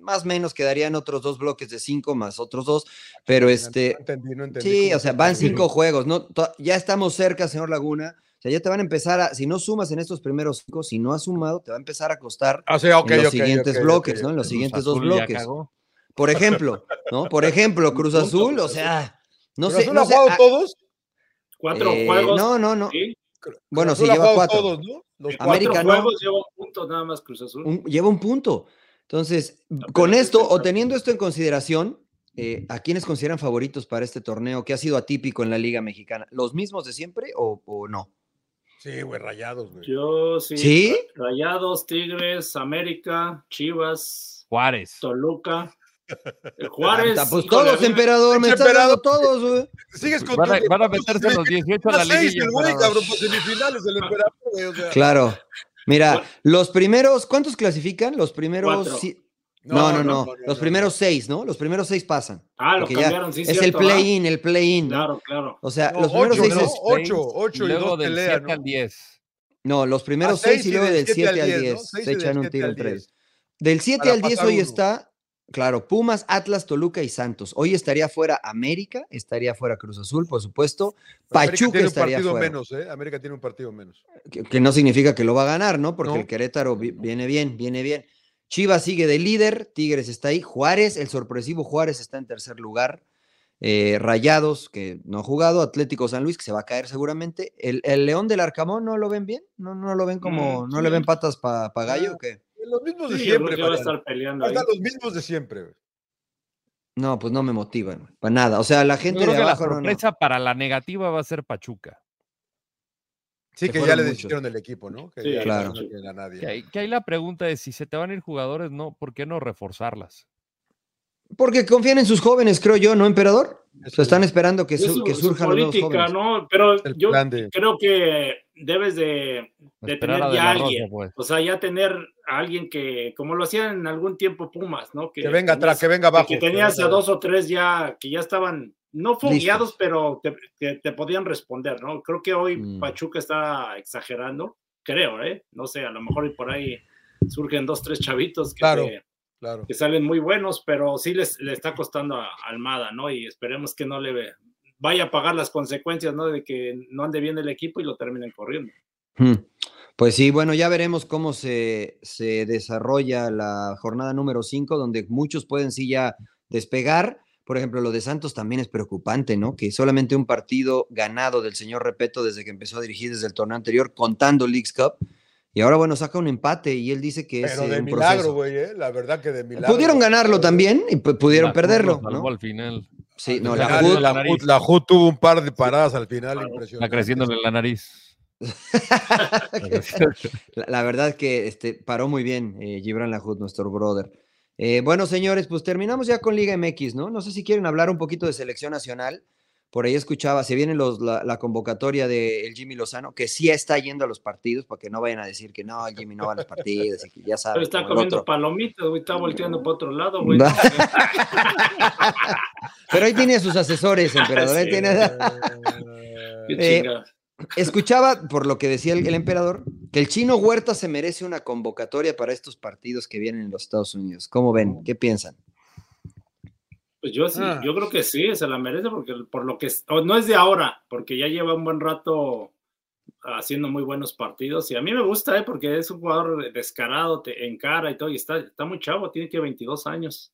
[SPEAKER 4] Más o menos quedarían otros dos bloques de cinco más otros dos, pero
[SPEAKER 2] No
[SPEAKER 4] este,
[SPEAKER 2] entendí, no entendí
[SPEAKER 4] sí,
[SPEAKER 2] cómo
[SPEAKER 4] o sea,
[SPEAKER 2] se
[SPEAKER 4] van
[SPEAKER 2] llama.
[SPEAKER 4] cinco juegos, ¿no? To- Ya estamos cerca, señor Laguna. O sea, ya te van a empezar a, si no sumas en estos primeros cinco, si no has sumado, te va a empezar a costar
[SPEAKER 2] Ah, sí, ok,
[SPEAKER 4] en los
[SPEAKER 2] ok,
[SPEAKER 4] siguientes
[SPEAKER 2] ok,
[SPEAKER 4] bloques,
[SPEAKER 2] ok.
[SPEAKER 4] ¿no? En los
[SPEAKER 3] Cruz
[SPEAKER 4] siguientes dos
[SPEAKER 3] Azul ya
[SPEAKER 4] bloques.
[SPEAKER 3] cagó.
[SPEAKER 4] Por ejemplo, ¿no? Por ejemplo, Cruz
[SPEAKER 1] punto,
[SPEAKER 4] Azul, o
[SPEAKER 1] Cruz
[SPEAKER 4] sea, no
[SPEAKER 2] ¿Cruz
[SPEAKER 4] sé.
[SPEAKER 2] Azul
[SPEAKER 4] no
[SPEAKER 2] ha
[SPEAKER 4] sé,
[SPEAKER 2] jugado
[SPEAKER 4] ah,
[SPEAKER 2] todos?
[SPEAKER 1] Cuatro
[SPEAKER 4] eh,
[SPEAKER 1] juegos.
[SPEAKER 4] No, no, no.
[SPEAKER 1] sí,
[SPEAKER 4] Bueno,
[SPEAKER 2] Cruz
[SPEAKER 4] sí,
[SPEAKER 2] Azul ha
[SPEAKER 4] lleva
[SPEAKER 2] jugado
[SPEAKER 4] cuatro.
[SPEAKER 2] todos, ¿no? Los
[SPEAKER 1] Cuatro
[SPEAKER 2] cuatro.
[SPEAKER 4] América no.
[SPEAKER 1] juegos lleva un punto nada más Cruz Azul.
[SPEAKER 4] un- lleva un punto. Entonces, con
[SPEAKER 1] pero es
[SPEAKER 4] esto
[SPEAKER 1] que-
[SPEAKER 4] o teniendo esto en consideración, eh, ¿a quiénes consideran favoritos para este torneo que ha sido atípico en la Liga Mexicana? ¿Los mismos de siempre o, o no?
[SPEAKER 2] Sí, güey, rayados, güey.
[SPEAKER 1] Yo sí.
[SPEAKER 4] ¿Sí?
[SPEAKER 1] Rayados, Tigres, América, Chivas,
[SPEAKER 3] Juárez.
[SPEAKER 1] Toluca. El Juárez.
[SPEAKER 4] Ah, pues
[SPEAKER 1] híjole, a
[SPEAKER 4] todos,
[SPEAKER 1] mí me-
[SPEAKER 4] emperador, me estás
[SPEAKER 2] Emperador.
[SPEAKER 4] dando todos, güey.
[SPEAKER 2] Sigues con
[SPEAKER 3] Van a,
[SPEAKER 2] tu-
[SPEAKER 3] van a meterse los 18 a la
[SPEAKER 2] Más seis,
[SPEAKER 3] liguilla.
[SPEAKER 2] el güey,
[SPEAKER 3] emperador.
[SPEAKER 2] cabrón, por semifinales del emperador, güey, o sea.
[SPEAKER 4] Claro. Mira,
[SPEAKER 1] Bueno.
[SPEAKER 4] los primeros, ¿cuántos clasifican? Los primeros.
[SPEAKER 1] Cuatro.
[SPEAKER 4] si- no, no, no, Los
[SPEAKER 2] no.
[SPEAKER 4] primeros seis, ¿no? Los primeros seis pasan.
[SPEAKER 1] Ah, lo
[SPEAKER 4] Porque ya
[SPEAKER 1] cambiaron, sí,
[SPEAKER 4] es el
[SPEAKER 1] cierto, ¿verdad?
[SPEAKER 4] play-in, el play-in. ¿no?
[SPEAKER 1] Claro, claro.
[SPEAKER 4] O sea,
[SPEAKER 2] No,
[SPEAKER 4] los primeros
[SPEAKER 2] ocho,
[SPEAKER 4] seis
[SPEAKER 2] ¿no?
[SPEAKER 4] es-
[SPEAKER 2] Ocho, ocho y
[SPEAKER 3] luego
[SPEAKER 2] dos
[SPEAKER 3] del
[SPEAKER 2] pelea,
[SPEAKER 3] 7
[SPEAKER 2] ¿no?
[SPEAKER 3] al 10.
[SPEAKER 4] No, los primeros
[SPEAKER 2] Ah, seis
[SPEAKER 4] seis
[SPEAKER 2] y
[SPEAKER 4] y luego
[SPEAKER 2] del
[SPEAKER 4] del
[SPEAKER 2] siete al
[SPEAKER 4] 7 al
[SPEAKER 2] diez, ¿no?
[SPEAKER 4] 10.
[SPEAKER 2] Seis
[SPEAKER 4] Se
[SPEAKER 2] y del
[SPEAKER 4] echan un
[SPEAKER 2] siete
[SPEAKER 4] tiro
[SPEAKER 2] al
[SPEAKER 4] al 3.
[SPEAKER 2] diez.
[SPEAKER 4] Del 7
[SPEAKER 2] Para
[SPEAKER 4] al 10
[SPEAKER 2] pasar
[SPEAKER 4] hoy
[SPEAKER 2] uno.
[SPEAKER 4] está, claro, Pumas, Atlas, Toluca y Santos. Hoy estaría fuera América, estaría fuera Cruz Azul, por supuesto.
[SPEAKER 2] América
[SPEAKER 4] Pachuca
[SPEAKER 2] tiene un
[SPEAKER 4] estaría
[SPEAKER 2] partido
[SPEAKER 4] fuera.
[SPEAKER 2] menos, ¿eh? América tiene un partido menos.
[SPEAKER 4] Que, que no significa que lo va a ganar, ¿no? Porque
[SPEAKER 2] No.
[SPEAKER 4] el Querétaro vi-
[SPEAKER 2] No.
[SPEAKER 4] viene bien, viene bien. Chivas sigue de líder, Tigres está ahí, Juárez, el sorpresivo Juárez está en tercer lugar. eh, Rayados, que no ha jugado, Atlético San Luis, que se va a caer seguramente. ¿El, el León del Arcamón no lo ven bien? ¿No, no lo ven como,
[SPEAKER 1] Mm,
[SPEAKER 4] no le
[SPEAKER 1] sí.
[SPEAKER 4] ven patas para
[SPEAKER 2] Ah.
[SPEAKER 4] gallo o qué?
[SPEAKER 2] Los
[SPEAKER 4] Pues
[SPEAKER 2] mismos de
[SPEAKER 1] Sí, yo creo
[SPEAKER 2] siempre,
[SPEAKER 1] que va a
[SPEAKER 2] Mariano.
[SPEAKER 1] estar peleando
[SPEAKER 2] Van a
[SPEAKER 1] ahí.
[SPEAKER 2] estar los mismos de siempre. güey.
[SPEAKER 4] No, pues no me motivan, para nada. O sea, la
[SPEAKER 3] Yo
[SPEAKER 4] gente
[SPEAKER 3] creo
[SPEAKER 4] de
[SPEAKER 3] que la
[SPEAKER 4] abajo no, no.
[SPEAKER 3] sorpresa para la negativa va a ser Pachuca.
[SPEAKER 2] Sí,
[SPEAKER 4] Se
[SPEAKER 2] que ya
[SPEAKER 4] fueron
[SPEAKER 2] le
[SPEAKER 4] muchos.
[SPEAKER 2] desistieron del equipo, ¿no? Que
[SPEAKER 1] Sí,
[SPEAKER 2] ya
[SPEAKER 4] claro.
[SPEAKER 2] no tienen a nadie.
[SPEAKER 3] Que ahí, que ahí la pregunta es, si se te van a ir jugadores, no, ¿por qué no reforzarlas?
[SPEAKER 4] Porque confían en sus jóvenes, creo yo, ¿no, emperador? O sea, están esperando que,
[SPEAKER 1] Es
[SPEAKER 4] su-
[SPEAKER 1] su-
[SPEAKER 4] que
[SPEAKER 1] su
[SPEAKER 4] surjan los nuevos
[SPEAKER 1] política,
[SPEAKER 4] jóvenes.
[SPEAKER 1] ¿no? Pero
[SPEAKER 2] El
[SPEAKER 1] yo
[SPEAKER 2] plan de.
[SPEAKER 1] creo que debes de, de
[SPEAKER 3] Esperar
[SPEAKER 1] tener
[SPEAKER 3] a De
[SPEAKER 1] ya
[SPEAKER 3] La
[SPEAKER 1] alguien.
[SPEAKER 3] Rosa, pues.
[SPEAKER 1] o sea, ya tener a alguien que, como lo hacían en algún tiempo Pumas, ¿no?
[SPEAKER 2] Que venga
[SPEAKER 1] tenías-
[SPEAKER 2] atrás, que venga abajo.
[SPEAKER 1] Que tenías
[SPEAKER 2] venga
[SPEAKER 1] a dos o tres ya que ya estaban, no fogueados,
[SPEAKER 4] Listos.
[SPEAKER 1] pero te, te- te podían responder, ¿no? Creo que hoy
[SPEAKER 4] Mm.
[SPEAKER 1] Pachuca está exagerando, creo, ¿eh? No sé, a lo mejor y por ahí surgen dos, tres chavitos que,
[SPEAKER 2] Claro.
[SPEAKER 1] te-
[SPEAKER 2] Claro.
[SPEAKER 1] que salen muy buenos, pero sí les, le está costando a Almada, ¿no? Y esperemos que no le ve- vaya a pagar las consecuencias, ¿no? De que no ande bien el equipo y lo terminen corriendo.
[SPEAKER 4] Hmm. Pues sí, bueno, ya veremos cómo se, se desarrolla la jornada número 5, donde muchos pueden sí ya despegar. Por ejemplo, lo de Santos también es preocupante, ¿no? Que solamente un partido ganado del señor Repeto desde que empezó a dirigir desde el torneo anterior, contando Leagues Cup. Y ahora, bueno, saca un empate y él dice que es
[SPEAKER 2] Pero
[SPEAKER 4] eh,
[SPEAKER 2] de
[SPEAKER 4] un
[SPEAKER 2] milagro,
[SPEAKER 4] proceso.
[SPEAKER 2] güey, ¿eh? La verdad que de milagro.
[SPEAKER 4] Pudieron ganarlo también y pu- pudieron
[SPEAKER 3] La Cruz lo
[SPEAKER 4] perderlo,
[SPEAKER 3] salvó
[SPEAKER 4] ¿no?
[SPEAKER 3] al final,
[SPEAKER 4] Sí, no,
[SPEAKER 2] No,
[SPEAKER 4] la
[SPEAKER 2] la,
[SPEAKER 4] Cruz-
[SPEAKER 2] Jud, la, Jud- la Jud tuvo un par de paradas al final
[SPEAKER 1] Claro.
[SPEAKER 2] impresionante.
[SPEAKER 3] la creciéndole la nariz.
[SPEAKER 4] La, la verdad que este, paró muy bien eh, Gibran Lahoud, nuestro brother. Eh, bueno, señores, pues terminamos ya con Liga MX, ¿no? No sé si quieren hablar un poquito de selección nacional. Por ahí escuchaba, se viene los- la, la convocatoria del Jimmy Lozano, que sí está yendo a los partidos, para que no vayan a decir que no, el Jimmy no va a los partidos, y que ya
[SPEAKER 1] Pero
[SPEAKER 4] sabe.
[SPEAKER 1] está
[SPEAKER 4] Ah, como el
[SPEAKER 1] comiendo
[SPEAKER 4] otro.
[SPEAKER 1] palomitas, güey, está volteando para otro lado, güey.
[SPEAKER 4] No. Pero ahí tiene a sus asesores, emperador. ahí
[SPEAKER 1] Sí,
[SPEAKER 4] tiene-
[SPEAKER 1] Qué
[SPEAKER 2] Eh,
[SPEAKER 4] Eh,
[SPEAKER 1] chingada.
[SPEAKER 4] Escuchaba, por lo que decía el, el emperador, que el chino Huerta se merece una convocatoria para estos partidos que vienen en los Estados Unidos. ¿Cómo ven? ¿Qué piensan?
[SPEAKER 1] Pues yo sí,
[SPEAKER 2] Ah.
[SPEAKER 1] yo creo que sí, se la merece porque por lo que es- o no es de ahora, porque ya lleva un buen rato haciendo muy buenos partidos y a mí me gusta, ¿eh? porque es un jugador descarado, te encara y todo, y está, está muy chavo, tiene que 22 años,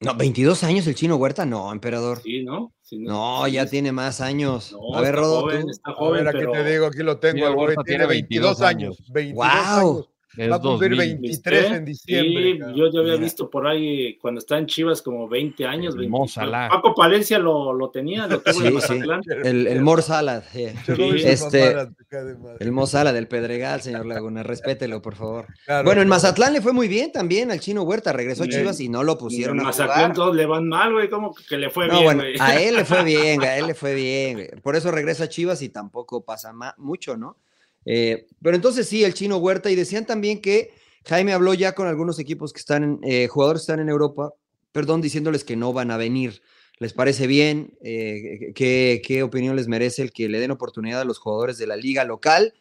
[SPEAKER 4] No, 22 años el chino Huerta, no, emperador.
[SPEAKER 1] ¿sí? ¿No? Si
[SPEAKER 4] No,
[SPEAKER 1] si
[SPEAKER 4] ya
[SPEAKER 1] es-
[SPEAKER 4] tiene más años.
[SPEAKER 1] no,
[SPEAKER 4] a ver,
[SPEAKER 1] está
[SPEAKER 4] Rodo,
[SPEAKER 1] joven, este
[SPEAKER 4] tú.
[SPEAKER 1] está
[SPEAKER 2] A
[SPEAKER 1] joven,
[SPEAKER 2] ver, aquí
[SPEAKER 1] pero
[SPEAKER 2] te digo, aquí lo tengo,
[SPEAKER 3] Mira,
[SPEAKER 2] el güey
[SPEAKER 3] Borja
[SPEAKER 2] tiene 22 años. 22
[SPEAKER 4] ¡Guau!
[SPEAKER 2] años.
[SPEAKER 3] Es
[SPEAKER 2] Va a cumplir
[SPEAKER 3] 2000.
[SPEAKER 2] 23
[SPEAKER 1] ¿viste?
[SPEAKER 2] en diciembre.
[SPEAKER 1] Sí,
[SPEAKER 2] cabrón.
[SPEAKER 1] yo ya había
[SPEAKER 4] Mira.
[SPEAKER 1] visto por ahí cuando está en Chivas como 20 años,
[SPEAKER 3] Mo
[SPEAKER 1] 25.
[SPEAKER 3] Salah.
[SPEAKER 1] Paco Palencia lo, lo tenía, lo tuvo
[SPEAKER 4] Sí,
[SPEAKER 1] en
[SPEAKER 4] sí.
[SPEAKER 1] Mazatlán.
[SPEAKER 4] El, el Mor Salad, eh.
[SPEAKER 2] Yo no vi sus
[SPEAKER 4] Este,
[SPEAKER 2] mamadas, hija de madre.
[SPEAKER 4] el Mor Salad del Pedregal, señor Laguna, respételo, por favor.
[SPEAKER 2] Claro.
[SPEAKER 4] Bueno, en Mazatlán le fue muy bien también al chino Huerta, regresó a
[SPEAKER 1] Sí.
[SPEAKER 4] Chivas y no
[SPEAKER 1] Y
[SPEAKER 4] lo
[SPEAKER 1] en
[SPEAKER 4] pusieron a
[SPEAKER 1] Mazatlán
[SPEAKER 4] jugar.
[SPEAKER 1] todos le van mal, güey, como que le fue
[SPEAKER 4] No,
[SPEAKER 1] bien,
[SPEAKER 4] bueno, ah,
[SPEAKER 1] güey.
[SPEAKER 4] a él le fue bien, güey, a él le fue bien. güey. Por eso regresa a Chivas y tampoco pasa ma- mucho, ¿no? Eh, pero entonces sí, el chino Huerta. Y decían también que Jaime habló ya con algunos equipos que están, en- eh, jugadores que están en Europa, perdón, diciéndoles que no van a venir. ¿Les parece bien? Eh, ¿qué, qué opinión les merece el que le den oportunidad a los jugadores de la liga local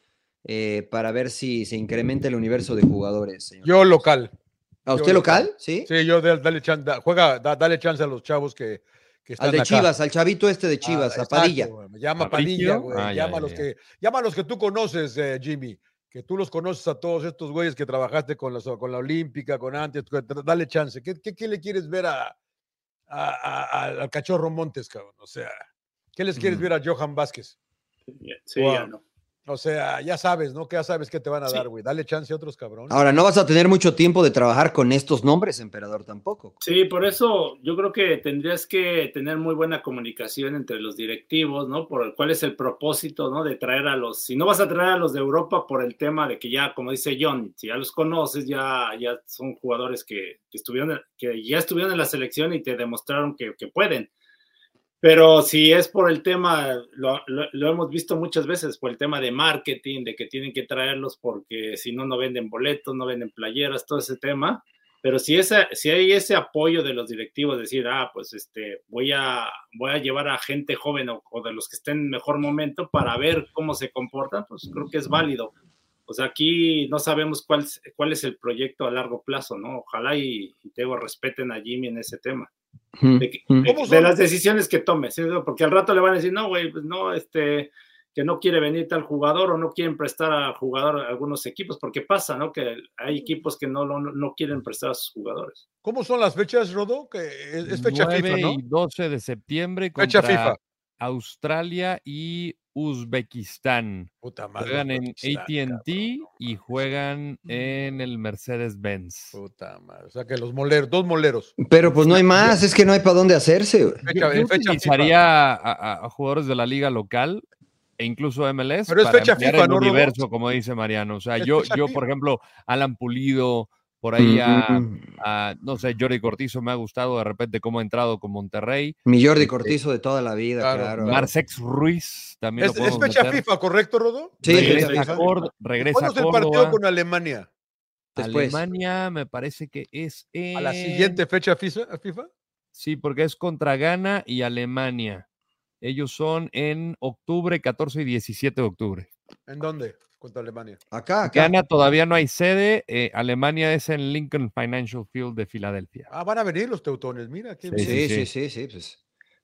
[SPEAKER 4] eh, para ver si se incrementa el universo de jugadores? señor?
[SPEAKER 2] Yo local.
[SPEAKER 4] ¿A usted
[SPEAKER 2] yo
[SPEAKER 4] local?
[SPEAKER 2] local.
[SPEAKER 4] ¿Sí?
[SPEAKER 2] Sí, yo del- dale chance, da- juega, da- dale chance a los chavos que, que están
[SPEAKER 4] Al de
[SPEAKER 2] acá.
[SPEAKER 4] Chivas, al chavito este de
[SPEAKER 2] Ah,
[SPEAKER 4] Chivas, a
[SPEAKER 2] exacto,
[SPEAKER 4] Padilla.
[SPEAKER 2] güey. Llama
[SPEAKER 3] ¿A
[SPEAKER 2] a Padilla,
[SPEAKER 3] Brigio?
[SPEAKER 2] güey.
[SPEAKER 3] Ah, ya,
[SPEAKER 2] llama, a
[SPEAKER 3] ya,
[SPEAKER 2] los
[SPEAKER 3] ya.
[SPEAKER 2] Que, llama a los que tú conoces, eh, Jimmy. Que tú los conoces a todos estos güeyes que trabajaste con, los- con la Olímpica, con antes. que- Dale chance. ¿Qué, qué- qué le quieres ver a, a- a- a- al cachorro Montes, cabrón? O sea, ¿qué les quieres
[SPEAKER 4] Ujú.
[SPEAKER 2] ver a Johan Vázquez?
[SPEAKER 1] Sí,
[SPEAKER 2] Wow.
[SPEAKER 1] ya no.
[SPEAKER 2] O sea, ya sabes, ¿no? Que ya sabes que te van a dar, güey. Dale chance a otros cabrones.
[SPEAKER 4] Ahora, no vas a tener mucho tiempo de trabajar con estos nombres, emperador, tampoco.
[SPEAKER 1] Sí, por eso yo creo que tendrías que tener muy buena comunicación entre los directivos, ¿no? Por el, cuál es el propósito, ¿no? De traer a los, si no vas a traer a los de Europa por el tema de que ya, como dice John, si ya los conoces, ya, ya son jugadores que, que estuvieron, que ya estuvieron en la selección y te demostraron que, que pueden. Pero si es por el tema, lo, lo- lo hemos visto muchas veces, por el tema de marketing, de que tienen que traerlos porque si no, no venden boletos, no venden playeras, todo ese tema. Pero si, esa, si hay ese apoyo de los directivos, decir, ah, pues este, voy, a, voy a llevar a gente joven o, o de los que estén en mejor momento para ver cómo se comportan, pues creo que es válido. O sea, aquí no sabemos cuál, es- cuál es el proyecto a largo plazo, ¿no? Ojalá y, y te digo, respeten a Jimmy en ese tema de, que-
[SPEAKER 4] Mm.
[SPEAKER 1] de-
[SPEAKER 2] ¿Cómo
[SPEAKER 1] de
[SPEAKER 2] son?
[SPEAKER 1] las decisiones que tome, ¿sí? porque al rato le van a decir, no, güey, pues no, este, que no quiere venir tal jugador o no quieren prestar al jugador a algunos equipos, porque pasa, ¿no? Que hay equipos que no, lo- no quieren prestar a sus jugadores.
[SPEAKER 2] ¿Cómo son las fechas, Rodo? Que es, es fecha
[SPEAKER 3] 9
[SPEAKER 2] FIFA, ¿no?
[SPEAKER 3] y 12 de septiembre
[SPEAKER 2] Fecha
[SPEAKER 3] contra
[SPEAKER 2] FIFA.
[SPEAKER 3] Australia y Uzbekistán.
[SPEAKER 2] Puta madre.
[SPEAKER 3] Juegan en
[SPEAKER 2] Uzbekistán,
[SPEAKER 3] AT&T
[SPEAKER 2] cabrón.
[SPEAKER 3] y juegan
[SPEAKER 4] Mm.
[SPEAKER 3] en el Mercedes-Benz.
[SPEAKER 2] Puta madre. O sea, que los moleros, dos moleros.
[SPEAKER 4] Pero pues no hay más, es que no hay para dónde hacerse. güey.
[SPEAKER 3] Yo,
[SPEAKER 2] Fecha,
[SPEAKER 3] yo
[SPEAKER 2] en fecha FIFA.
[SPEAKER 3] utilizaría a, a- a jugadores de la liga local e incluso MLS
[SPEAKER 2] Pero es
[SPEAKER 3] para
[SPEAKER 2] fecha
[SPEAKER 3] ampliar
[SPEAKER 2] FIFA,
[SPEAKER 3] el
[SPEAKER 2] ¿no, Rodo?
[SPEAKER 3] universo, como dice Mariano. O sea,
[SPEAKER 2] Es
[SPEAKER 3] yo,
[SPEAKER 2] fecha
[SPEAKER 3] yo,
[SPEAKER 2] FIFA.
[SPEAKER 3] por ejemplo, Alan Pulido, por ahí a,
[SPEAKER 4] Mm,
[SPEAKER 3] a, no sé, Jordi Cortizo me ha gustado de repente cómo ha entrado con Monterrey.
[SPEAKER 4] Mi Jordi Cortizo de toda la vida,
[SPEAKER 2] Claro,
[SPEAKER 4] claro.
[SPEAKER 2] claro.
[SPEAKER 3] Marcex Ruiz también
[SPEAKER 2] Es,
[SPEAKER 3] lo
[SPEAKER 2] es
[SPEAKER 3] podemos
[SPEAKER 2] fecha
[SPEAKER 3] meter.
[SPEAKER 2] FIFA, ¿correcto, Rodo?
[SPEAKER 4] Sí,
[SPEAKER 1] Regresa
[SPEAKER 3] regresa
[SPEAKER 1] fecha
[SPEAKER 3] a
[SPEAKER 1] FIFA.
[SPEAKER 3] Cord- regresa
[SPEAKER 2] ¿Cuándo
[SPEAKER 3] a
[SPEAKER 2] es el partido
[SPEAKER 3] Córdoba.
[SPEAKER 4] ¿eh?
[SPEAKER 2] con Alemania?
[SPEAKER 4] Después.
[SPEAKER 3] Alemania me parece que es en...
[SPEAKER 2] ¿A la siguiente fecha FIFA? FIFA?
[SPEAKER 3] Sí, porque es contra Ghana y Alemania. Ellos son en octubre, 14 y 17 de octubre.
[SPEAKER 2] ¿En dónde? Contra Alemania.
[SPEAKER 4] Acá, acá.
[SPEAKER 3] Ghana todavía no hay sede. eh, Alemania es en Lincoln Financial Field de Filadelfia.
[SPEAKER 2] Ah, van a venir los teutones, mira. qué
[SPEAKER 3] Sí,
[SPEAKER 2] bien.
[SPEAKER 4] Sí,
[SPEAKER 3] sí.
[SPEAKER 4] sí, sí, sí, pues.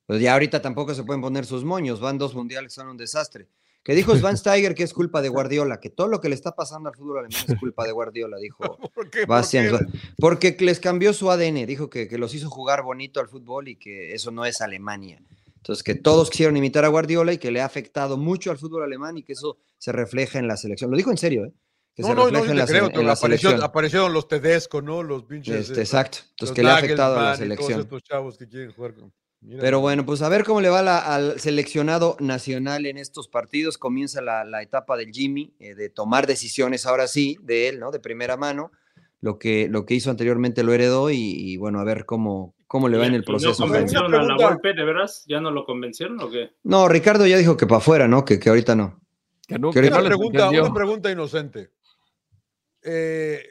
[SPEAKER 4] Pues ya ahorita tampoco se pueden poner sus moños, van dos mundiales, son un desastre. Que dijo Svan Steiger que es culpa de Guardiola, que todo lo que le está pasando al fútbol alemán es culpa de Guardiola, dijo
[SPEAKER 2] ¿Por qué? ¿Por
[SPEAKER 4] Bastian.
[SPEAKER 2] qué?
[SPEAKER 4] Schwar- Porque les cambió su ADN, dijo que, que los hizo jugar bonito al fútbol y que eso no es Alemania. Entonces, que todos quisieron imitar a Guardiola y que le ha afectado mucho al fútbol alemán y que eso se refleja en la selección. Lo dijo en serio, ¿eh? Que
[SPEAKER 2] No,
[SPEAKER 4] se
[SPEAKER 2] no, no,
[SPEAKER 4] refleja
[SPEAKER 2] yo
[SPEAKER 4] en la,
[SPEAKER 2] te
[SPEAKER 4] se-
[SPEAKER 2] creo.
[SPEAKER 4] en
[SPEAKER 2] te-
[SPEAKER 4] la
[SPEAKER 2] apareció-
[SPEAKER 4] selección.
[SPEAKER 2] aparecieron los Tedesco, ¿no? Los pinches.
[SPEAKER 4] Este,
[SPEAKER 2] eh,
[SPEAKER 4] exacto.
[SPEAKER 2] los
[SPEAKER 4] Entonces, que le ha afectado a la
[SPEAKER 2] Nagelsmann y Todos
[SPEAKER 4] selección.
[SPEAKER 2] estos chavos que quieren jugar con. Mira.
[SPEAKER 4] Pero bueno, pues a ver cómo le va la- al seleccionado nacional en estos partidos. Comienza la, la etapa del Jimmy, eh, de tomar decisiones ahora sí, de él, ¿no? De primera mano. Lo que, lo que hizo anteriormente lo heredó y, y bueno, a ver cómo, cómo le va en
[SPEAKER 1] Y-
[SPEAKER 4] el
[SPEAKER 1] y
[SPEAKER 4] proceso.
[SPEAKER 1] ¿No
[SPEAKER 4] Jaime.
[SPEAKER 2] convenció.
[SPEAKER 4] No,
[SPEAKER 1] convencieron a la
[SPEAKER 2] pregunta.
[SPEAKER 1] golpe, de veras? ¿Ya no lo convencieron o qué?
[SPEAKER 4] Ricardo ya dijo que para afuera, ¿no? Que, que ahorita no.
[SPEAKER 3] Que no,
[SPEAKER 4] Que
[SPEAKER 3] que
[SPEAKER 4] ahorita
[SPEAKER 3] no
[SPEAKER 2] una,
[SPEAKER 3] les
[SPEAKER 2] pregunta,
[SPEAKER 3] entendió.
[SPEAKER 2] una pregunta inocente. Eh,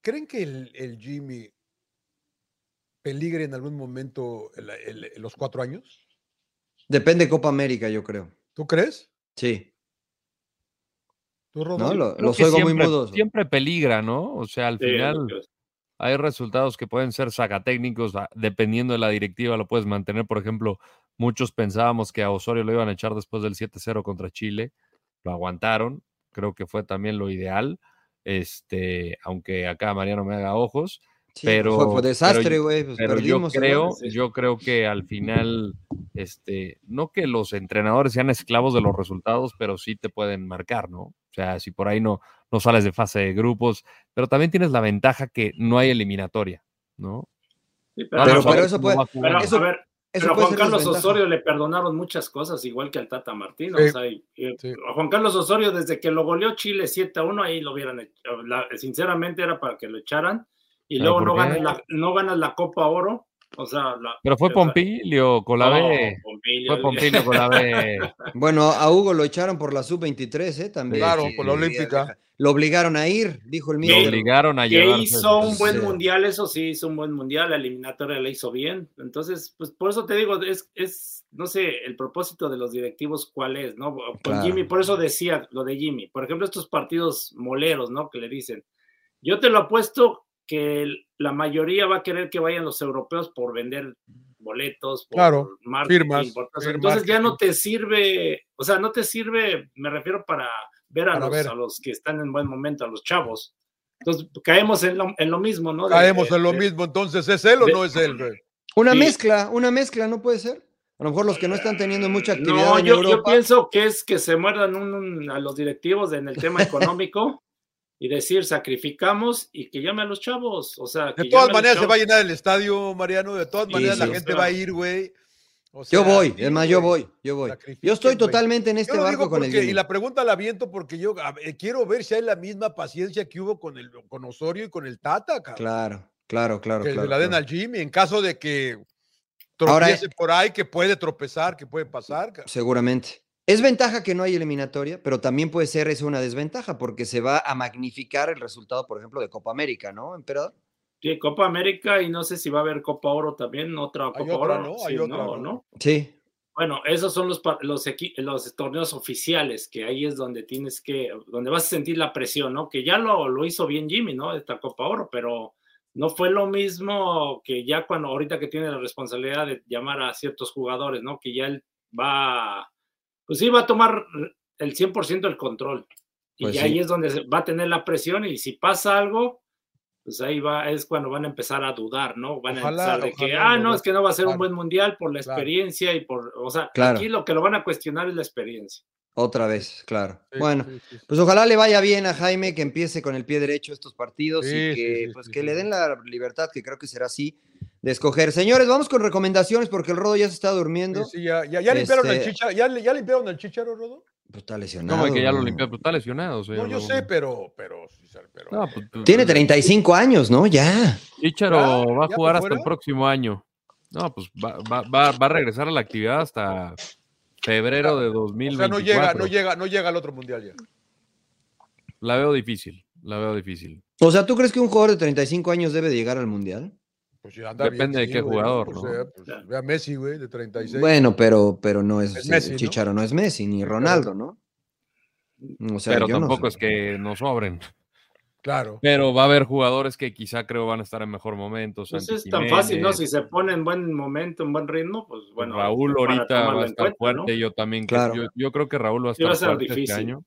[SPEAKER 2] ¿Creen que el, el Jimmy peligre en algún momento el- el- los cuatro años?
[SPEAKER 4] Depende de Copa América, yo creo.
[SPEAKER 2] ¿Tú crees?
[SPEAKER 4] Sí.
[SPEAKER 2] ¿Tú, Rodo?
[SPEAKER 4] No, lo-
[SPEAKER 3] Creo
[SPEAKER 4] los
[SPEAKER 3] que
[SPEAKER 4] oigo muy
[SPEAKER 3] siempre,
[SPEAKER 4] mudos.
[SPEAKER 3] Siempre peligra, ¿no? O sea, al
[SPEAKER 1] Sí,
[SPEAKER 3] final
[SPEAKER 1] Dios.
[SPEAKER 3] hay resultados que pueden ser sacatécnicos, a- dependiendo de la directiva, lo puedes mantener. Por ejemplo, muchos pensábamos que a Osorio lo iban a echar después del 7-0 contra Chile, lo aguantaron, creo que fue también lo ideal, este, aunque acá Mariano me haga ojos,
[SPEAKER 4] Sí,
[SPEAKER 3] Pero-
[SPEAKER 4] fue, fue desastre,
[SPEAKER 3] pero-
[SPEAKER 4] güey. pues
[SPEAKER 3] pero yo
[SPEAKER 4] perdimos.
[SPEAKER 3] creo,
[SPEAKER 4] igual.
[SPEAKER 1] sí.
[SPEAKER 3] yo creo que al final, este, no que los entrenadores sean esclavos de los resultados, pero sí te pueden marcar, ¿no? O sea, si por ahí no, no sales de fase de grupos, pero también tienes la ventaja que no hay eliminatoria, ¿no?
[SPEAKER 1] Sí, pero,
[SPEAKER 4] Pero-
[SPEAKER 1] a ver,
[SPEAKER 4] pero- eso puede-
[SPEAKER 1] pero,
[SPEAKER 4] eso-
[SPEAKER 1] a ver,
[SPEAKER 4] Eso
[SPEAKER 1] pero a
[SPEAKER 4] puede
[SPEAKER 1] Juan
[SPEAKER 4] ser
[SPEAKER 1] Carlos
[SPEAKER 4] desventaja.
[SPEAKER 1] Osorio le perdonaron muchas cosas, igual que al Tata Martino.
[SPEAKER 2] Sí.
[SPEAKER 1] o sea, y- y-
[SPEAKER 2] Sí.
[SPEAKER 1] a Juan Carlos Osorio, desde que lo goleó Chile 7 a 1, ahí lo hubieran hecho. La- sinceramente era para que lo echaran. Y
[SPEAKER 3] Pero
[SPEAKER 1] luego
[SPEAKER 3] ¿por
[SPEAKER 1] no
[SPEAKER 3] qué?
[SPEAKER 1] ganas, la, no ganas la Copa Oro. O sea, la,
[SPEAKER 3] Pero fue
[SPEAKER 1] la-
[SPEAKER 3] Pompilio con la
[SPEAKER 1] No,
[SPEAKER 3] B.
[SPEAKER 1] Pompilio,
[SPEAKER 3] Fue Pompilio con la B.
[SPEAKER 4] Bueno, a Hugo lo echaron por la sub-23, ¿eh? También.
[SPEAKER 2] Claro,
[SPEAKER 4] Sí,
[SPEAKER 2] por la olímpica.
[SPEAKER 4] Lo obligaron a ir, dijo el
[SPEAKER 1] Sí.
[SPEAKER 3] Lo
[SPEAKER 4] mío.
[SPEAKER 3] obligaron a
[SPEAKER 1] Que
[SPEAKER 3] llevarse. pues,
[SPEAKER 1] hizo un buen
[SPEAKER 4] Sí.
[SPEAKER 1] mundial, eso sí, hizo un buen mundial, la eliminatoria la hizo bien. Entonces, pues por eso te digo, es, es no sé, el propósito de los directivos cuál es, ¿no? Con
[SPEAKER 4] Claro.
[SPEAKER 1] Jimmy, por eso decía lo de Jimmy. Por ejemplo, estos partidos moleros, ¿no? Que le dicen, yo te lo apuesto que el- la mayoría va a querer que vayan los europeos por vender boletos, por
[SPEAKER 2] Claro,
[SPEAKER 1] marketing,
[SPEAKER 2] firmas,
[SPEAKER 1] por todo eso.
[SPEAKER 2] firmas,
[SPEAKER 1] Entonces ya no
[SPEAKER 2] marketing.
[SPEAKER 1] te sirve, o sea, no te sirve, me refiero para ver a,
[SPEAKER 2] Para
[SPEAKER 1] los,
[SPEAKER 2] ver.
[SPEAKER 1] a los que están en buen momento, a los chavos. Entonces caemos en lo, en lo mismo, ¿no? De-
[SPEAKER 2] Caemos
[SPEAKER 1] de-
[SPEAKER 2] en lo
[SPEAKER 1] de-
[SPEAKER 2] mismo, entonces, ¿es él o
[SPEAKER 1] de-
[SPEAKER 2] no es él? güey?
[SPEAKER 4] Una
[SPEAKER 1] Sí.
[SPEAKER 4] mezcla, una mezcla, ¿no puede ser? A lo mejor los que no están teniendo mucha actividad.
[SPEAKER 1] No,
[SPEAKER 4] en
[SPEAKER 1] yo, yo
[SPEAKER 4] Europa,
[SPEAKER 1] pienso que es que se muerdan un- un- a los directivos en el tema económico y decir sacrificamos y que llame a los chavos. O sea, que
[SPEAKER 2] De todas
[SPEAKER 1] llame a los
[SPEAKER 2] maneras se va a
[SPEAKER 1] chavos.
[SPEAKER 2] llenar el estadio, Mariano. De todas
[SPEAKER 4] Sí,
[SPEAKER 2] maneras la
[SPEAKER 4] sí.
[SPEAKER 2] gente va a ir, güey. O sea,
[SPEAKER 4] Yo voy,
[SPEAKER 2] sí,
[SPEAKER 4] es más, yo
[SPEAKER 2] güey.
[SPEAKER 4] voy, yo voy.
[SPEAKER 2] Sacrifiquen,
[SPEAKER 4] Yo estoy
[SPEAKER 2] güey.
[SPEAKER 4] totalmente en este
[SPEAKER 2] Yo lo
[SPEAKER 4] barco
[SPEAKER 2] digo
[SPEAKER 4] con el
[SPEAKER 2] porque- Y
[SPEAKER 4] Jimmy.
[SPEAKER 2] la pregunta la aviento porque yo a ver, quiero ver si hay la misma paciencia que hubo con, el, con Osorio y con el Tata, cabrón.
[SPEAKER 4] Claro, claro, claro.
[SPEAKER 2] que
[SPEAKER 4] claro,
[SPEAKER 2] la den
[SPEAKER 4] claro.
[SPEAKER 2] al Jimmy en caso de que
[SPEAKER 4] Ahora-
[SPEAKER 2] tropiece por ahí, que puede tropezar, que puede pasar. cabrón.
[SPEAKER 4] Seguramente. Es ventaja que no hay eliminatoria, pero también puede ser eso una desventaja porque se va a magnificar el resultado, por ejemplo, de Copa América, ¿no, emperador?
[SPEAKER 1] Sí, Copa América y no sé si va a haber Copa Oro también, otra Copa
[SPEAKER 2] otra,
[SPEAKER 1] Oro.
[SPEAKER 2] ¿no?
[SPEAKER 1] sí,
[SPEAKER 2] Hay otra,
[SPEAKER 1] ¿no?
[SPEAKER 2] ¿no?
[SPEAKER 1] ¿no?
[SPEAKER 4] Sí,
[SPEAKER 1] Bueno, esos son los, pa- los, equi- los torneos oficiales, que ahí es donde tienes que, donde vas a sentir la presión, ¿no? Que ya lo, lo hizo bien Jimmy, ¿no? Esta Copa Oro, pero no fue lo mismo que ya cuando, ahorita que tiene la responsabilidad de llamar a ciertos jugadores, ¿no? Que ya él va, pues sí, va a tomar el 100% el control. Y
[SPEAKER 4] Pues
[SPEAKER 1] ahí
[SPEAKER 4] sí.
[SPEAKER 1] es donde se- va a tener la presión y si pasa algo, pues ahí va, es cuando van a empezar a dudar, ¿no? Van
[SPEAKER 2] Ojalá-
[SPEAKER 1] a empezar de que,
[SPEAKER 2] ojalá
[SPEAKER 1] ah,
[SPEAKER 2] lo
[SPEAKER 1] no,
[SPEAKER 2] de-
[SPEAKER 1] es que no va a ser un
[SPEAKER 2] Claro.
[SPEAKER 1] buen mundial por la
[SPEAKER 2] Claro.
[SPEAKER 1] experiencia y por, o sea,
[SPEAKER 4] Claro.
[SPEAKER 1] aquí lo que lo van a cuestionar es la experiencia.
[SPEAKER 4] otra vez, claro.
[SPEAKER 2] Sí,
[SPEAKER 4] bueno,
[SPEAKER 2] sí, sí, sí.
[SPEAKER 4] pues ojalá le vaya bien a Jaime, que empiece con el pie derecho estos partidos
[SPEAKER 2] Sí, sí,
[SPEAKER 4] y que,
[SPEAKER 2] sí,
[SPEAKER 4] pues,
[SPEAKER 2] sí,
[SPEAKER 4] que
[SPEAKER 2] sí,
[SPEAKER 4] le
[SPEAKER 2] sí.
[SPEAKER 4] den la libertad, que creo que será así, de escoger. Señores, vamos con recomendaciones porque el rodo ya se está durmiendo.
[SPEAKER 2] Sí, sí, ya, ya- ya limpiaron el
[SPEAKER 4] Este-
[SPEAKER 2] chicharo, ya, li- ya limpiaron el chicharo, Rodo.
[SPEAKER 4] Pues está lesionado.
[SPEAKER 3] No, que ya lo
[SPEAKER 4] ¿no?
[SPEAKER 3] limpió, pero está lesionado.
[SPEAKER 2] No, yo sé, pero, pero, sí, pero-
[SPEAKER 3] pues,
[SPEAKER 4] Tiene 35 años, ¿no? Ya.
[SPEAKER 3] Chicharo
[SPEAKER 2] ¿Ya?
[SPEAKER 3] va a
[SPEAKER 2] Ah, ¿Ya
[SPEAKER 3] jugar
[SPEAKER 2] por
[SPEAKER 3] hasta el
[SPEAKER 2] fuera?
[SPEAKER 3] próximo año. No, pues va, va- va- va a regresar a la actividad hasta febrero de
[SPEAKER 2] O
[SPEAKER 3] 2024.
[SPEAKER 2] sea, no llega, no llega, no llega al otro mundial ya.
[SPEAKER 3] La veo difícil, la veo difícil.
[SPEAKER 4] O sea, ¿tú crees que un jugador de 35 años debe de llegar al Mundial?
[SPEAKER 2] Pues si anda bien,
[SPEAKER 3] Depende de qué
[SPEAKER 2] güey,
[SPEAKER 3] jugador,
[SPEAKER 2] O
[SPEAKER 3] ¿no?
[SPEAKER 2] sea, pues, ve a Messi, güey, de 36.
[SPEAKER 4] Bueno, pero, pero no es,
[SPEAKER 2] Es
[SPEAKER 4] eh,
[SPEAKER 2] Messi, ¿no?
[SPEAKER 4] Chicharo, ¿no? es Messi, ni Ronaldo, ¿no? O sea,
[SPEAKER 3] pero
[SPEAKER 4] yo no
[SPEAKER 3] tampoco
[SPEAKER 4] sé.
[SPEAKER 3] es que nos sobren.
[SPEAKER 2] claro.
[SPEAKER 3] Pero va a haber jugadores que quizá creo van a estar en mejor momento.
[SPEAKER 1] Pues
[SPEAKER 3] Santi
[SPEAKER 1] es tan
[SPEAKER 3] Jiménez,
[SPEAKER 1] fácil, ¿no? Si se pone en buen momento, en buen ritmo, pues bueno.
[SPEAKER 3] Raúl
[SPEAKER 1] para
[SPEAKER 3] ahorita
[SPEAKER 1] tomarlo
[SPEAKER 3] va a
[SPEAKER 1] en
[SPEAKER 3] estar
[SPEAKER 1] cuenta, ¿no?
[SPEAKER 3] fuerte. Yo también.
[SPEAKER 4] Claro.
[SPEAKER 3] Yo, yo creo que Raúl va a
[SPEAKER 1] Sí, va
[SPEAKER 3] estar
[SPEAKER 1] a ser
[SPEAKER 3] fuerte este
[SPEAKER 1] difícil.
[SPEAKER 3] año.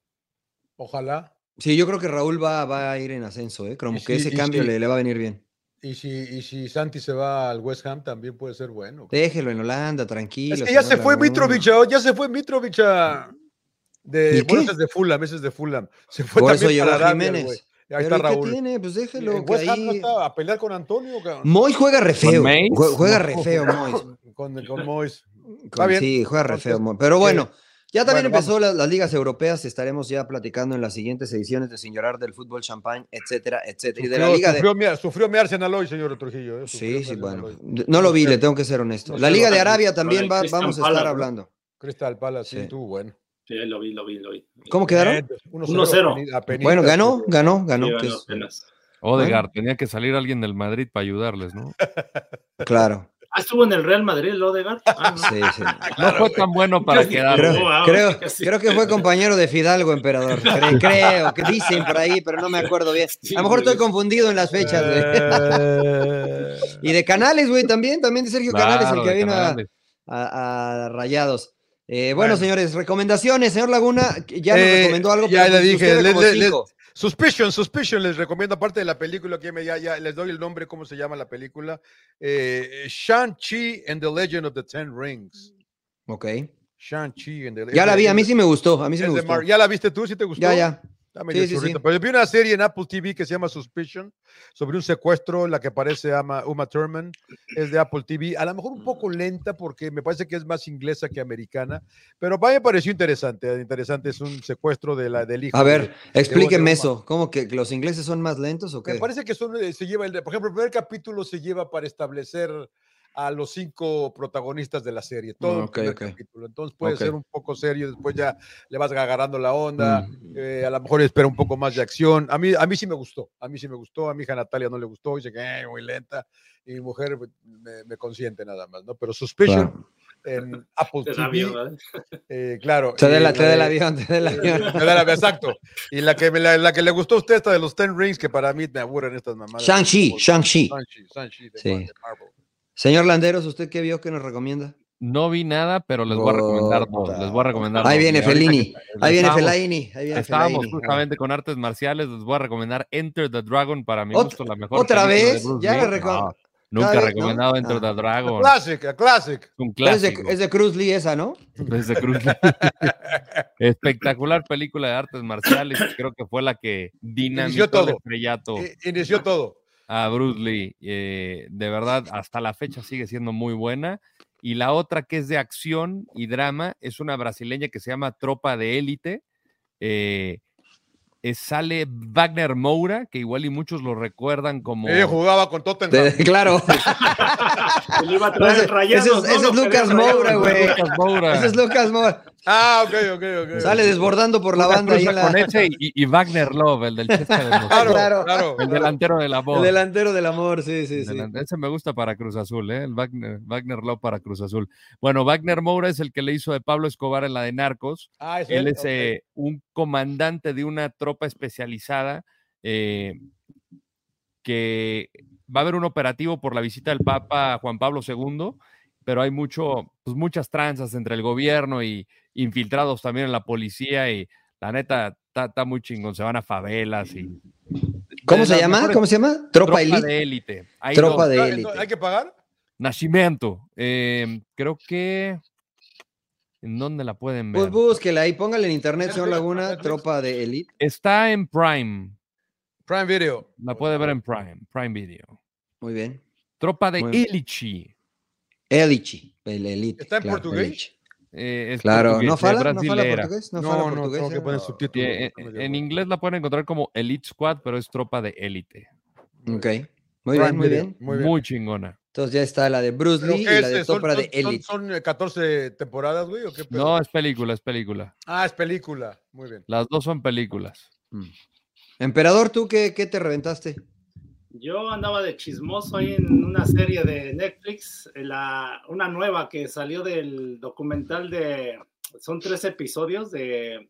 [SPEAKER 2] Ojalá.
[SPEAKER 4] Sí, yo creo que Raúl va, va a ir en ascenso, ¿eh? Como
[SPEAKER 2] Y
[SPEAKER 4] que
[SPEAKER 2] sí,
[SPEAKER 4] ese
[SPEAKER 2] y
[SPEAKER 4] cambio
[SPEAKER 2] sí.
[SPEAKER 4] le, le va a venir bien.
[SPEAKER 2] Y si, y si Santi se va al West Ham también puede ser bueno.
[SPEAKER 4] Déjelo en Holanda, tranquilo.
[SPEAKER 2] Es que ya se
[SPEAKER 4] mueve
[SPEAKER 2] fue
[SPEAKER 4] la luna.
[SPEAKER 2] Mitrovic, ah, ya se fue Mitrovic a-
[SPEAKER 4] ¿Y
[SPEAKER 2] de
[SPEAKER 4] qué?
[SPEAKER 2] bueno, ese es de Fulham, ese es de Fulham. Se fue
[SPEAKER 4] Por eso
[SPEAKER 2] también
[SPEAKER 4] llegó
[SPEAKER 2] para Arabia,
[SPEAKER 4] Jiménez.
[SPEAKER 2] güey. Ahí
[SPEAKER 4] Pero
[SPEAKER 2] está
[SPEAKER 4] ¿y qué
[SPEAKER 2] Raúl.
[SPEAKER 4] tiene? Pues déjelo.
[SPEAKER 2] En
[SPEAKER 4] Que
[SPEAKER 2] West Ham no
[SPEAKER 4] ahí...
[SPEAKER 2] está a pelear con Antonio, cabrón.
[SPEAKER 4] Moy juega re feo.
[SPEAKER 3] Mace?
[SPEAKER 4] Jue- Juega re feo, Moy.
[SPEAKER 2] Con, con Mois.
[SPEAKER 4] Con-
[SPEAKER 2] bien.
[SPEAKER 4] Sí, juega re
[SPEAKER 2] Entonces,
[SPEAKER 4] feo, Moy. Pero
[SPEAKER 2] sí.
[SPEAKER 4] bueno, ya también
[SPEAKER 2] Bueno,
[SPEAKER 4] empezó la- las ligas europeas. Estaremos ya platicando en las siguientes ediciones de Sin Llorar del Fútbol Champagne, etcétera, etcétera. Y de la
[SPEAKER 2] Sufrió-
[SPEAKER 4] liga de.
[SPEAKER 2] sufrió, mi, sufrió mi Arsenal hoy, señor Trujillo. eh, sufrió
[SPEAKER 4] Sí,
[SPEAKER 2] mi
[SPEAKER 4] sí,
[SPEAKER 2] Arsenal
[SPEAKER 4] bueno.
[SPEAKER 2] hoy.
[SPEAKER 4] De- No lo vi,
[SPEAKER 2] sé.
[SPEAKER 4] le tengo que ser honesto.
[SPEAKER 2] No
[SPEAKER 4] La
[SPEAKER 2] sé,
[SPEAKER 4] Liga
[SPEAKER 2] lo
[SPEAKER 4] de
[SPEAKER 2] que-
[SPEAKER 4] Arabia
[SPEAKER 1] lo
[SPEAKER 4] también
[SPEAKER 1] de
[SPEAKER 4] va-
[SPEAKER 1] Crystal
[SPEAKER 4] vamos a
[SPEAKER 1] Palace,
[SPEAKER 4] estar
[SPEAKER 1] ¿no?
[SPEAKER 4] hablando.
[SPEAKER 2] Crystal Palace, sí,
[SPEAKER 4] Sí.
[SPEAKER 2] estuvo bueno.
[SPEAKER 1] Sí, lo vi, lo vi, lo vi.
[SPEAKER 4] ¿Cómo quedaron?
[SPEAKER 1] 1-0.
[SPEAKER 4] Bueno, ganó, ganó, ganó.
[SPEAKER 1] Sí,
[SPEAKER 4] que
[SPEAKER 1] ganó
[SPEAKER 4] es-
[SPEAKER 1] apenas.
[SPEAKER 3] Odegaard, tenía que salir alguien del Madrid para ayudarles, ¿no?
[SPEAKER 4] Claro,
[SPEAKER 1] Ah, estuvo en el Real Madrid, el Odegaard. Ah, no.
[SPEAKER 4] sí, sí.
[SPEAKER 3] No fue tan bueno para quedar.
[SPEAKER 4] Creo,
[SPEAKER 3] güey.
[SPEAKER 1] ahora
[SPEAKER 4] creo-
[SPEAKER 1] casi.
[SPEAKER 4] creo que fue compañero de Fidalgo, emperador. Cre- creo, que dicen por ahí, pero no me acuerdo bien.
[SPEAKER 1] Sí,
[SPEAKER 4] A lo mejor
[SPEAKER 1] güey.
[SPEAKER 4] estoy confundido en las
[SPEAKER 2] Eh,
[SPEAKER 4] fechas, güey. Y de Canales, güey, también, también de Sergio Canales, el
[SPEAKER 3] Claro,
[SPEAKER 4] que
[SPEAKER 3] de
[SPEAKER 4] vino a,
[SPEAKER 3] Canales.
[SPEAKER 4] a- a Rayados. Eh, bueno, señores, recomendaciones. Señor Laguna, que ya nos
[SPEAKER 2] Eh,
[SPEAKER 4] recomendó algo.
[SPEAKER 2] ya
[SPEAKER 4] pero
[SPEAKER 2] le
[SPEAKER 4] nos
[SPEAKER 2] dije,
[SPEAKER 4] sugiere
[SPEAKER 2] le-
[SPEAKER 4] como
[SPEAKER 2] le- le-
[SPEAKER 4] cinco.
[SPEAKER 2] Suspicion, Suspicion, les recomiendo, aparte de la película que me, ya, ya les doy el nombre, cómo se llama la película. Eh, Shang-Chi and the Legend of the Ten Rings.
[SPEAKER 4] Ok.
[SPEAKER 2] Shang-Chi and the
[SPEAKER 4] Ya la vi, a mí
[SPEAKER 2] es
[SPEAKER 4] sí me gustó. A mí
[SPEAKER 2] de-
[SPEAKER 4] sí me
[SPEAKER 2] es de
[SPEAKER 4] gustó.
[SPEAKER 2] Mar- ¿Ya la viste tú? ¿Sí te gustó?
[SPEAKER 4] Ya, ya.
[SPEAKER 2] Está medio
[SPEAKER 4] Sí, sí, sí.
[SPEAKER 2] churrita, Pero vi una serie en Apple TV que se llama Suspicion sobre un secuestro, la que aparece Ama- Uma Thurman, es de Apple TV, a lo mejor un
[SPEAKER 4] Mm.
[SPEAKER 2] poco lenta porque me parece que es más inglesa que americana, pero a mí me pareció interesante, eh, interesante, es un secuestro de la, del hijo.
[SPEAKER 4] A
[SPEAKER 2] de-
[SPEAKER 4] ver,
[SPEAKER 2] Uma.
[SPEAKER 4] explíquenme eso. ¿Cómo que los ingleses son más lentos o qué?
[SPEAKER 2] Me parece que son, eh, se lleva, el, de- por ejemplo, el primer capítulo se lleva para establecer a los cinco protagonistas de la serie, todo el
[SPEAKER 4] ok,
[SPEAKER 2] primer
[SPEAKER 4] ok.
[SPEAKER 2] capítulo. Entonces puede
[SPEAKER 4] Ok.
[SPEAKER 2] ser un poco serio, después ya le vas agarrando la onda,
[SPEAKER 4] Mm.
[SPEAKER 2] eh, a lo mejor espera un poco más de acción. A mí, a mí sí me gustó, a mí sí me gustó, a mi hija Natalia no le gustó, dice que "Eh, muy lenta, y mi mujer pues, me, me consiente nada más, ¿no? Pero Suspicion
[SPEAKER 4] Claro.
[SPEAKER 2] en Apple
[SPEAKER 1] Te
[SPEAKER 2] TV,
[SPEAKER 1] da miedo, ¿verdad?
[SPEAKER 2] eh, claro.
[SPEAKER 4] Te da
[SPEAKER 2] eh,
[SPEAKER 4] la- te da el
[SPEAKER 2] eh,
[SPEAKER 4] avión, te da el avión.
[SPEAKER 2] me da la- Exacto. Y la que, me- la, la que le gustó a usted, esta de los Ten Rings, que para mí me aburren estas mamadas.
[SPEAKER 4] Shang-Chi, Shang-Chi.
[SPEAKER 2] Shang-Chi, Shang-Chi de
[SPEAKER 4] Sí.
[SPEAKER 2] Mar- de Marvel.
[SPEAKER 4] Señor Landeros, ¿usted qué vio que nos recomienda?
[SPEAKER 3] No vi nada, pero les voy a recomendar dos.
[SPEAKER 4] Puta.
[SPEAKER 3] Les voy a recomendar
[SPEAKER 4] Ahí
[SPEAKER 3] dos.
[SPEAKER 4] viene
[SPEAKER 3] Y ahorita
[SPEAKER 4] Fellini,
[SPEAKER 3] que-
[SPEAKER 4] ahí viene
[SPEAKER 3] estábamos-
[SPEAKER 4] Fellaini, ahí viene
[SPEAKER 3] Estábamos
[SPEAKER 4] Fellaini.
[SPEAKER 3] justamente con artes marciales. Les voy a recomendar Enter the Dragon para mi
[SPEAKER 4] Ot-
[SPEAKER 3] gusto, la mejor.
[SPEAKER 4] ¿Otra
[SPEAKER 3] película de
[SPEAKER 4] vez?
[SPEAKER 3] Bruce
[SPEAKER 4] Ya la
[SPEAKER 3] Lee.
[SPEAKER 4] reco-
[SPEAKER 3] No, Nunca
[SPEAKER 4] Cada vez,
[SPEAKER 3] recomendado
[SPEAKER 4] ¿no?
[SPEAKER 3] Enter the Dragon.
[SPEAKER 2] Classic, a classic.
[SPEAKER 3] Un
[SPEAKER 4] Pero Es de,
[SPEAKER 3] clásico.
[SPEAKER 4] es de Cruz Lee esa, ¿no?
[SPEAKER 3] Desde Cruz Lee. Espectacular película de artes marciales. que Creo que fue la que
[SPEAKER 2] Inició
[SPEAKER 3] dinamizó
[SPEAKER 2] todo.
[SPEAKER 3] el estrellato
[SPEAKER 4] Eh,
[SPEAKER 2] I- Inició todo.
[SPEAKER 3] a Bruce Lee. Eh, de verdad, hasta la fecha sigue siendo muy buena. Y la otra que es de acción y drama es una brasileña que se llama Tropa de Élite. Eh, eh, sale Wagner Moura, que igual y muchos lo recuerdan como.
[SPEAKER 2] Ella jugaba con Tottenham.
[SPEAKER 4] claro.
[SPEAKER 1] Que le iba a traer
[SPEAKER 4] Ese-
[SPEAKER 1] rayados,
[SPEAKER 4] ese es-
[SPEAKER 1] ¿no?
[SPEAKER 4] ese es
[SPEAKER 1] Lo que
[SPEAKER 4] Lucas
[SPEAKER 1] había rayado,
[SPEAKER 4] Moura, güey.
[SPEAKER 3] Lucas Moura.
[SPEAKER 4] Ese es Lucas Mora.
[SPEAKER 2] Ah, ok, ok, ok.
[SPEAKER 4] Sale desbordando por la
[SPEAKER 3] Una
[SPEAKER 4] banda ahí
[SPEAKER 3] cruza
[SPEAKER 4] en la-
[SPEAKER 3] con ese y, y Wagner Love, el del Chesca de Moscú,
[SPEAKER 2] Claro,
[SPEAKER 4] Claro.
[SPEAKER 2] claro.
[SPEAKER 3] el delantero de la voz.
[SPEAKER 4] el delantero del amor, sí, sí, sí.
[SPEAKER 3] Delan- Ese me gusta para Cruz Azul, ¿eh? el Wagner, Wagner Love para Cruz Azul. Bueno, Wagner Moura es el que le hizo de Pablo Escobar en la de Narcos.
[SPEAKER 2] Ah, es
[SPEAKER 3] Él es
[SPEAKER 2] ok.
[SPEAKER 3] eh, un comandante de una tropa especializada eh, que va a haber un operativo por la visita del Papa Juan Pablo II, pero hay mucho, pues muchas tranzas entre el gobierno y infiltrados también en la policía y la neta está está muy chingón, se van a favelas y
[SPEAKER 4] ¿Cómo
[SPEAKER 3] de
[SPEAKER 4] se
[SPEAKER 3] las
[SPEAKER 4] llama?
[SPEAKER 3] mejores-
[SPEAKER 4] ¿Cómo se llama? Tropa Elite.
[SPEAKER 3] de élite. Hay
[SPEAKER 4] Tropa
[SPEAKER 3] dos.
[SPEAKER 4] de
[SPEAKER 2] Ah,
[SPEAKER 4] élite.
[SPEAKER 2] entonces, ¿Hay que pagar?
[SPEAKER 3] Nacimiento. eh, creo que ¿en dónde la pueden ver?
[SPEAKER 4] Pues búsquela ahí, póngala en internet, señor
[SPEAKER 2] Netflix,
[SPEAKER 4] Laguna,
[SPEAKER 2] Netflix.
[SPEAKER 4] Tropa de Elite.
[SPEAKER 3] Está en Prime.
[SPEAKER 2] Prime Video.
[SPEAKER 3] La puede ver en Prime, Prime Video.
[SPEAKER 4] Muy bien.
[SPEAKER 3] Tropa de
[SPEAKER 4] Muy bien.
[SPEAKER 3] Illichi.
[SPEAKER 4] Elichi, el Elite.
[SPEAKER 2] ¿Está en
[SPEAKER 4] claro,
[SPEAKER 2] portugués?
[SPEAKER 4] Elite.
[SPEAKER 3] Eh, es
[SPEAKER 4] Claro,
[SPEAKER 3] portuguesa,
[SPEAKER 4] ¿no fala? ¿No fala
[SPEAKER 3] brasilera.
[SPEAKER 4] portugués? ¿No, fala portugués?
[SPEAKER 2] tengo que
[SPEAKER 4] señor?
[SPEAKER 2] poner
[SPEAKER 3] Sí,
[SPEAKER 2] subtítulos.
[SPEAKER 3] eh,
[SPEAKER 2] No me
[SPEAKER 3] en,
[SPEAKER 2] dio cuenta.
[SPEAKER 3] inglés la pueden encontrar como Elite Squad, pero es tropa de élite.
[SPEAKER 4] Ok. Muy bien, muy bien.
[SPEAKER 3] Muy, chingona.
[SPEAKER 4] Entonces ya está la de Bruce
[SPEAKER 2] ¿Pero
[SPEAKER 4] Lee y
[SPEAKER 2] qué
[SPEAKER 4] la
[SPEAKER 2] es?
[SPEAKER 4] de
[SPEAKER 2] ¿Son-
[SPEAKER 4] Tropa de
[SPEAKER 2] son- son-
[SPEAKER 4] Elite.
[SPEAKER 2] ¿Son eh, 14 temporadas, güey? ¿O qué pedo?
[SPEAKER 3] No, es película, es película.
[SPEAKER 2] Ah, es película. Muy bien.
[SPEAKER 3] Las dos son películas.
[SPEAKER 4] Emperador, ¿tú qué, qué te reventaste?
[SPEAKER 1] Yo andaba de chismoso ahí en una serie de Netflix, en la, una nueva que salió del documental de, son tres episodios de,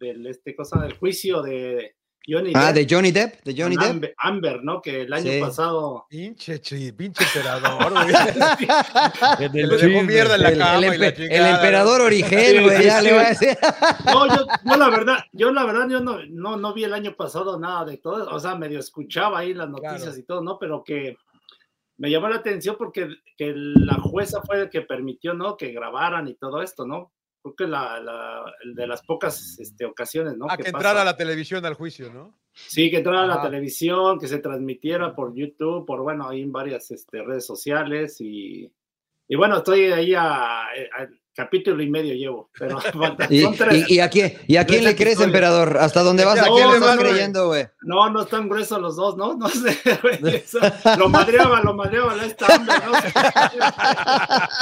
[SPEAKER 1] del este cosa del juicio de Johnny
[SPEAKER 4] Ah,
[SPEAKER 1] Depp
[SPEAKER 4] de Johnny Depp, de Johnny
[SPEAKER 1] con
[SPEAKER 4] Depp.
[SPEAKER 1] Amber, Amber, ¿no? Que el año
[SPEAKER 4] Sí.
[SPEAKER 1] pasado
[SPEAKER 2] Pinche, chi- pinche emperador, güey.
[SPEAKER 3] El
[SPEAKER 2] Le dejó mierda en la
[SPEAKER 4] El,
[SPEAKER 2] cama
[SPEAKER 4] el
[SPEAKER 2] y la
[SPEAKER 4] empe- el
[SPEAKER 2] chingada.
[SPEAKER 4] emperador
[SPEAKER 1] Sí,
[SPEAKER 4] Origel, güey,
[SPEAKER 1] sí,
[SPEAKER 4] ya
[SPEAKER 1] sí.
[SPEAKER 4] le va a decir.
[SPEAKER 1] No, yo, yo la verdad, yo la verdad, yo no, no, no vi el año pasado nada de todo, o sea, medio escuchaba ahí las noticias
[SPEAKER 2] Claro.
[SPEAKER 1] y todo, ¿no? Pero que me llamó la atención porque que la jueza fue el que permitió, ¿no? Que grabaran y todo esto, ¿no? Creo que la, la- de las pocas este, ocasiones, ¿no?
[SPEAKER 2] A Ah, que entrara a la televisión al juicio, ¿no?
[SPEAKER 1] Sí, que entrara a la
[SPEAKER 2] Ajá.
[SPEAKER 1] televisión, que se transmitiera por YouTube, por, bueno, ahí en varias este, redes sociales y, y bueno, estoy ahí a, a capítulo y medio llevo, pero falta-
[SPEAKER 4] ¿Y,
[SPEAKER 1] son tres.
[SPEAKER 4] y- y a quién, y a quién le
[SPEAKER 1] tres
[SPEAKER 4] crees,
[SPEAKER 1] episodios.
[SPEAKER 4] emperador? ¿Hasta dónde vas?
[SPEAKER 2] ¿A
[SPEAKER 4] ¿A
[SPEAKER 1] quién
[SPEAKER 4] quién
[SPEAKER 1] le
[SPEAKER 4] le estás
[SPEAKER 2] vas, güey?
[SPEAKER 4] creyendo, güey?
[SPEAKER 1] No, no están gruesos los dos, ¿no? No sé. güey, eso. Lo madreaba, lo madreaba la esta onda, ¿no?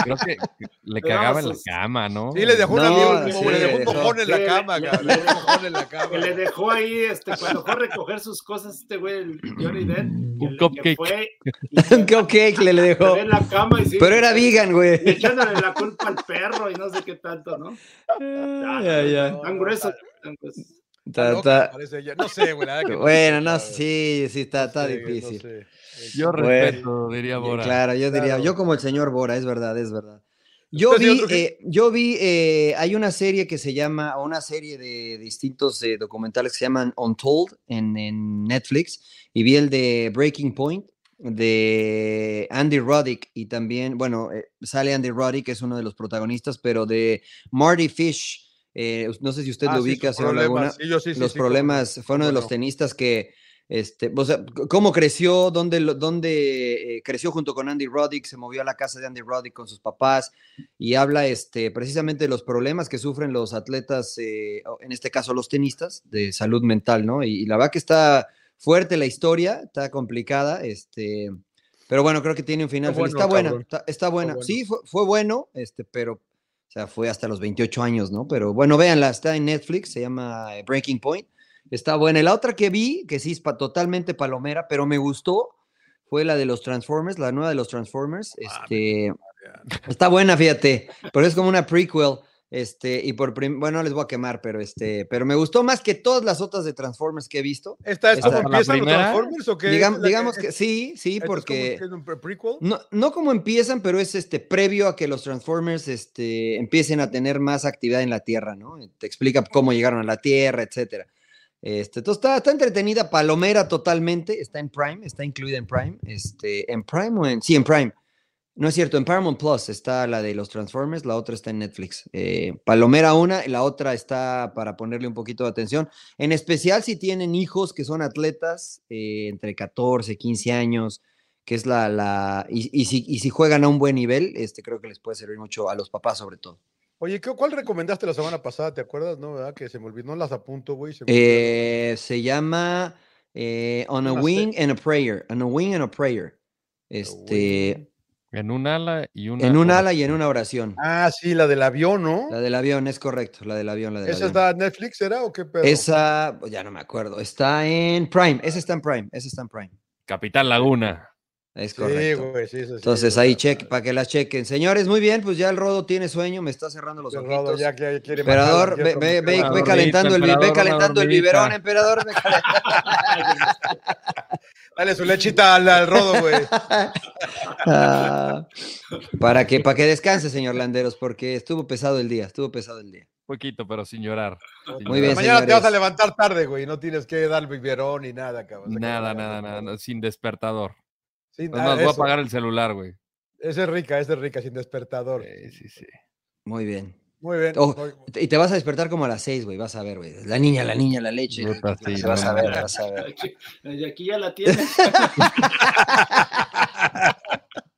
[SPEAKER 3] Creo que le
[SPEAKER 1] Pero
[SPEAKER 3] cagaba
[SPEAKER 1] vamos,
[SPEAKER 3] en la
[SPEAKER 1] sus-
[SPEAKER 3] cama, ¿no?
[SPEAKER 2] Sí, le dejó una
[SPEAKER 4] No,
[SPEAKER 2] mierda, como
[SPEAKER 4] sí,
[SPEAKER 2] le dejó un
[SPEAKER 4] dejó-
[SPEAKER 2] mojón en
[SPEAKER 1] sí,
[SPEAKER 2] la
[SPEAKER 1] le-
[SPEAKER 2] cama,
[SPEAKER 1] le-
[SPEAKER 2] cabrón. Le dejó un mojón en la cama.
[SPEAKER 1] Que le dejó ahí, este, cuando fue a recoger sus cosas, este güey, el Johnny Depp. que
[SPEAKER 3] Un
[SPEAKER 1] le-
[SPEAKER 3] cupcake.
[SPEAKER 1] Que fue
[SPEAKER 4] Un cupcake le, le dejó.
[SPEAKER 1] en la cama y sí.
[SPEAKER 4] Pero era vegan, güey.
[SPEAKER 1] y Echándole la culpa al perro y no sé qué tanto, ¿no? Ah,
[SPEAKER 4] Ya, ya.
[SPEAKER 2] no,
[SPEAKER 1] Tan
[SPEAKER 2] no,
[SPEAKER 1] grueso. tan grueso.
[SPEAKER 2] Está
[SPEAKER 4] Ta-
[SPEAKER 2] loca,
[SPEAKER 4] ta-
[SPEAKER 2] parece ella. No sé, güey. la verdad que
[SPEAKER 4] Bueno,
[SPEAKER 2] sé,
[SPEAKER 4] no,
[SPEAKER 2] cabrón.
[SPEAKER 4] sí, sí, está, está
[SPEAKER 2] Sí, güey,
[SPEAKER 4] difícil.
[SPEAKER 2] no sé.
[SPEAKER 3] Yo
[SPEAKER 4] Bueno.
[SPEAKER 3] respeto, diría Bora.
[SPEAKER 4] Pues, Claro, yo diría,
[SPEAKER 2] Claro.
[SPEAKER 4] yo como el señor Bora, es verdad, es verdad. Yo
[SPEAKER 2] ¿Usted,
[SPEAKER 4] vi,
[SPEAKER 2] señor Trujillo?
[SPEAKER 4] eh, yo vi, eh, hay una serie que se llama, o una serie de distintos eh, documentales que se llaman Untold en, en Netflix, y vi el de Breaking Point de Andy Roddick, y también, bueno, eh, sale Andy Roddick, que es uno de los protagonistas, pero de Marty Fish, eh, no sé si usted
[SPEAKER 2] Ah,
[SPEAKER 4] lo
[SPEAKER 2] sí,
[SPEAKER 4] ubica,
[SPEAKER 2] sus
[SPEAKER 4] señor
[SPEAKER 2] problemas.
[SPEAKER 4] Laguna
[SPEAKER 2] Sí, yo sí, sí,
[SPEAKER 4] los
[SPEAKER 2] sí, cómo no.
[SPEAKER 4] problemas. Fue uno de
[SPEAKER 2] cómo
[SPEAKER 4] los
[SPEAKER 2] no.
[SPEAKER 4] tenistas que, este, o sea, c- cómo creció, dónde, lo- dónde eh, creció junto con Andy Roddick, se movió a la casa de Andy Roddick con sus papás y habla este, precisamente de los problemas que sufren los atletas, eh, o en este caso los tenistas, de salud mental, ¿no? Y, y la verdad que está fuerte la historia, está complicada, este, pero bueno, creo que tiene un final.
[SPEAKER 2] Está
[SPEAKER 4] feliz.
[SPEAKER 2] bueno,
[SPEAKER 4] está, buena,
[SPEAKER 2] cabrón.
[SPEAKER 4] está, está buena,
[SPEAKER 2] bueno.
[SPEAKER 4] Sí, fue, fue bueno, este, pero, o sea, fue hasta los 28 años, ¿no? Pero bueno, véanla, está en Netflix, se llama eh, Breaking Point. Está buena. La otra que vi, que sí es pa- totalmente palomera, pero me gustó, fue la de los Transformers, la nueva de los Transformers.
[SPEAKER 2] Ah,
[SPEAKER 4] Este, está buena, fíjate, pero es como una prequel. Este, y por prim- bueno, no les voy a quemar, pero este, pero me gustó más que todas las otras de Transformers que he visto.
[SPEAKER 2] ¿Esta es
[SPEAKER 4] Esta-
[SPEAKER 2] como
[SPEAKER 4] ¿La
[SPEAKER 2] empiezan los
[SPEAKER 3] primera?
[SPEAKER 2] Transformers o qué?
[SPEAKER 4] Digam-
[SPEAKER 2] ¿Es la
[SPEAKER 4] digamos
[SPEAKER 2] es-
[SPEAKER 4] que sí, sí,
[SPEAKER 2] es como
[SPEAKER 4] porque.
[SPEAKER 2] que es un pre- prequel?
[SPEAKER 4] No, no como empiezan, pero es este previo a que los Transformers Eh, este, empiecen a tener más actividad en la Tierra, ¿no? Te explica cómo llegaron a la Tierra, etcétera. Este, entonces está, está entretenida, Palomera totalmente, está en Prime, está incluida en Prime, este, en Prime o en, sí, en Prime. No es cierto, en Paramount Plus está la de los Transformers, la otra está en Netflix. Eh, Palomera una, la otra está para ponerle un poquito de atención. En especial si tienen hijos que son atletas eh, entre 14, 15 años, que es la, la y, y, si, y si juegan a un buen nivel, este, creo que les puede servir mucho a los papás sobre todo.
[SPEAKER 2] Oye, ¿qué- ¿cuál recomendaste la semana pasada? ¿Te acuerdas? No, ¿verdad? Que se me olvidó, no las apunto, güey. se me olvidó.
[SPEAKER 4] Eh, se llama eh, On a
[SPEAKER 2] Una
[SPEAKER 4] Wing
[SPEAKER 2] serie.
[SPEAKER 4] and a Prayer. On a Wing and a Prayer. Este,
[SPEAKER 3] En un ala y una.
[SPEAKER 4] en un ala y en una oración.
[SPEAKER 2] Ah, sí, la del avión, ¿no?
[SPEAKER 4] La del avión, es correcto. La del avión, la del
[SPEAKER 2] ¿Esa
[SPEAKER 4] avión.
[SPEAKER 2] está en Netflix, era o qué pedo?
[SPEAKER 4] Esa, pues, ya no me acuerdo. Está en Prime. Esa está en Prime. Esa está en Prime.
[SPEAKER 3] Capital Laguna.
[SPEAKER 4] Es
[SPEAKER 2] Sí,
[SPEAKER 4] correcto.
[SPEAKER 2] güey, sí, esa sí,
[SPEAKER 4] Entonces
[SPEAKER 2] güey,
[SPEAKER 4] ahí
[SPEAKER 2] la-
[SPEAKER 4] cheque, para que las chequen. Señores, muy bien, pues ya el rodo tiene sueño, me está cerrando los
[SPEAKER 2] el Rodo
[SPEAKER 4] ojitos.
[SPEAKER 2] ya que- ya quiere
[SPEAKER 4] Emperador,
[SPEAKER 2] matarlo,
[SPEAKER 4] ve,
[SPEAKER 2] ya
[SPEAKER 4] ve-
[SPEAKER 2] como que
[SPEAKER 4] ve- ve
[SPEAKER 3] una
[SPEAKER 2] va.
[SPEAKER 3] dormidita,
[SPEAKER 4] calentando, el, vi- ve
[SPEAKER 3] emperador, una
[SPEAKER 4] calentando el
[SPEAKER 3] dormidita.
[SPEAKER 4] biberón, emperador. ve cal-
[SPEAKER 2] Dale su lechita al, al rodo, güey.
[SPEAKER 4] Ah, para, que, para que descanse, señor Landeros, porque estuvo pesado el día, estuvo pesado el día.
[SPEAKER 3] Poquito, pero sin llorar. sin llorar.
[SPEAKER 4] Muy bien,
[SPEAKER 2] Mañana te vas a
[SPEAKER 4] señores.
[SPEAKER 2] levantar tarde, güey. No tienes que dar biberón ni nada,
[SPEAKER 4] Pues,
[SPEAKER 2] cabrón. O sea, que
[SPEAKER 3] Nada,
[SPEAKER 2] no
[SPEAKER 3] nada,
[SPEAKER 2] hagas
[SPEAKER 3] nada,
[SPEAKER 2] nada.
[SPEAKER 3] no, sin despertador.
[SPEAKER 2] Sin-
[SPEAKER 3] Nada
[SPEAKER 2] ah,
[SPEAKER 3] más voy a
[SPEAKER 2] eso.
[SPEAKER 3] apagar el celular, güey.
[SPEAKER 2] Esa es rica, esa es rica, sin despertador.
[SPEAKER 3] Sí, sí, sí.
[SPEAKER 4] Muy bien.
[SPEAKER 2] Muy bien.
[SPEAKER 4] Oh,
[SPEAKER 2] Muy-
[SPEAKER 4] Y te vas a despertar como a las seis, güey, vas a ver, güey. La niña, la niña, la leche.
[SPEAKER 3] Puta, sí,
[SPEAKER 4] Se vas a
[SPEAKER 3] no,
[SPEAKER 4] ver,
[SPEAKER 3] no.
[SPEAKER 4] vas a ver.
[SPEAKER 1] Aquí, y aquí ya la tienes.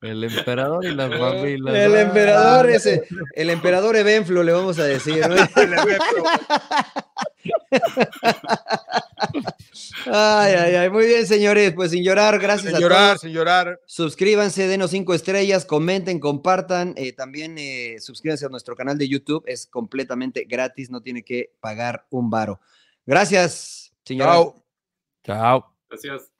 [SPEAKER 3] El emperador y las mamilas.
[SPEAKER 4] El em-
[SPEAKER 3] Ah,
[SPEAKER 4] emperador ese, el emperador Evenflo, le vamos a decir. güey. Ay, ay, ay. Muy bien, señores. Pues sin llorar, gracias
[SPEAKER 2] Sin
[SPEAKER 4] a
[SPEAKER 2] llorar,
[SPEAKER 4] todos.
[SPEAKER 2] sin llorar.
[SPEAKER 4] Suscríbanse, denos cinco estrellas, comenten, compartan. eh, también eh, suscríbanse a nuestro canal de YouTube. Es completamente gratis, no tiene que pagar un varo. Gracias, señor.
[SPEAKER 2] Chao.
[SPEAKER 3] Chao.
[SPEAKER 1] Gracias.